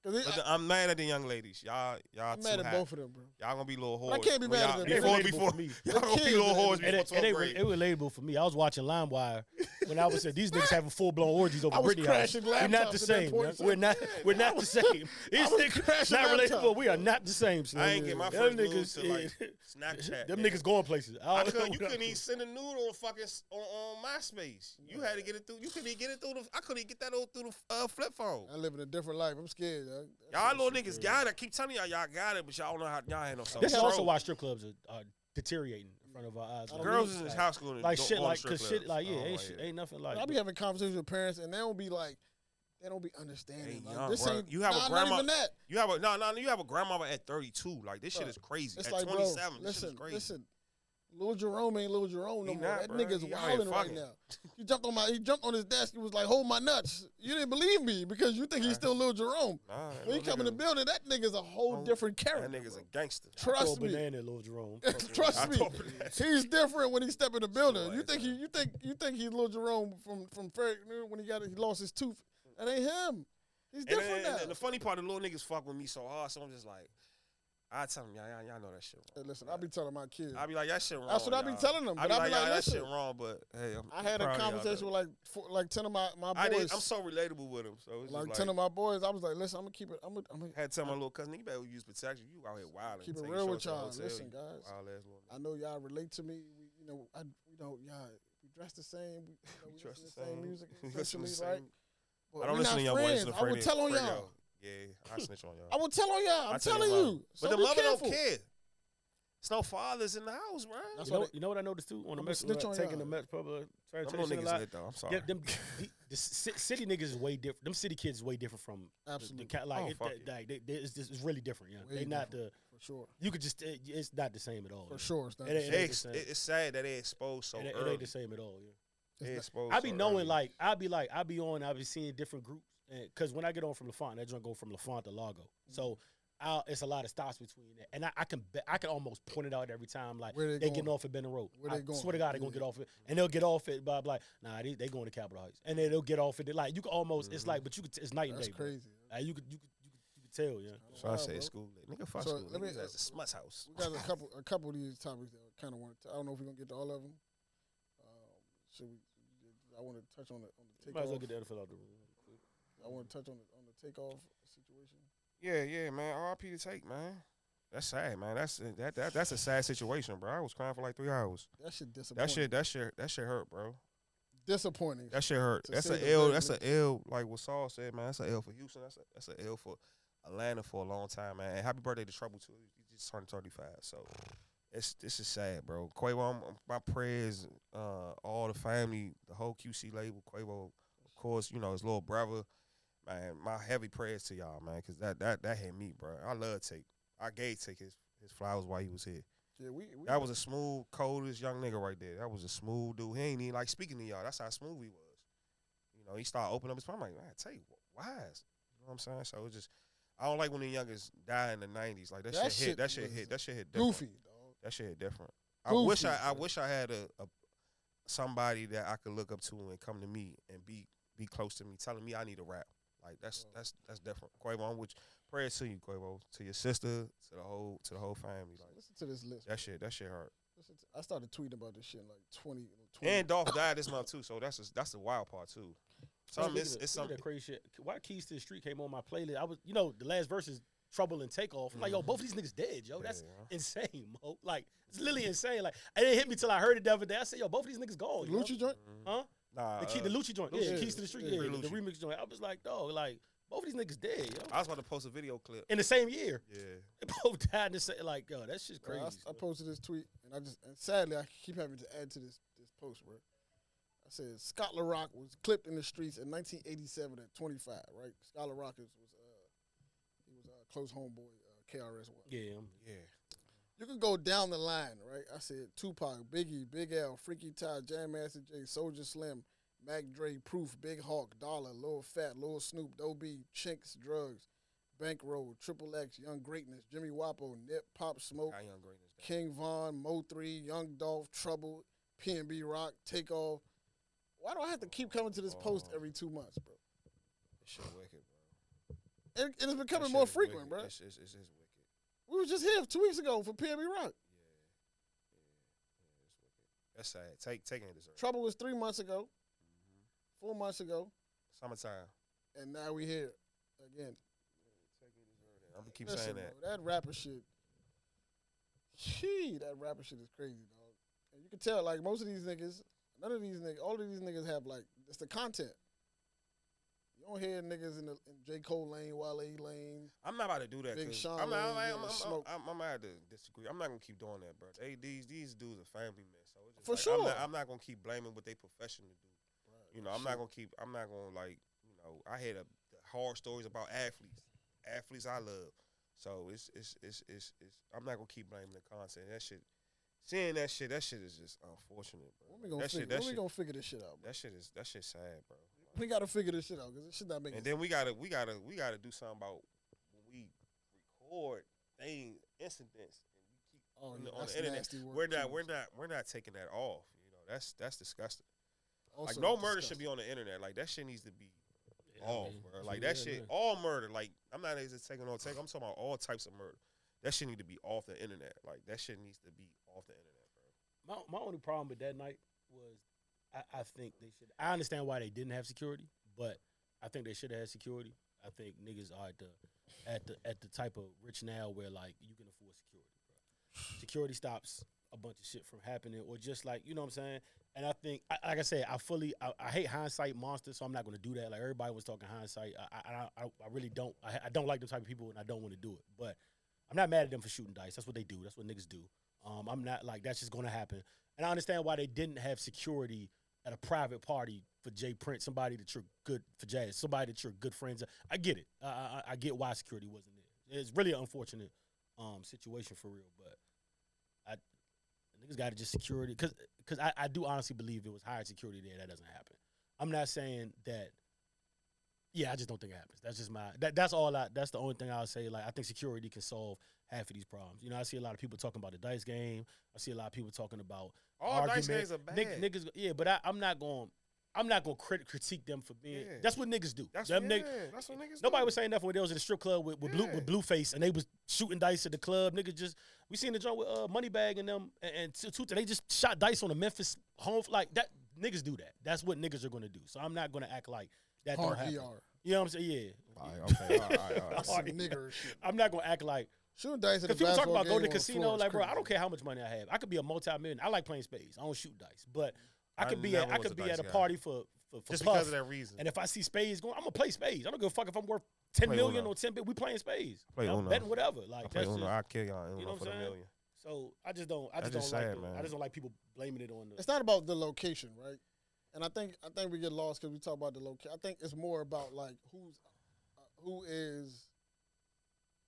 Speaker 1: 'Cause it-
Speaker 2: But the- I'm mad at the young ladies. Y'all, y'all
Speaker 1: I, am mad
Speaker 2: too
Speaker 1: at
Speaker 2: hot.
Speaker 1: both of them, bro.
Speaker 2: Y'all gonna be little whores.
Speaker 1: But I can't be
Speaker 2: when
Speaker 1: mad at
Speaker 2: y'all-
Speaker 1: them.
Speaker 2: Before,
Speaker 3: They're relatable
Speaker 2: before,
Speaker 3: for me.
Speaker 2: y'all
Speaker 1: They're
Speaker 2: gonna be
Speaker 1: kids,
Speaker 2: little whores
Speaker 1: man.
Speaker 2: before
Speaker 3: it, it,
Speaker 2: 12th
Speaker 3: ain't,
Speaker 2: grade.
Speaker 3: it relatable for me. I was watching LimeWire when I was said these niggas having full blown orgies over
Speaker 1: I was
Speaker 3: Britney House.
Speaker 1: crashing
Speaker 3: We're
Speaker 1: laptops
Speaker 3: not
Speaker 1: at
Speaker 3: the
Speaker 1: that
Speaker 3: same.
Speaker 1: point in
Speaker 3: man. We're
Speaker 1: time.
Speaker 3: not. We're not the same. These
Speaker 1: was
Speaker 3: niggas
Speaker 1: crashing
Speaker 3: not relatable.
Speaker 1: laptops,
Speaker 3: We are not the same. Slim.
Speaker 2: I ain't get my
Speaker 3: Them
Speaker 2: first nude
Speaker 3: niggas-
Speaker 2: till, like, Snapchat.
Speaker 3: Them
Speaker 2: nigga.
Speaker 3: niggas going places.
Speaker 2: I
Speaker 3: I don't
Speaker 2: couldn't,
Speaker 3: know
Speaker 2: you
Speaker 3: what
Speaker 2: couldn't
Speaker 3: I-
Speaker 2: even send a nude on fucking s- on, on MySpace. You had to get it through. You couldn't even get it through the. I couldn't even get that old through the uh, flip phone.
Speaker 1: I live in a different life. I'm scared. Dog.
Speaker 2: Y'all little
Speaker 3: shit
Speaker 2: niggas
Speaker 3: crazy.
Speaker 2: got it. I keep telling y'all y'all got it, but y'all don't know how y'all ain't no self
Speaker 3: This is also
Speaker 2: control.
Speaker 3: why strip clubs are, are deteriorating in front of our eyes.
Speaker 1: I don't
Speaker 2: Girls
Speaker 1: need
Speaker 2: is in
Speaker 3: like,
Speaker 2: high school and
Speaker 3: like
Speaker 2: don't
Speaker 3: shit,
Speaker 2: go to
Speaker 3: like
Speaker 2: strip Oh,
Speaker 3: cause shit,
Speaker 2: clubs.
Speaker 3: like
Speaker 2: I
Speaker 3: yeah,
Speaker 2: don't
Speaker 3: ain't,
Speaker 2: like
Speaker 3: shit,
Speaker 2: it.
Speaker 3: ain't nothing like.
Speaker 1: I be having conversations with parents, and they don't be like, they don't be
Speaker 2: They
Speaker 1: understanding. like,
Speaker 2: young,
Speaker 1: this
Speaker 2: bro.
Speaker 1: ain't
Speaker 2: You have a
Speaker 1: nah,
Speaker 2: grandma-
Speaker 1: Not even that.
Speaker 2: You have a no, no. You have a grandmama at thirty two. Like this shit
Speaker 1: Bruh,
Speaker 2: is crazy.
Speaker 1: It's
Speaker 2: at
Speaker 1: like,
Speaker 2: twenty
Speaker 1: bro,
Speaker 2: seven, this shit
Speaker 1: listen,
Speaker 2: is crazy.
Speaker 1: listen. Little Jerome ain't Little Jerome no
Speaker 2: He
Speaker 1: more.
Speaker 2: not,
Speaker 1: that
Speaker 2: bro.
Speaker 1: nigga's
Speaker 2: He out here
Speaker 1: wilding right
Speaker 2: fucking.
Speaker 1: now. He jumped on my, he jumped on his desk. He was like, "Hold my nuts." You didn't believe me because you think he's
Speaker 2: Right.
Speaker 1: still Little Jerome.
Speaker 2: Nah, that
Speaker 1: When he
Speaker 2: little
Speaker 1: come in the
Speaker 2: nigga-
Speaker 1: building, that nigga's a whole
Speaker 2: Oh,
Speaker 1: different
Speaker 2: That
Speaker 1: character.
Speaker 2: nigga's
Speaker 1: bro.
Speaker 2: a gangster.
Speaker 3: throw a
Speaker 1: Trust me,
Speaker 3: banana, at little Jerome.
Speaker 2: I
Speaker 1: trust me.
Speaker 2: told her that.
Speaker 1: He's different when he step in the building.
Speaker 2: Boy,
Speaker 1: You think he, you think, you think he's Little Jerome from from Ferry, when he got he lost his tooth. That ain't him. He's
Speaker 2: And,
Speaker 1: different
Speaker 2: then-
Speaker 1: now.
Speaker 2: and the funny part, the little niggas fuck with me so hard, so I'm just like, I tell them, y'all, y'all, y'all know that shit.
Speaker 1: Hey,
Speaker 2: Wrong.
Speaker 1: listen, I be telling my kids.
Speaker 2: I be like, that shit wrong.
Speaker 1: That's what I be
Speaker 2: y'all.
Speaker 1: telling them. But
Speaker 2: I be
Speaker 1: I
Speaker 2: like,
Speaker 1: be like,
Speaker 2: y'all, that shit
Speaker 1: listen,
Speaker 2: wrong, but hey, I'm,
Speaker 1: I had
Speaker 2: I'm
Speaker 1: a
Speaker 2: proud of y'all,
Speaker 1: conversation
Speaker 2: though.
Speaker 1: with like four, like ten of my my
Speaker 2: I
Speaker 1: boys.
Speaker 2: did, I'm so relatable with him. So it's
Speaker 1: like,
Speaker 2: just
Speaker 1: ten
Speaker 2: like,
Speaker 1: of my boys. I was like, listen, I'm gonna keep it. I'm gonna, I'm gonna
Speaker 2: I had to tell my little cousin, you better use protection. You out here wilding.
Speaker 1: keep it
Speaker 2: Take
Speaker 1: real
Speaker 2: your
Speaker 1: with
Speaker 2: shorts
Speaker 1: y'all.
Speaker 2: to the hotel,
Speaker 1: Listen,
Speaker 2: you
Speaker 1: guys,
Speaker 2: Wild ass little nigga.
Speaker 1: I know y'all relate to me. We, you know, I we don't y'all we dress the same. We, you know, we
Speaker 2: Trust
Speaker 1: listen to the same music.
Speaker 2: Listen to
Speaker 1: Essentially,
Speaker 2: the
Speaker 1: right?
Speaker 2: same-
Speaker 1: But
Speaker 2: I don't
Speaker 1: we
Speaker 2: listen
Speaker 1: not
Speaker 2: to y'all
Speaker 1: friends.
Speaker 2: boys.
Speaker 1: I will tell on y'all.
Speaker 2: Yeah, I snitch on
Speaker 1: I
Speaker 2: y'all.
Speaker 1: will tell on y'all. I'm
Speaker 2: I tell
Speaker 1: telling
Speaker 2: y'all.
Speaker 1: you. So
Speaker 2: But the
Speaker 1: be
Speaker 2: mother
Speaker 1: careful.
Speaker 2: don't care. It's no fathers in the house, bro.
Speaker 1: That's
Speaker 3: you, know,
Speaker 1: what it-
Speaker 3: you know what I noticed too on the
Speaker 1: I'ma
Speaker 3: Mets,
Speaker 1: snitch on
Speaker 3: taking
Speaker 1: y'all.
Speaker 3: the Mets uh, public
Speaker 2: Them little
Speaker 3: transportation a
Speaker 2: niggas
Speaker 3: lot.
Speaker 2: lit though. I'm sorry.
Speaker 3: Yeah, them the, the ci- city niggas is way different. Them city kids is way different from
Speaker 1: Absolutely.
Speaker 3: The, the, ca- like,
Speaker 2: Oh,
Speaker 3: it,
Speaker 2: fuck
Speaker 3: that-
Speaker 2: it.
Speaker 3: like they, they, it's, just, it's really different. Yeah,
Speaker 1: Way
Speaker 3: they not the.
Speaker 1: different. for sure.
Speaker 3: You could just it, it's not the same at all.
Speaker 1: For
Speaker 3: yeah.
Speaker 1: sure, it's not.
Speaker 3: It
Speaker 1: the
Speaker 3: ain't-
Speaker 1: same.
Speaker 2: They ex- it-
Speaker 3: ain't the same.
Speaker 2: it's sad that they exposed so
Speaker 3: It, ain't- it
Speaker 2: early.
Speaker 3: ain't the same at all. Yeah.
Speaker 2: They
Speaker 1: It's
Speaker 2: exposed
Speaker 3: I be
Speaker 2: so
Speaker 3: knowing
Speaker 2: early.
Speaker 3: like I be like I be on I be seeing different groups because when I get on from Lafont, that drunk go from Lafont to Lago.
Speaker 1: Mm-hmm.
Speaker 3: So I'll, it's a lot of stops between that, and I, I can be, I can almost point it out every time like
Speaker 1: Where they
Speaker 3: they,
Speaker 1: going?
Speaker 3: getting off at Benning Road.
Speaker 1: Where
Speaker 3: I
Speaker 1: they going?
Speaker 3: swear to God they gonna
Speaker 1: Yeah.
Speaker 3: get off it, and they'll get off it by like nah they, they going to Capitol Heights, and then they'll get off it like you can almost it's
Speaker 2: Mhm.
Speaker 3: like but you could t- it's night and
Speaker 1: Mm-hmm. That's
Speaker 3: day. bro.
Speaker 1: crazy.
Speaker 3: Like, you could you could you could, you could tell
Speaker 1: I
Speaker 3: yeah.
Speaker 1: don't
Speaker 2: So I
Speaker 1: know,
Speaker 2: say
Speaker 1: uh, bro.
Speaker 2: school. lit. Nigga, fuck
Speaker 1: So,
Speaker 2: school.
Speaker 1: let me-
Speaker 2: Niggas at the smut's house.
Speaker 1: We got a couple a couple of these topics that I kind of want to. I don't know if we're gonna get to all of them. Um, should we? I want to touch on the on the
Speaker 3: Might as well
Speaker 1: takeoff.
Speaker 3: get the NFL out the room.
Speaker 1: I want to touch on the on the takeoff situation.
Speaker 2: Yeah, yeah, man. R.I.P. to take, man. That's sad, man. That's that, that that's a sad situation, bro. I was crying for like three hours.
Speaker 1: That shit disappointing.
Speaker 2: That shit, that shit, that shit hurt, bro.
Speaker 1: disappointing.
Speaker 2: That shit hurt.
Speaker 1: To
Speaker 2: That's
Speaker 1: say
Speaker 2: a
Speaker 1: the
Speaker 2: L.
Speaker 1: very
Speaker 2: That's a
Speaker 1: least.
Speaker 2: L. Like what Saul said, man. That's a L for Houston. That's a that's a L for Atlanta for a long time, man. And happy birthday to Trouble too. He just turned thirty five, so it's this is sad, bro. Quavo, I'm, I'm- my prayers, uh, all the family, the whole QC label, Quavo, of course, you know his little brother. Man, my heavy prayers to y'all, man, because that that that hit me, bro. I love Take. I gave Take his his flowers while he was here.
Speaker 1: Yeah, we, we
Speaker 2: That was a smooth, coldest young nigga right there. That was a smooth dude. He ain't even like speaking to y'all. That's how smooth he was. You know, he started opening up his mouth. I'm like, man, I tell you, what, wise. You know what I'm saying? So it's just, I don't like when the youngest die in the '90s. Like that,
Speaker 1: That
Speaker 2: shit, hit.
Speaker 1: shit
Speaker 2: That shit
Speaker 1: was
Speaker 2: hit. That shit hit. Different.
Speaker 1: goofy. Dog.
Speaker 2: That shit hit different. I wish I,
Speaker 1: Goofy,
Speaker 2: I
Speaker 1: bro.
Speaker 2: wish I had a, a somebody that I could look up to and come to me and be be close to me, telling me I need to rap. Like that's
Speaker 1: Oh.
Speaker 2: that's that's different. Quavo, I'm with you. prayers to you, Quavo, to your sister, to the whole to the whole family. Like
Speaker 1: Listen to this list.
Speaker 2: that shit. That shit hurt.
Speaker 1: Listen to, I started tweeting about this shit in like 20, 20
Speaker 2: And Dolph died this month too, so that's just, that's the wild part too. Some
Speaker 3: Speaking
Speaker 2: it's,
Speaker 3: of-
Speaker 2: it's
Speaker 3: speaking
Speaker 2: some
Speaker 3: of crazy shit. Why Keys to the Street came on my playlist? I was, you know, the last verse is Trouble and Takeoff. I'm like, yo,
Speaker 2: Mhm.
Speaker 3: both of these niggas dead, yo. oh, That's
Speaker 2: Yeah.
Speaker 3: insane, mo. Like, it's literally insane. Like, it didn't hit me till I heard it the other day. I said, yo, both of these niggas gone. you know?
Speaker 1: Lucci joint.
Speaker 2: Mhm.
Speaker 3: Huh?
Speaker 2: Nah,
Speaker 3: The, key,
Speaker 2: uh,
Speaker 3: the Lucci joint. Yeah,
Speaker 1: Lucci.
Speaker 3: Keys to the Street.
Speaker 1: Yeah,
Speaker 3: Yeah,
Speaker 2: Free
Speaker 3: the
Speaker 2: Lucci.
Speaker 3: remix joint. I was like, dog, like, both of these niggas dead, yo.
Speaker 2: I was about to post a video clip.
Speaker 3: In the same year.
Speaker 2: Yeah,
Speaker 3: They both died in the same, like, yo, that shit's
Speaker 1: Bro,
Speaker 3: crazy.
Speaker 1: I, I posted this tweet, and I just and sadly I keep having to add to this this post, bro. I said Scott LaRock was clipped in the streets in 1987 at 25, right? Scott LaRock is, was uh, he was uh, close homeboy uh, KRS One.
Speaker 3: yeah, I'm-
Speaker 2: yeah.
Speaker 1: You could go down the line, right? I said Tupac, Biggie, Big L, Freaky Ty, Jam Master J, Soldier Slim, Mac Dre, Proof, Big Hawk, Dollar, Lil Fat, Lil Snoop, Dobie, Chinks, Drugs, Bankroll, Triple X, Young Greatness, Jimmy Wapo, Nip, Pop Smoke,
Speaker 2: Got young greatness. down.
Speaker 1: King Von, Mo Three, Young Dolph, Trouble, PNB Rock, Takeoff. Why do I have to keep coming to this post
Speaker 2: Oh.
Speaker 1: every two months, bro?
Speaker 2: That shit wicked, bro.
Speaker 1: It, it is
Speaker 2: That
Speaker 1: becoming
Speaker 2: shit
Speaker 1: more
Speaker 2: is
Speaker 1: frequent,
Speaker 2: wicked.
Speaker 1: bro.
Speaker 2: That shit is- is- is wicked.
Speaker 1: We were just here two weeks ago for PNB Rock.
Speaker 2: Yeah, yeah, yeah. It's wicked. That's sad. Take, take ain't deserve. it. Mm-hmm.
Speaker 1: Trouble was three months ago. four months ago,
Speaker 2: Summertime.
Speaker 1: and now we here again.
Speaker 2: I'm gonna keep
Speaker 1: Listen,
Speaker 2: saying that.
Speaker 1: bro, that rapper shit. Gee, that rapper shit is crazy, dog. And you can tell, like most of these niggas, none of these niggas, all of these niggas have like it's the content. You don't hear niggas in the in J Cole lane, Wale lane.
Speaker 2: I'm not about to do that.
Speaker 1: Big
Speaker 2: 'cause
Speaker 1: Sean
Speaker 2: I'm, not,
Speaker 1: Lane
Speaker 2: I'm, I'm,
Speaker 1: getting
Speaker 2: I'm, I'm,
Speaker 1: smoked.
Speaker 2: I'm, I'm about to disagree. I'm not gonna keep doing that, bro. They, these these dudes are family men, so it's just
Speaker 1: For
Speaker 2: like, I'm
Speaker 1: sure.
Speaker 2: not, I'm not gonna keep blaming what they profession to do. You know, I'm not gonna keep. I'm not gonna like. You know, I hear the, the hard stories about athletes, athletes I love. So it's it's it's it's. it's I'm not gonna keep blaming the content. That shit, seeing that shit, that shit is just unfortunate, bro.
Speaker 1: When we gonna
Speaker 2: that
Speaker 1: figure,
Speaker 2: shit, that
Speaker 1: when we
Speaker 2: shit,
Speaker 1: gonna figure this shit out? Bro?
Speaker 2: that shit is that shit sad, bro.
Speaker 1: We gotta figure this shit out because this shit not making.
Speaker 2: And then we gotta we gotta we gotta do something about when we record things, incidents, and we keep
Speaker 1: oh,
Speaker 2: on
Speaker 1: yeah,
Speaker 2: the- on
Speaker 1: that's
Speaker 2: the internet.
Speaker 1: nasty work.
Speaker 2: we're not
Speaker 1: too.
Speaker 2: we're not we're not taking that off. You know, that's that's disgusting.
Speaker 1: Also
Speaker 2: like no murder should
Speaker 1: disgusting.
Speaker 2: be on the internet. Like that shit needs to be
Speaker 3: Yeah, I
Speaker 2: off,
Speaker 3: mean,
Speaker 2: bro.
Speaker 3: shit,
Speaker 2: Like that
Speaker 3: yeah,
Speaker 2: shit,
Speaker 3: nah.
Speaker 2: all murder. Like I'm not even taking on take. I'm talking about all types of murder. That shit need to be off the internet. Like that shit needs to be off the internet, bro.
Speaker 3: My, my only problem with that night was I, I think they should. I understand why they didn't have security, but I think they should have had security. I think niggas are at the at the at the type of rich now where like you can afford security, bro. Security stops a bunch of shit from happening, or just like you know what I'm saying. And I think, I, like I said, I fully I, I hate hindsight monsters, so I'm not going to do that. Like everybody was talking hindsight, I I, I, I really don't. I, I don't like them type of people, and I don't want to do it. But I'm not mad at them for shooting dice. That's what they do. That's what niggas do. Um, I'm not like that's just going to happen. And I understand why they didn't have security at a private party for Jay Prince, somebody that you're good for Jazz, somebody that you're good friends. of. I get it. I, I, I- I get why security wasn't there. It's really an unfortunate um, situation for real, but I niggas got to just security because because I, I do honestly believe it was higher security there. That doesn't happen. I'm not saying that. Yeah, I just don't think it happens. That's just my that, that's all I that's the only thing I'll say. Like I think security can solve half of these problems. You know, I see a lot of people talking about the dice game. I see a lot of people talking about
Speaker 2: All dice
Speaker 3: Argument.
Speaker 2: games are bad.
Speaker 3: Nigg- niggas, yeah, but I, I'm not going. I'm not going to crit- critique them for being.
Speaker 2: Yeah.
Speaker 3: That's what niggas do.
Speaker 2: that's,
Speaker 3: Them
Speaker 2: yeah,
Speaker 3: nigg-
Speaker 2: that's what niggas.
Speaker 3: nobody
Speaker 2: do.
Speaker 3: was saying nothing when they was in the strip club with, with blue
Speaker 2: Yeah.
Speaker 3: with blueface and they was shooting dice at the club. Niggas just we seen the joint with uh, Moneybag and them and, and two, they just shot dice on the Memphis home f- like that. Niggas do that. That's what niggas are going to do. So I'm not going to act like that don't
Speaker 1: hard E
Speaker 3: happen.
Speaker 1: VR.
Speaker 3: You know what I'm saying? Yeah.
Speaker 2: All right, okay, all right, all right, all right.
Speaker 1: That's some
Speaker 3: Hard
Speaker 1: nigger shit.
Speaker 3: I'm not going to act like
Speaker 1: Shooting dice at the
Speaker 3: Because people talk
Speaker 1: basketball
Speaker 3: about
Speaker 1: game
Speaker 3: going to
Speaker 1: on the
Speaker 3: casino,
Speaker 1: floor is
Speaker 3: like bro, I
Speaker 1: crazy.
Speaker 3: don't care how much money I have. I could be a multi-million. I like playing spades. I don't shoot dice, but I
Speaker 2: I
Speaker 3: could be at
Speaker 2: never
Speaker 3: I
Speaker 2: was a
Speaker 3: could be
Speaker 2: dice
Speaker 3: at a
Speaker 2: guy.
Speaker 3: party for for, for
Speaker 2: just
Speaker 3: Puff,
Speaker 2: because of that reason.
Speaker 3: And if I see spades going, I'm gonna play spades. I don't give a fuck if I'm worth ten
Speaker 2: Play
Speaker 3: million
Speaker 2: Uno.
Speaker 3: or ten. bi- We playing spades.
Speaker 2: Play
Speaker 3: I'm
Speaker 2: Uno.
Speaker 3: betting whatever. Like
Speaker 2: I play
Speaker 3: that's
Speaker 2: Uno,
Speaker 3: just,
Speaker 2: I'll kill y'all in
Speaker 3: you
Speaker 2: Uno for
Speaker 3: know what
Speaker 2: the
Speaker 3: I'm saying?
Speaker 2: million.
Speaker 3: so I just don't. I
Speaker 2: That's
Speaker 3: just
Speaker 2: just
Speaker 3: don't
Speaker 2: sad,
Speaker 3: like. the- I
Speaker 2: man.
Speaker 3: just don't like people blaming it on the.
Speaker 1: It's not about the location, right? And I think I think we get lost because we talk about the location. I think it's more about like who's uh, who is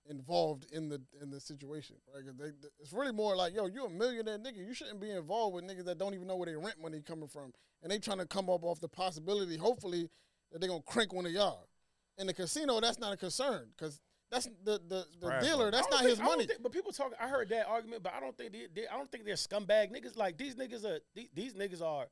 Speaker 1: involved in the in the situation, right? 'Cause they, it's really more like, yo, you're a millionaire nigga. You shouldn't be involved with niggas that don't even know where their rent money coming from, and they trying to come up off the possibility, hopefully, that they gonna crank one of y'all. In the casino, that's not a concern because that's the the, the
Speaker 2: Surprise
Speaker 1: dealer.
Speaker 2: money.
Speaker 1: That's
Speaker 3: I don't
Speaker 1: not
Speaker 3: think-
Speaker 1: his
Speaker 3: I don't
Speaker 1: money.
Speaker 3: think- but people talking. I heard that argument, but I don't think they, they. I don't think they're scumbag niggas. Like these niggas are. These, these niggas are.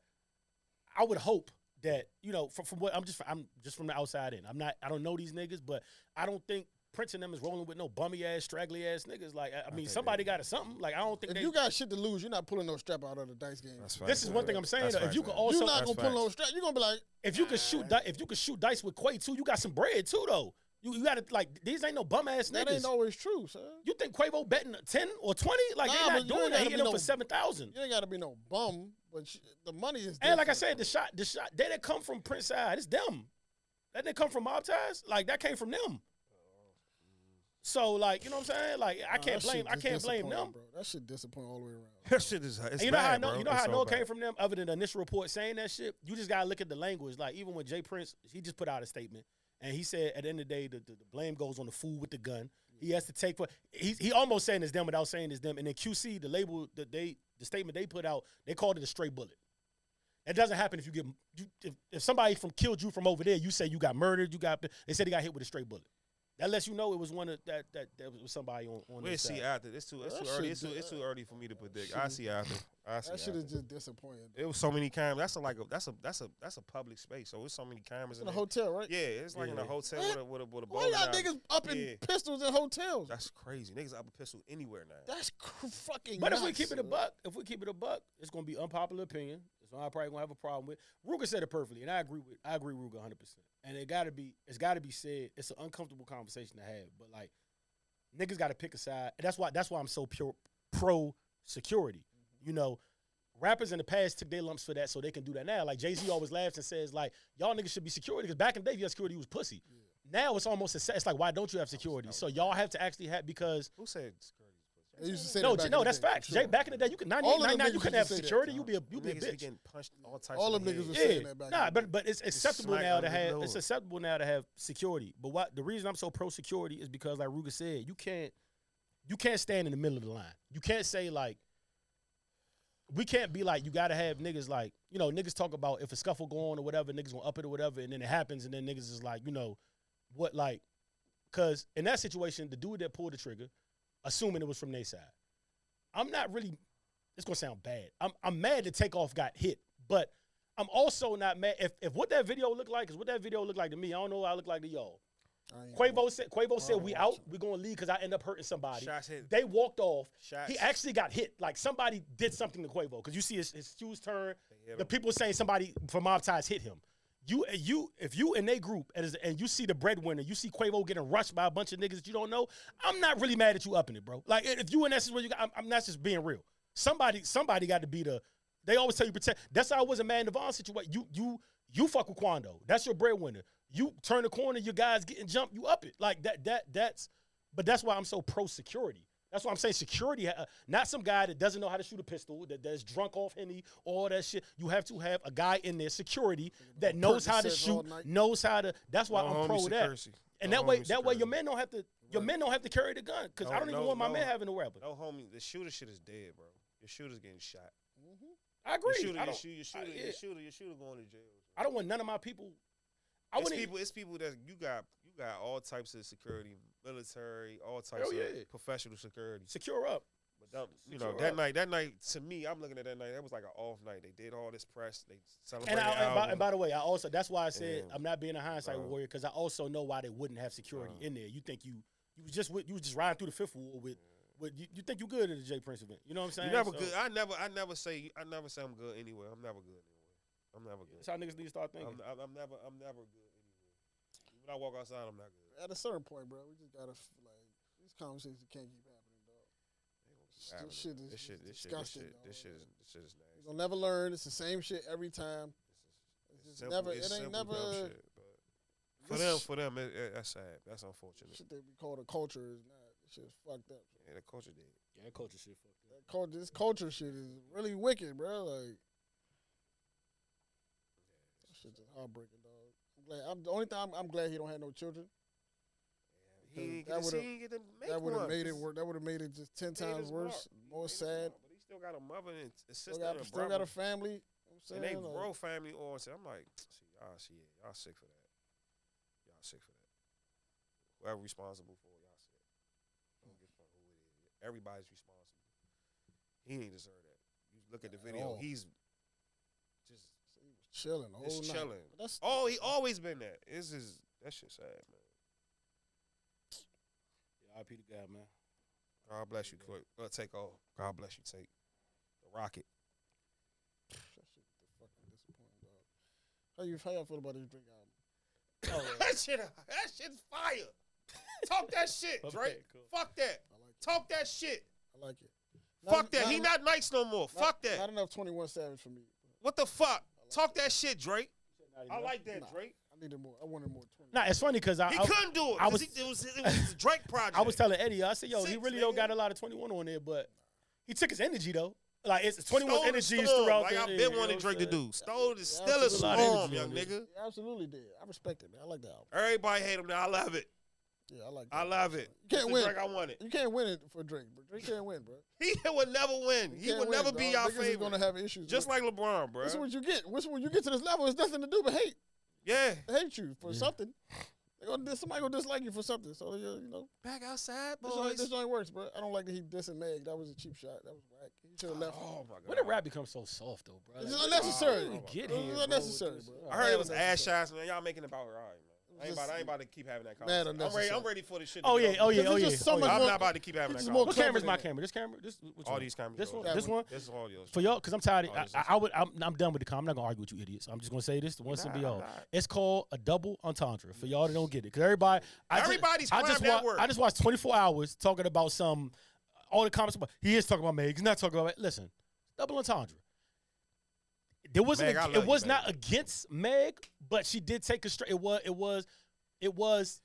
Speaker 3: I would hope that you know from, from what I'm just I'm just from the outside in. I'm not. I don't know these niggas, but I don't think Prince and them is rolling with no bummy ass, straggly ass niggas. Like I, I mean,
Speaker 2: think
Speaker 3: somebody
Speaker 2: they-
Speaker 3: got to something. Like I don't think
Speaker 1: If
Speaker 3: they.
Speaker 1: you got shit to lose, you're not pulling no strap out of the dice game.
Speaker 2: That's
Speaker 3: this is one thing I'm saying. Though, if you could also
Speaker 1: You're not
Speaker 2: That's
Speaker 1: gonna pull no
Speaker 2: facts.
Speaker 1: strap. You're gonna be like.
Speaker 3: if you could shoot di- if you could shoot dice with Quay too, you got some bread too though. You you got to like these ain't no bum ass
Speaker 1: That
Speaker 3: niggas.
Speaker 1: ain't always true, sir.
Speaker 3: you think Quavo betting ten or twenty? Like
Speaker 1: Nah,
Speaker 3: they're
Speaker 1: but
Speaker 3: not
Speaker 1: you
Speaker 3: doing
Speaker 1: ain't
Speaker 3: that.
Speaker 1: gotta
Speaker 3: He
Speaker 1: be
Speaker 3: hitting them
Speaker 1: no-
Speaker 3: for seven thousand.
Speaker 1: You ain't got to be no bum, but sh- the money is.
Speaker 3: And like I
Speaker 1: different.
Speaker 3: said, the shot, the shot, they didn't come from Prince side. It's them. That didn't come from Mob ties. Like that came from
Speaker 1: Oh, mm.
Speaker 3: them. So like, you know what I'm saying? Like I
Speaker 1: Nah,
Speaker 3: can't
Speaker 1: that shit
Speaker 3: blame, I
Speaker 1: just
Speaker 3: can't blame
Speaker 1: disappointing,
Speaker 3: them.
Speaker 1: Bro. That shit disappoint all the way around.
Speaker 2: That shit is. It's
Speaker 3: And you know how I
Speaker 2: bad,
Speaker 3: know,
Speaker 2: bro.
Speaker 3: you know how
Speaker 2: It's
Speaker 3: I know
Speaker 2: so
Speaker 3: it came
Speaker 2: bad.
Speaker 3: from them, other than the initial report saying that shit. You just gotta look at the language. Like even when Jay Prince, he just put out a statement, and he said at the end of the day, the, the, the blame goes on the fool with the gun. He has to take for he he almost saying it's them without saying it's them. And then QC, the label that they the statement they put out, they called it a stray bullet. It doesn't happen if you get you, if, if somebody from killed you from over there. You say you got murdered. You got they said he got hit with a straight bullet. That lets you know it was one of that that, that was somebody on on
Speaker 2: We'll
Speaker 3: this
Speaker 2: see
Speaker 3: side.
Speaker 2: after. It's too. It's
Speaker 1: That
Speaker 2: too early.
Speaker 1: shit
Speaker 2: It's too. It's too early for me to predict. I
Speaker 1: shit-
Speaker 2: see after. I see.
Speaker 1: That shit
Speaker 2: After.
Speaker 1: is just disappointing.
Speaker 2: It was so many cameras. That's a, like a. That's a. That's a. That's a public space. So it's so many cameras
Speaker 1: It's
Speaker 2: in
Speaker 1: in a
Speaker 2: there.
Speaker 1: hotel, right?
Speaker 2: Yeah, it's like in a
Speaker 3: Yeah.
Speaker 2: hotel with a with a with a
Speaker 1: Why
Speaker 2: bowling
Speaker 1: y'all
Speaker 2: alley.
Speaker 1: niggas up in
Speaker 2: Yeah.
Speaker 1: pistols in hotels?
Speaker 2: That's crazy. Niggas up a pistol anywhere now.
Speaker 1: That's cr- fucking.
Speaker 3: But if we
Speaker 1: nuts,
Speaker 3: keep it a
Speaker 1: son.
Speaker 3: buck, if we keep it a buck, it's gonna be unpopular opinion. It's So I probably gonna have a problem with. Ruger said it perfectly, and I agree with I agree with Ruger 100. percent And it gotta be it's gotta be said. It's an uncomfortable conversation to have, but like niggas gotta pick a side. And that's why that's why I'm so pure pro security. You know, rappers in the past took their lumps for that, so they can do that now. Like Jay Z always laughs and says like y'all niggas should be security because back in the day, if you had security, you was pussy.
Speaker 1: Yeah.
Speaker 3: Now it's almost a, sa- it's like why don't you have security?
Speaker 2: I was-
Speaker 3: So y'all have to actually have because
Speaker 2: Who said security?
Speaker 1: They used to say
Speaker 3: no,
Speaker 1: that back
Speaker 3: no,
Speaker 1: in
Speaker 3: that's
Speaker 1: the day,
Speaker 3: facts.
Speaker 1: for sure.
Speaker 3: Jay, back in the day, you could 98,
Speaker 1: All of them
Speaker 3: 99, you
Speaker 1: niggas used
Speaker 3: couldn't have
Speaker 1: to say that,
Speaker 3: security.
Speaker 1: Tom.
Speaker 3: You be a you be a
Speaker 2: Niggas be
Speaker 3: bitch.
Speaker 2: getting punched all types.
Speaker 1: All
Speaker 2: of
Speaker 1: them niggas was
Speaker 2: head.
Speaker 1: just saying that back in
Speaker 3: Nah,
Speaker 1: the
Speaker 3: but but it's acceptable
Speaker 2: smack
Speaker 3: now
Speaker 2: on
Speaker 3: to
Speaker 2: the
Speaker 3: have
Speaker 2: nose.
Speaker 3: it's acceptable now to have security. But what the reason I'm so pro security is because like Ruger said, you can't you can't stand in the middle of the line. You can't say like we can't be like you gotta have niggas like, you know, niggas talk about if a scuffle go on or whatever, niggas gonna up it or whatever, and then it happens and then niggas is like, you know, what like cause in that situation, the dude that pulled the trigger, assuming it was from their side. I'm not really it's gonna sound bad. I'm I'm mad that takeoff got hit, but I'm also not mad if, if what that video looked like is what that video looked like to me. I don't know what I look like to y'all.
Speaker 1: I ain't gonna-
Speaker 3: Quavo said Quavo said
Speaker 2: don't
Speaker 3: we
Speaker 2: watch
Speaker 3: out,
Speaker 2: it.
Speaker 3: we're gonna leave because I end up hurting somebody.
Speaker 2: Shots hit.
Speaker 3: They walked off.
Speaker 2: Shots.
Speaker 3: He actually got hit. Like somebody did something to Quavo because you see his, his shoes turn.
Speaker 2: They hit
Speaker 3: The
Speaker 2: him.
Speaker 3: people saying somebody from Mob Ties hit him. You you if you in they group and, is- and you see the breadwinner, you see Quavo getting rushed by a bunch of niggas that you don't know. I'm not really mad at you upping it, bro. Like if you in that situation, I'm, I'm that's just being real. Somebody somebody got to be the. They always tell you protect. That's how I was a man in Devon situation. You you you fuck with Quando. That's your breadwinner. You turn the corner, your guys getting jumped. You up it like that. That that's. But that's why I'm so pro security. That's why I'm saying security, uh, not some guy that doesn't know how to shoot a pistol, that, that's drunk off henny, all that shit. You have to have a guy in there, security, that knows how to
Speaker 1: Percocets all
Speaker 3: shoot,
Speaker 1: night.
Speaker 3: knows how to. That's why
Speaker 2: No
Speaker 3: I'm
Speaker 2: homie
Speaker 3: pro that.
Speaker 2: security.
Speaker 3: And
Speaker 2: No
Speaker 3: that way,
Speaker 2: homie
Speaker 3: that way, your
Speaker 2: security.
Speaker 3: men don't have to. Your
Speaker 2: Right.
Speaker 3: men don't have to carry the gun because I
Speaker 2: No,
Speaker 3: don't even
Speaker 2: no,
Speaker 3: want my
Speaker 2: no.
Speaker 3: men having a weapon.
Speaker 2: No, homie, the shooter shit is dead, bro. Your shooter's getting shot.
Speaker 1: Mhm.
Speaker 3: I agree.
Speaker 2: Your shooter,
Speaker 3: I,
Speaker 2: your
Speaker 3: don't,
Speaker 2: shooter, your shooter,
Speaker 3: yeah.
Speaker 2: your shooter, your shooter going to jail.
Speaker 3: I don't want none of my people. I
Speaker 2: it's
Speaker 3: wouldn't.
Speaker 2: people. It's people that you got. You got all types of security, military, all types
Speaker 3: Hell yeah.
Speaker 2: of professional security.
Speaker 3: secure up.
Speaker 2: But that, you
Speaker 3: Secure
Speaker 2: know that
Speaker 3: up.
Speaker 2: night, that night to me, I'm looking at that night. That was like an off night. They did all this press. They
Speaker 3: And,
Speaker 2: celebrated.
Speaker 3: I, and, by,
Speaker 2: album.
Speaker 3: and by the way, I also that's why I said
Speaker 2: And,
Speaker 3: I'm not being a hindsight
Speaker 2: bro.
Speaker 3: warrior because I also know why they wouldn't have security
Speaker 2: Bro.
Speaker 3: in there. You think you you was just with- you was just riding through the fifth ward with with you, you think you good at the Jay Prince event. You know what I'm saying?
Speaker 2: you never
Speaker 3: So,
Speaker 2: good. I never. I never say. I never say I'm good anywhere. I'm never good anywhere. I'm never
Speaker 3: That's
Speaker 2: good.
Speaker 3: how niggas need to start thinking.
Speaker 2: I'm, I'm, I'm never. I'm never good anywhere. When I walk outside, I'm not good.
Speaker 1: At a certain point, bro, we just gotta f- like these conversations can't keep happening, dog. This
Speaker 2: I don't know.
Speaker 1: shit is-
Speaker 2: This shit.
Speaker 1: is
Speaker 2: This shit. This
Speaker 1: disgusting,
Speaker 2: shit. This
Speaker 1: dog.
Speaker 2: shit is. This shit is
Speaker 1: You
Speaker 2: nasty.
Speaker 1: gonna never learn. It's the same shit every time. It's just
Speaker 2: Simple-
Speaker 1: never.
Speaker 2: it's
Speaker 1: it ain't
Speaker 2: simple dumb
Speaker 1: never.
Speaker 2: shit, but for
Speaker 1: this
Speaker 2: them,
Speaker 1: sh-
Speaker 2: for them, it, it, that's sad. That's unfortunate.
Speaker 1: shit that we call the culture is not. This shit's fucked up.
Speaker 2: Yeah, the culture did.
Speaker 3: yeah, that culture shit. Fucked
Speaker 1: That culture, this culture shit is really wicked, bro. Like, that shit just heartbreaking, dog. I'm glad. I'm the only thing. I'm, I'm glad he don't have no children. Because
Speaker 2: He ain't
Speaker 1: that
Speaker 2: get, to-
Speaker 1: would've-
Speaker 2: he ain't get to make
Speaker 1: that would have
Speaker 2: one.
Speaker 1: made it
Speaker 2: It's-
Speaker 1: worse. That would have made it just ten
Speaker 2: made
Speaker 1: times
Speaker 2: his
Speaker 1: worse,
Speaker 2: mark. He
Speaker 1: more
Speaker 2: made his
Speaker 1: sad.
Speaker 2: mark, But he still got a mother and a sister
Speaker 1: Still got,
Speaker 2: and a
Speaker 1: still got
Speaker 2: brother.
Speaker 1: a family. You know what
Speaker 2: and
Speaker 1: I'm
Speaker 2: they
Speaker 1: saying? Like,
Speaker 2: grow family on. So I'm like, see, y'all, see, y'all sick for that. Y'all sick for that. Whoever responsible for it, y'all sick. I don't give a fuck who it is. Everybody's responsible. He ain't deserve that. You look at the
Speaker 1: At
Speaker 2: video.
Speaker 1: all.
Speaker 2: He's just
Speaker 1: so he was chilling the whole
Speaker 2: it's
Speaker 1: night.
Speaker 2: chilling.
Speaker 1: But That's
Speaker 2: Oh, he always been that. This is that shit sad, man.
Speaker 3: up. Yeah, IP the guy, man.
Speaker 2: God bless you, quick. Uh, take off. God bless you, take the rocket.
Speaker 1: That shit was fucking disappointing, dog. How you how y'all feel about this Drake album?
Speaker 2: that shit, that shit's fire. Talk that shit,
Speaker 3: Okay,
Speaker 2: Drake.
Speaker 3: cool.
Speaker 2: Fuck that.
Speaker 1: I like it.
Speaker 2: Talk that shit.
Speaker 1: I like it.
Speaker 2: fuck that. he
Speaker 1: enou-
Speaker 2: not nice no more.
Speaker 1: not-
Speaker 2: fuck that.
Speaker 1: Not enough Twenty One Savage for me.
Speaker 2: what the fuck?
Speaker 1: like
Speaker 2: Talk that shit, Drake. I like that,
Speaker 1: Nah.
Speaker 2: Drake.
Speaker 1: I needed more. I wanted more Twenty.
Speaker 3: Nah, it's funny because I,
Speaker 2: He
Speaker 3: I
Speaker 2: couldn't do it.
Speaker 3: I
Speaker 2: 'cause
Speaker 3: was-
Speaker 2: he- it was it was the Drake project.
Speaker 3: I was telling Eddie, I said, yo, he
Speaker 2: Six,
Speaker 3: really don't
Speaker 2: nigga.
Speaker 3: got a lot of 21 on there, but he took his energy though. Like it's 21
Speaker 2: Stole the
Speaker 3: energy
Speaker 2: storm,
Speaker 3: throughout.
Speaker 2: Like
Speaker 3: the-
Speaker 2: I've
Speaker 3: yeah,
Speaker 2: been
Speaker 3: you know
Speaker 2: wanting
Speaker 3: what
Speaker 2: Drake
Speaker 3: I'm
Speaker 2: to
Speaker 3: saying?
Speaker 2: do. Stole the
Speaker 1: Yeah,
Speaker 2: still a
Speaker 1: absolutely. A lot of
Speaker 2: storm,
Speaker 3: energy
Speaker 2: young
Speaker 3: on this.
Speaker 2: nigga.
Speaker 1: He absolutely did. I respect it, man. I like the album.
Speaker 2: Everybody hate him now. I love it.
Speaker 1: Yeah, I like.
Speaker 2: I
Speaker 1: that.
Speaker 2: love it.
Speaker 1: You
Speaker 2: That's
Speaker 1: can't
Speaker 2: the
Speaker 1: win.
Speaker 2: Drake I want it.
Speaker 1: You can't win it for Drake, bro. Drake can't win, bro.
Speaker 2: He would never win. He
Speaker 1: can't
Speaker 2: would
Speaker 1: win,
Speaker 2: never be
Speaker 1: dog.
Speaker 2: your
Speaker 1: Niggas is gonna
Speaker 2: favorite.
Speaker 1: have issues.
Speaker 2: Just like LeBron, bro.
Speaker 1: This is what you get. This is when you get to this level, it's nothing to do but hate.
Speaker 2: Yeah.
Speaker 1: Hate you for
Speaker 3: Yeah.
Speaker 1: something. They gonna dis- somebody gonna dislike you for something. So you you know,
Speaker 2: Back outside,
Speaker 1: this joint, this
Speaker 2: boys.
Speaker 1: joint works, bro. I don't like that he dissing Meg. That was a cheap shot. That was whack. He should have left.
Speaker 2: Oh my god.
Speaker 3: When did rap become so soft though, bro?
Speaker 1: It's
Speaker 3: Like,
Speaker 1: unnecessary.
Speaker 3: where did we
Speaker 1: It
Speaker 3: Get
Speaker 1: was
Speaker 3: here, bro, with
Speaker 1: unnecessary,
Speaker 3: this?
Speaker 1: bro.
Speaker 2: I heard
Speaker 1: Yeah,
Speaker 2: it was
Speaker 1: that's
Speaker 2: ass shots, man. Y'all making it about right, man.
Speaker 1: It
Speaker 2: I ain't,
Speaker 1: just-
Speaker 2: about, I ain't about to keep having
Speaker 1: Mad
Speaker 2: that conversation. I'm ready, I'm
Speaker 1: unnecessary.
Speaker 2: ready for this shit. to
Speaker 3: Oh
Speaker 2: get
Speaker 3: yeah,
Speaker 2: over
Speaker 3: oh
Speaker 2: with.
Speaker 3: yeah,
Speaker 1: Because
Speaker 3: oh
Speaker 1: it's
Speaker 3: yeah.
Speaker 1: just so
Speaker 3: oh,
Speaker 1: much
Speaker 3: yeah.
Speaker 1: more-
Speaker 2: I'm not about to keep having that
Speaker 1: it's more
Speaker 2: conversation.
Speaker 3: What camera's my
Speaker 1: confident.
Speaker 3: camera? This camera? This which
Speaker 2: All
Speaker 3: one?
Speaker 2: these cameras.
Speaker 3: This
Speaker 2: are
Speaker 3: one?
Speaker 2: over.
Speaker 3: This one?
Speaker 2: This is all yours.
Speaker 3: for y'all, because I'm tired. Of,
Speaker 2: Oh,
Speaker 3: I,
Speaker 2: this
Speaker 3: I,
Speaker 2: is-
Speaker 3: I would. I'm, I'm done with the com. I'm not gonna argue with you idiots. I'm just gonna say this once and be
Speaker 2: Nah,
Speaker 3: all.
Speaker 2: nah.
Speaker 3: It's called a double entendre for y'all that don't get it. Because everybody, I
Speaker 2: Everybody's
Speaker 3: just, I just
Speaker 2: crime
Speaker 3: wa-
Speaker 2: network.
Speaker 3: I just watched 24 hours talking about some all the comments about he is talking about Meg. He's not talking about listen, double entendre. There wasn't.
Speaker 2: Meg, I
Speaker 3: a-
Speaker 2: love
Speaker 3: it
Speaker 2: you,
Speaker 3: was
Speaker 2: Meg.
Speaker 3: not against Meg, but she did take a straight. It was. It was. It was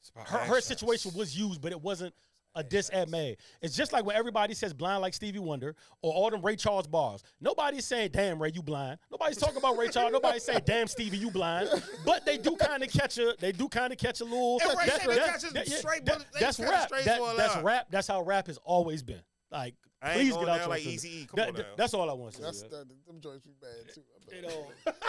Speaker 2: It's about
Speaker 3: her,
Speaker 2: ass
Speaker 3: her
Speaker 2: shots.
Speaker 3: situation was used, but it wasn't a
Speaker 2: Ass
Speaker 3: diss at
Speaker 2: shots.
Speaker 3: Meg. It's just like when everybody says blind like Stevie Wonder or all them Ray Charles bars. Nobody's saying, damn, Ray, you blind. Nobody's talking about Ray Charles. Nobody's saying, damn, Stevie, you blind. But they do kind of catch a, they do kind of catch a little.
Speaker 2: And Ray
Speaker 3: that-
Speaker 2: said they
Speaker 3: that-
Speaker 2: catch his
Speaker 3: that- yeah,
Speaker 2: straight
Speaker 3: that-
Speaker 2: bullet- they
Speaker 3: That's
Speaker 2: catch a
Speaker 3: rap.
Speaker 2: straight
Speaker 3: That-
Speaker 2: bullet
Speaker 3: That's
Speaker 2: line.
Speaker 3: rap. That's how rap has always been. Like,
Speaker 2: I ain't
Speaker 3: please
Speaker 2: going
Speaker 3: get out
Speaker 2: down
Speaker 3: your
Speaker 2: like
Speaker 3: system.
Speaker 2: Eazy-E. Come
Speaker 3: That-
Speaker 2: on
Speaker 3: that-
Speaker 2: now.
Speaker 3: That's all I want to
Speaker 1: That's
Speaker 3: say. yeah.
Speaker 1: that, them joints be bad too. I
Speaker 3: They
Speaker 1: bet.
Speaker 3: don't-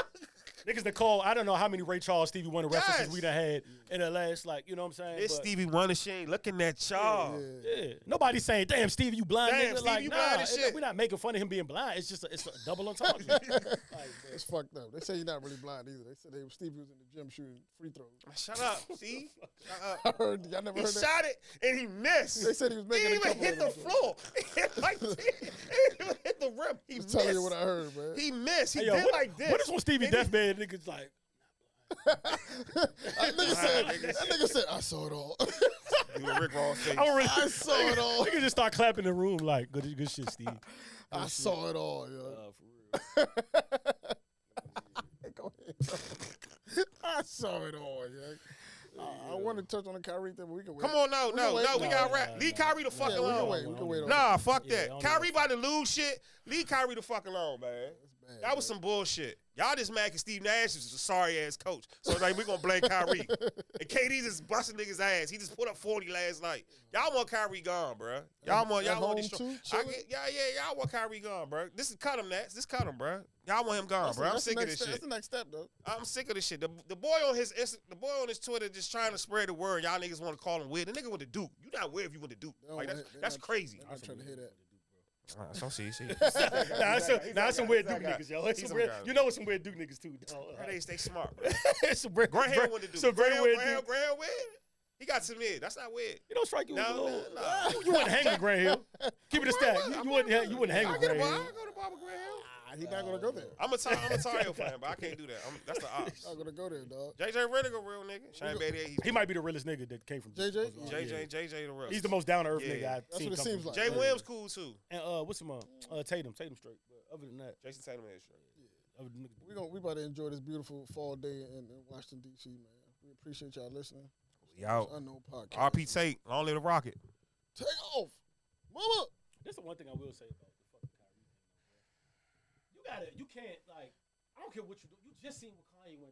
Speaker 3: Niggas that call, I don't know how many Ray Charles, Stevie Wonder references
Speaker 2: Yes.
Speaker 3: we done had in the last, like, you know what I'm saying?
Speaker 2: This
Speaker 3: But-
Speaker 2: Stevie Wonder shit ain't looking at y'all.
Speaker 1: Yeah.
Speaker 3: Yeah. Nobody's saying, "Damn, Steve, you blind."
Speaker 2: Damn,
Speaker 3: nigga."
Speaker 2: Steve,
Speaker 3: like,
Speaker 2: you
Speaker 3: nah,
Speaker 2: blind as
Speaker 3: it-
Speaker 2: shit.
Speaker 3: we're not making fun of him being blind. It's just a, it's a double entendre. like, man.
Speaker 1: It's fucked up. They say you're not really blind either. They said they Stevie was in the gym shooting free throws.
Speaker 2: Shut up. See? Shut
Speaker 1: I
Speaker 2: up.
Speaker 1: heard y'all never
Speaker 2: He
Speaker 1: heard that.
Speaker 2: shot it and he missed.
Speaker 1: They said he was
Speaker 2: He
Speaker 1: making
Speaker 2: didn't
Speaker 1: a
Speaker 2: even
Speaker 1: couple
Speaker 2: hit
Speaker 1: of
Speaker 2: the
Speaker 1: them joints.
Speaker 2: floor. like, he didn't even hit the rim. He
Speaker 1: I'm
Speaker 2: missed.
Speaker 1: telling you what I heard, man.
Speaker 2: He missed. He
Speaker 3: Hey, yo,
Speaker 2: did
Speaker 3: what,
Speaker 2: like this.
Speaker 3: what is on Stevie
Speaker 2: And he-
Speaker 3: deathbed? Niggas like,
Speaker 1: that nigga said, that nigga said, I saw it all.
Speaker 2: You a Rick Ross face.
Speaker 3: I don't really.
Speaker 1: I saw it all.
Speaker 3: Niggas just start clapping in the room like, "Good, good shit, Steve."
Speaker 1: I saw it all, yo. Go ahead. I saw it all, yo. I- I want to touch on the Kyrie thing, but we can wait.
Speaker 2: Come on, no,
Speaker 1: We
Speaker 2: no,
Speaker 1: can wait.
Speaker 2: no. We
Speaker 1: Nah,
Speaker 2: got to
Speaker 3: nah,
Speaker 2: wrap.
Speaker 3: nah,
Speaker 2: Leave
Speaker 3: nah.
Speaker 2: Kyrie the fuck
Speaker 1: Yeah, we can wait. We
Speaker 2: alone.
Speaker 1: can wait on
Speaker 2: Nah, fuck
Speaker 3: Yeah, I
Speaker 2: that.
Speaker 3: don't know.
Speaker 2: Kyrie about to lose shit. Leave Kyrie the fuck alone, man.
Speaker 1: It's bad,
Speaker 2: That was
Speaker 1: man.
Speaker 2: some bullshit. Y'all just mad because Steve Nash is a sorry ass coach. So like we gonna blame Kyrie. and KD just busting niggas ass. He just put up 40 last night. Y'all want Kyrie gone, bruh. Y'all want
Speaker 1: At
Speaker 2: y'all want
Speaker 1: home,
Speaker 2: destroy.
Speaker 1: too?
Speaker 2: I
Speaker 1: Chilling?
Speaker 2: get, yeah, yeah, y'all want Kyrie gone, bruh. This is cut him, Nats. This cut him, bruh. Y'all want him gone,
Speaker 1: That's the-
Speaker 2: bruh. I'm
Speaker 1: that's the
Speaker 2: sick of
Speaker 1: next
Speaker 2: this
Speaker 1: step-
Speaker 2: shit.
Speaker 1: That's the next step, though.
Speaker 2: I'm sick of this shit. The, the boy on his Insta- the boy on his Twitter just trying to spread the word. Y'all niggas want to call him weird. The nigga with the Duke. You not weird if you with the Duke.
Speaker 1: They don't
Speaker 2: Like that's
Speaker 1: want it. They
Speaker 2: that's
Speaker 1: not-
Speaker 2: crazy.
Speaker 1: I'm trying to hear that.
Speaker 2: Uh, so see, see.
Speaker 3: nah, that's some,
Speaker 2: He's
Speaker 3: nah,
Speaker 2: our
Speaker 3: it's some
Speaker 2: guy.
Speaker 3: weird
Speaker 2: He's our
Speaker 3: Duke
Speaker 2: guy.
Speaker 3: niggas, yo. It's
Speaker 2: He's
Speaker 3: some
Speaker 2: our
Speaker 3: weird,
Speaker 2: guy.
Speaker 3: you know, it's some weird Duke niggas too. dog.
Speaker 2: They stay smart. Bro.
Speaker 3: it's some weird,
Speaker 2: Graham
Speaker 3: weird-
Speaker 2: with the Duke.
Speaker 3: Some very
Speaker 2: Graham,
Speaker 3: weird
Speaker 2: Graham,
Speaker 3: Duke.
Speaker 2: Graham with. He got some mid. That's not weird.
Speaker 3: You don't strike you. as a
Speaker 2: No,
Speaker 3: little,
Speaker 2: no, no.
Speaker 3: You, you wouldn't hang with Graham Hill. Keep it a stack. You, you wouldn't. hang- You wouldn't hang
Speaker 2: I
Speaker 3: with
Speaker 2: get a
Speaker 3: Graham
Speaker 2: bar.
Speaker 3: Hill.
Speaker 2: I go to Barbara Graham.
Speaker 1: Ah, he's not gonna go there.
Speaker 2: I'm a tar- I'm a Tario fan, but I can't do that. I'm, that's the ops.
Speaker 1: Not gonna go there, dog.
Speaker 2: JJ Redick a real nigga. Shane Battier. He's
Speaker 3: He might be the realest nigga that came from
Speaker 1: JJ?
Speaker 3: was-
Speaker 2: JJ. JJ the real.
Speaker 3: He's the most down to earth
Speaker 2: Yeah.
Speaker 3: nigga I've
Speaker 1: That's
Speaker 3: seen.
Speaker 1: what it
Speaker 3: come
Speaker 1: seems
Speaker 3: from.
Speaker 1: like.
Speaker 2: Jay Williams cool too.
Speaker 3: And uh, what's him? Uh, uh, Tatum. Tatum straight. But other than that,
Speaker 2: Jason Tatum is.
Speaker 3: other than niggas,
Speaker 1: We gonna we about to enjoy this beautiful fall day in, in Washington D.C., man. We appreciate y'all listening.
Speaker 2: Yo,
Speaker 1: Unknown podcast.
Speaker 2: RP Tate. Long live the Rocket.
Speaker 1: Take off, mama.
Speaker 3: That's the one thing I will say about the fucking Kyrie. thing, bro. You gotta. You can't like. I don't care what you do. You just seen what Kanye went.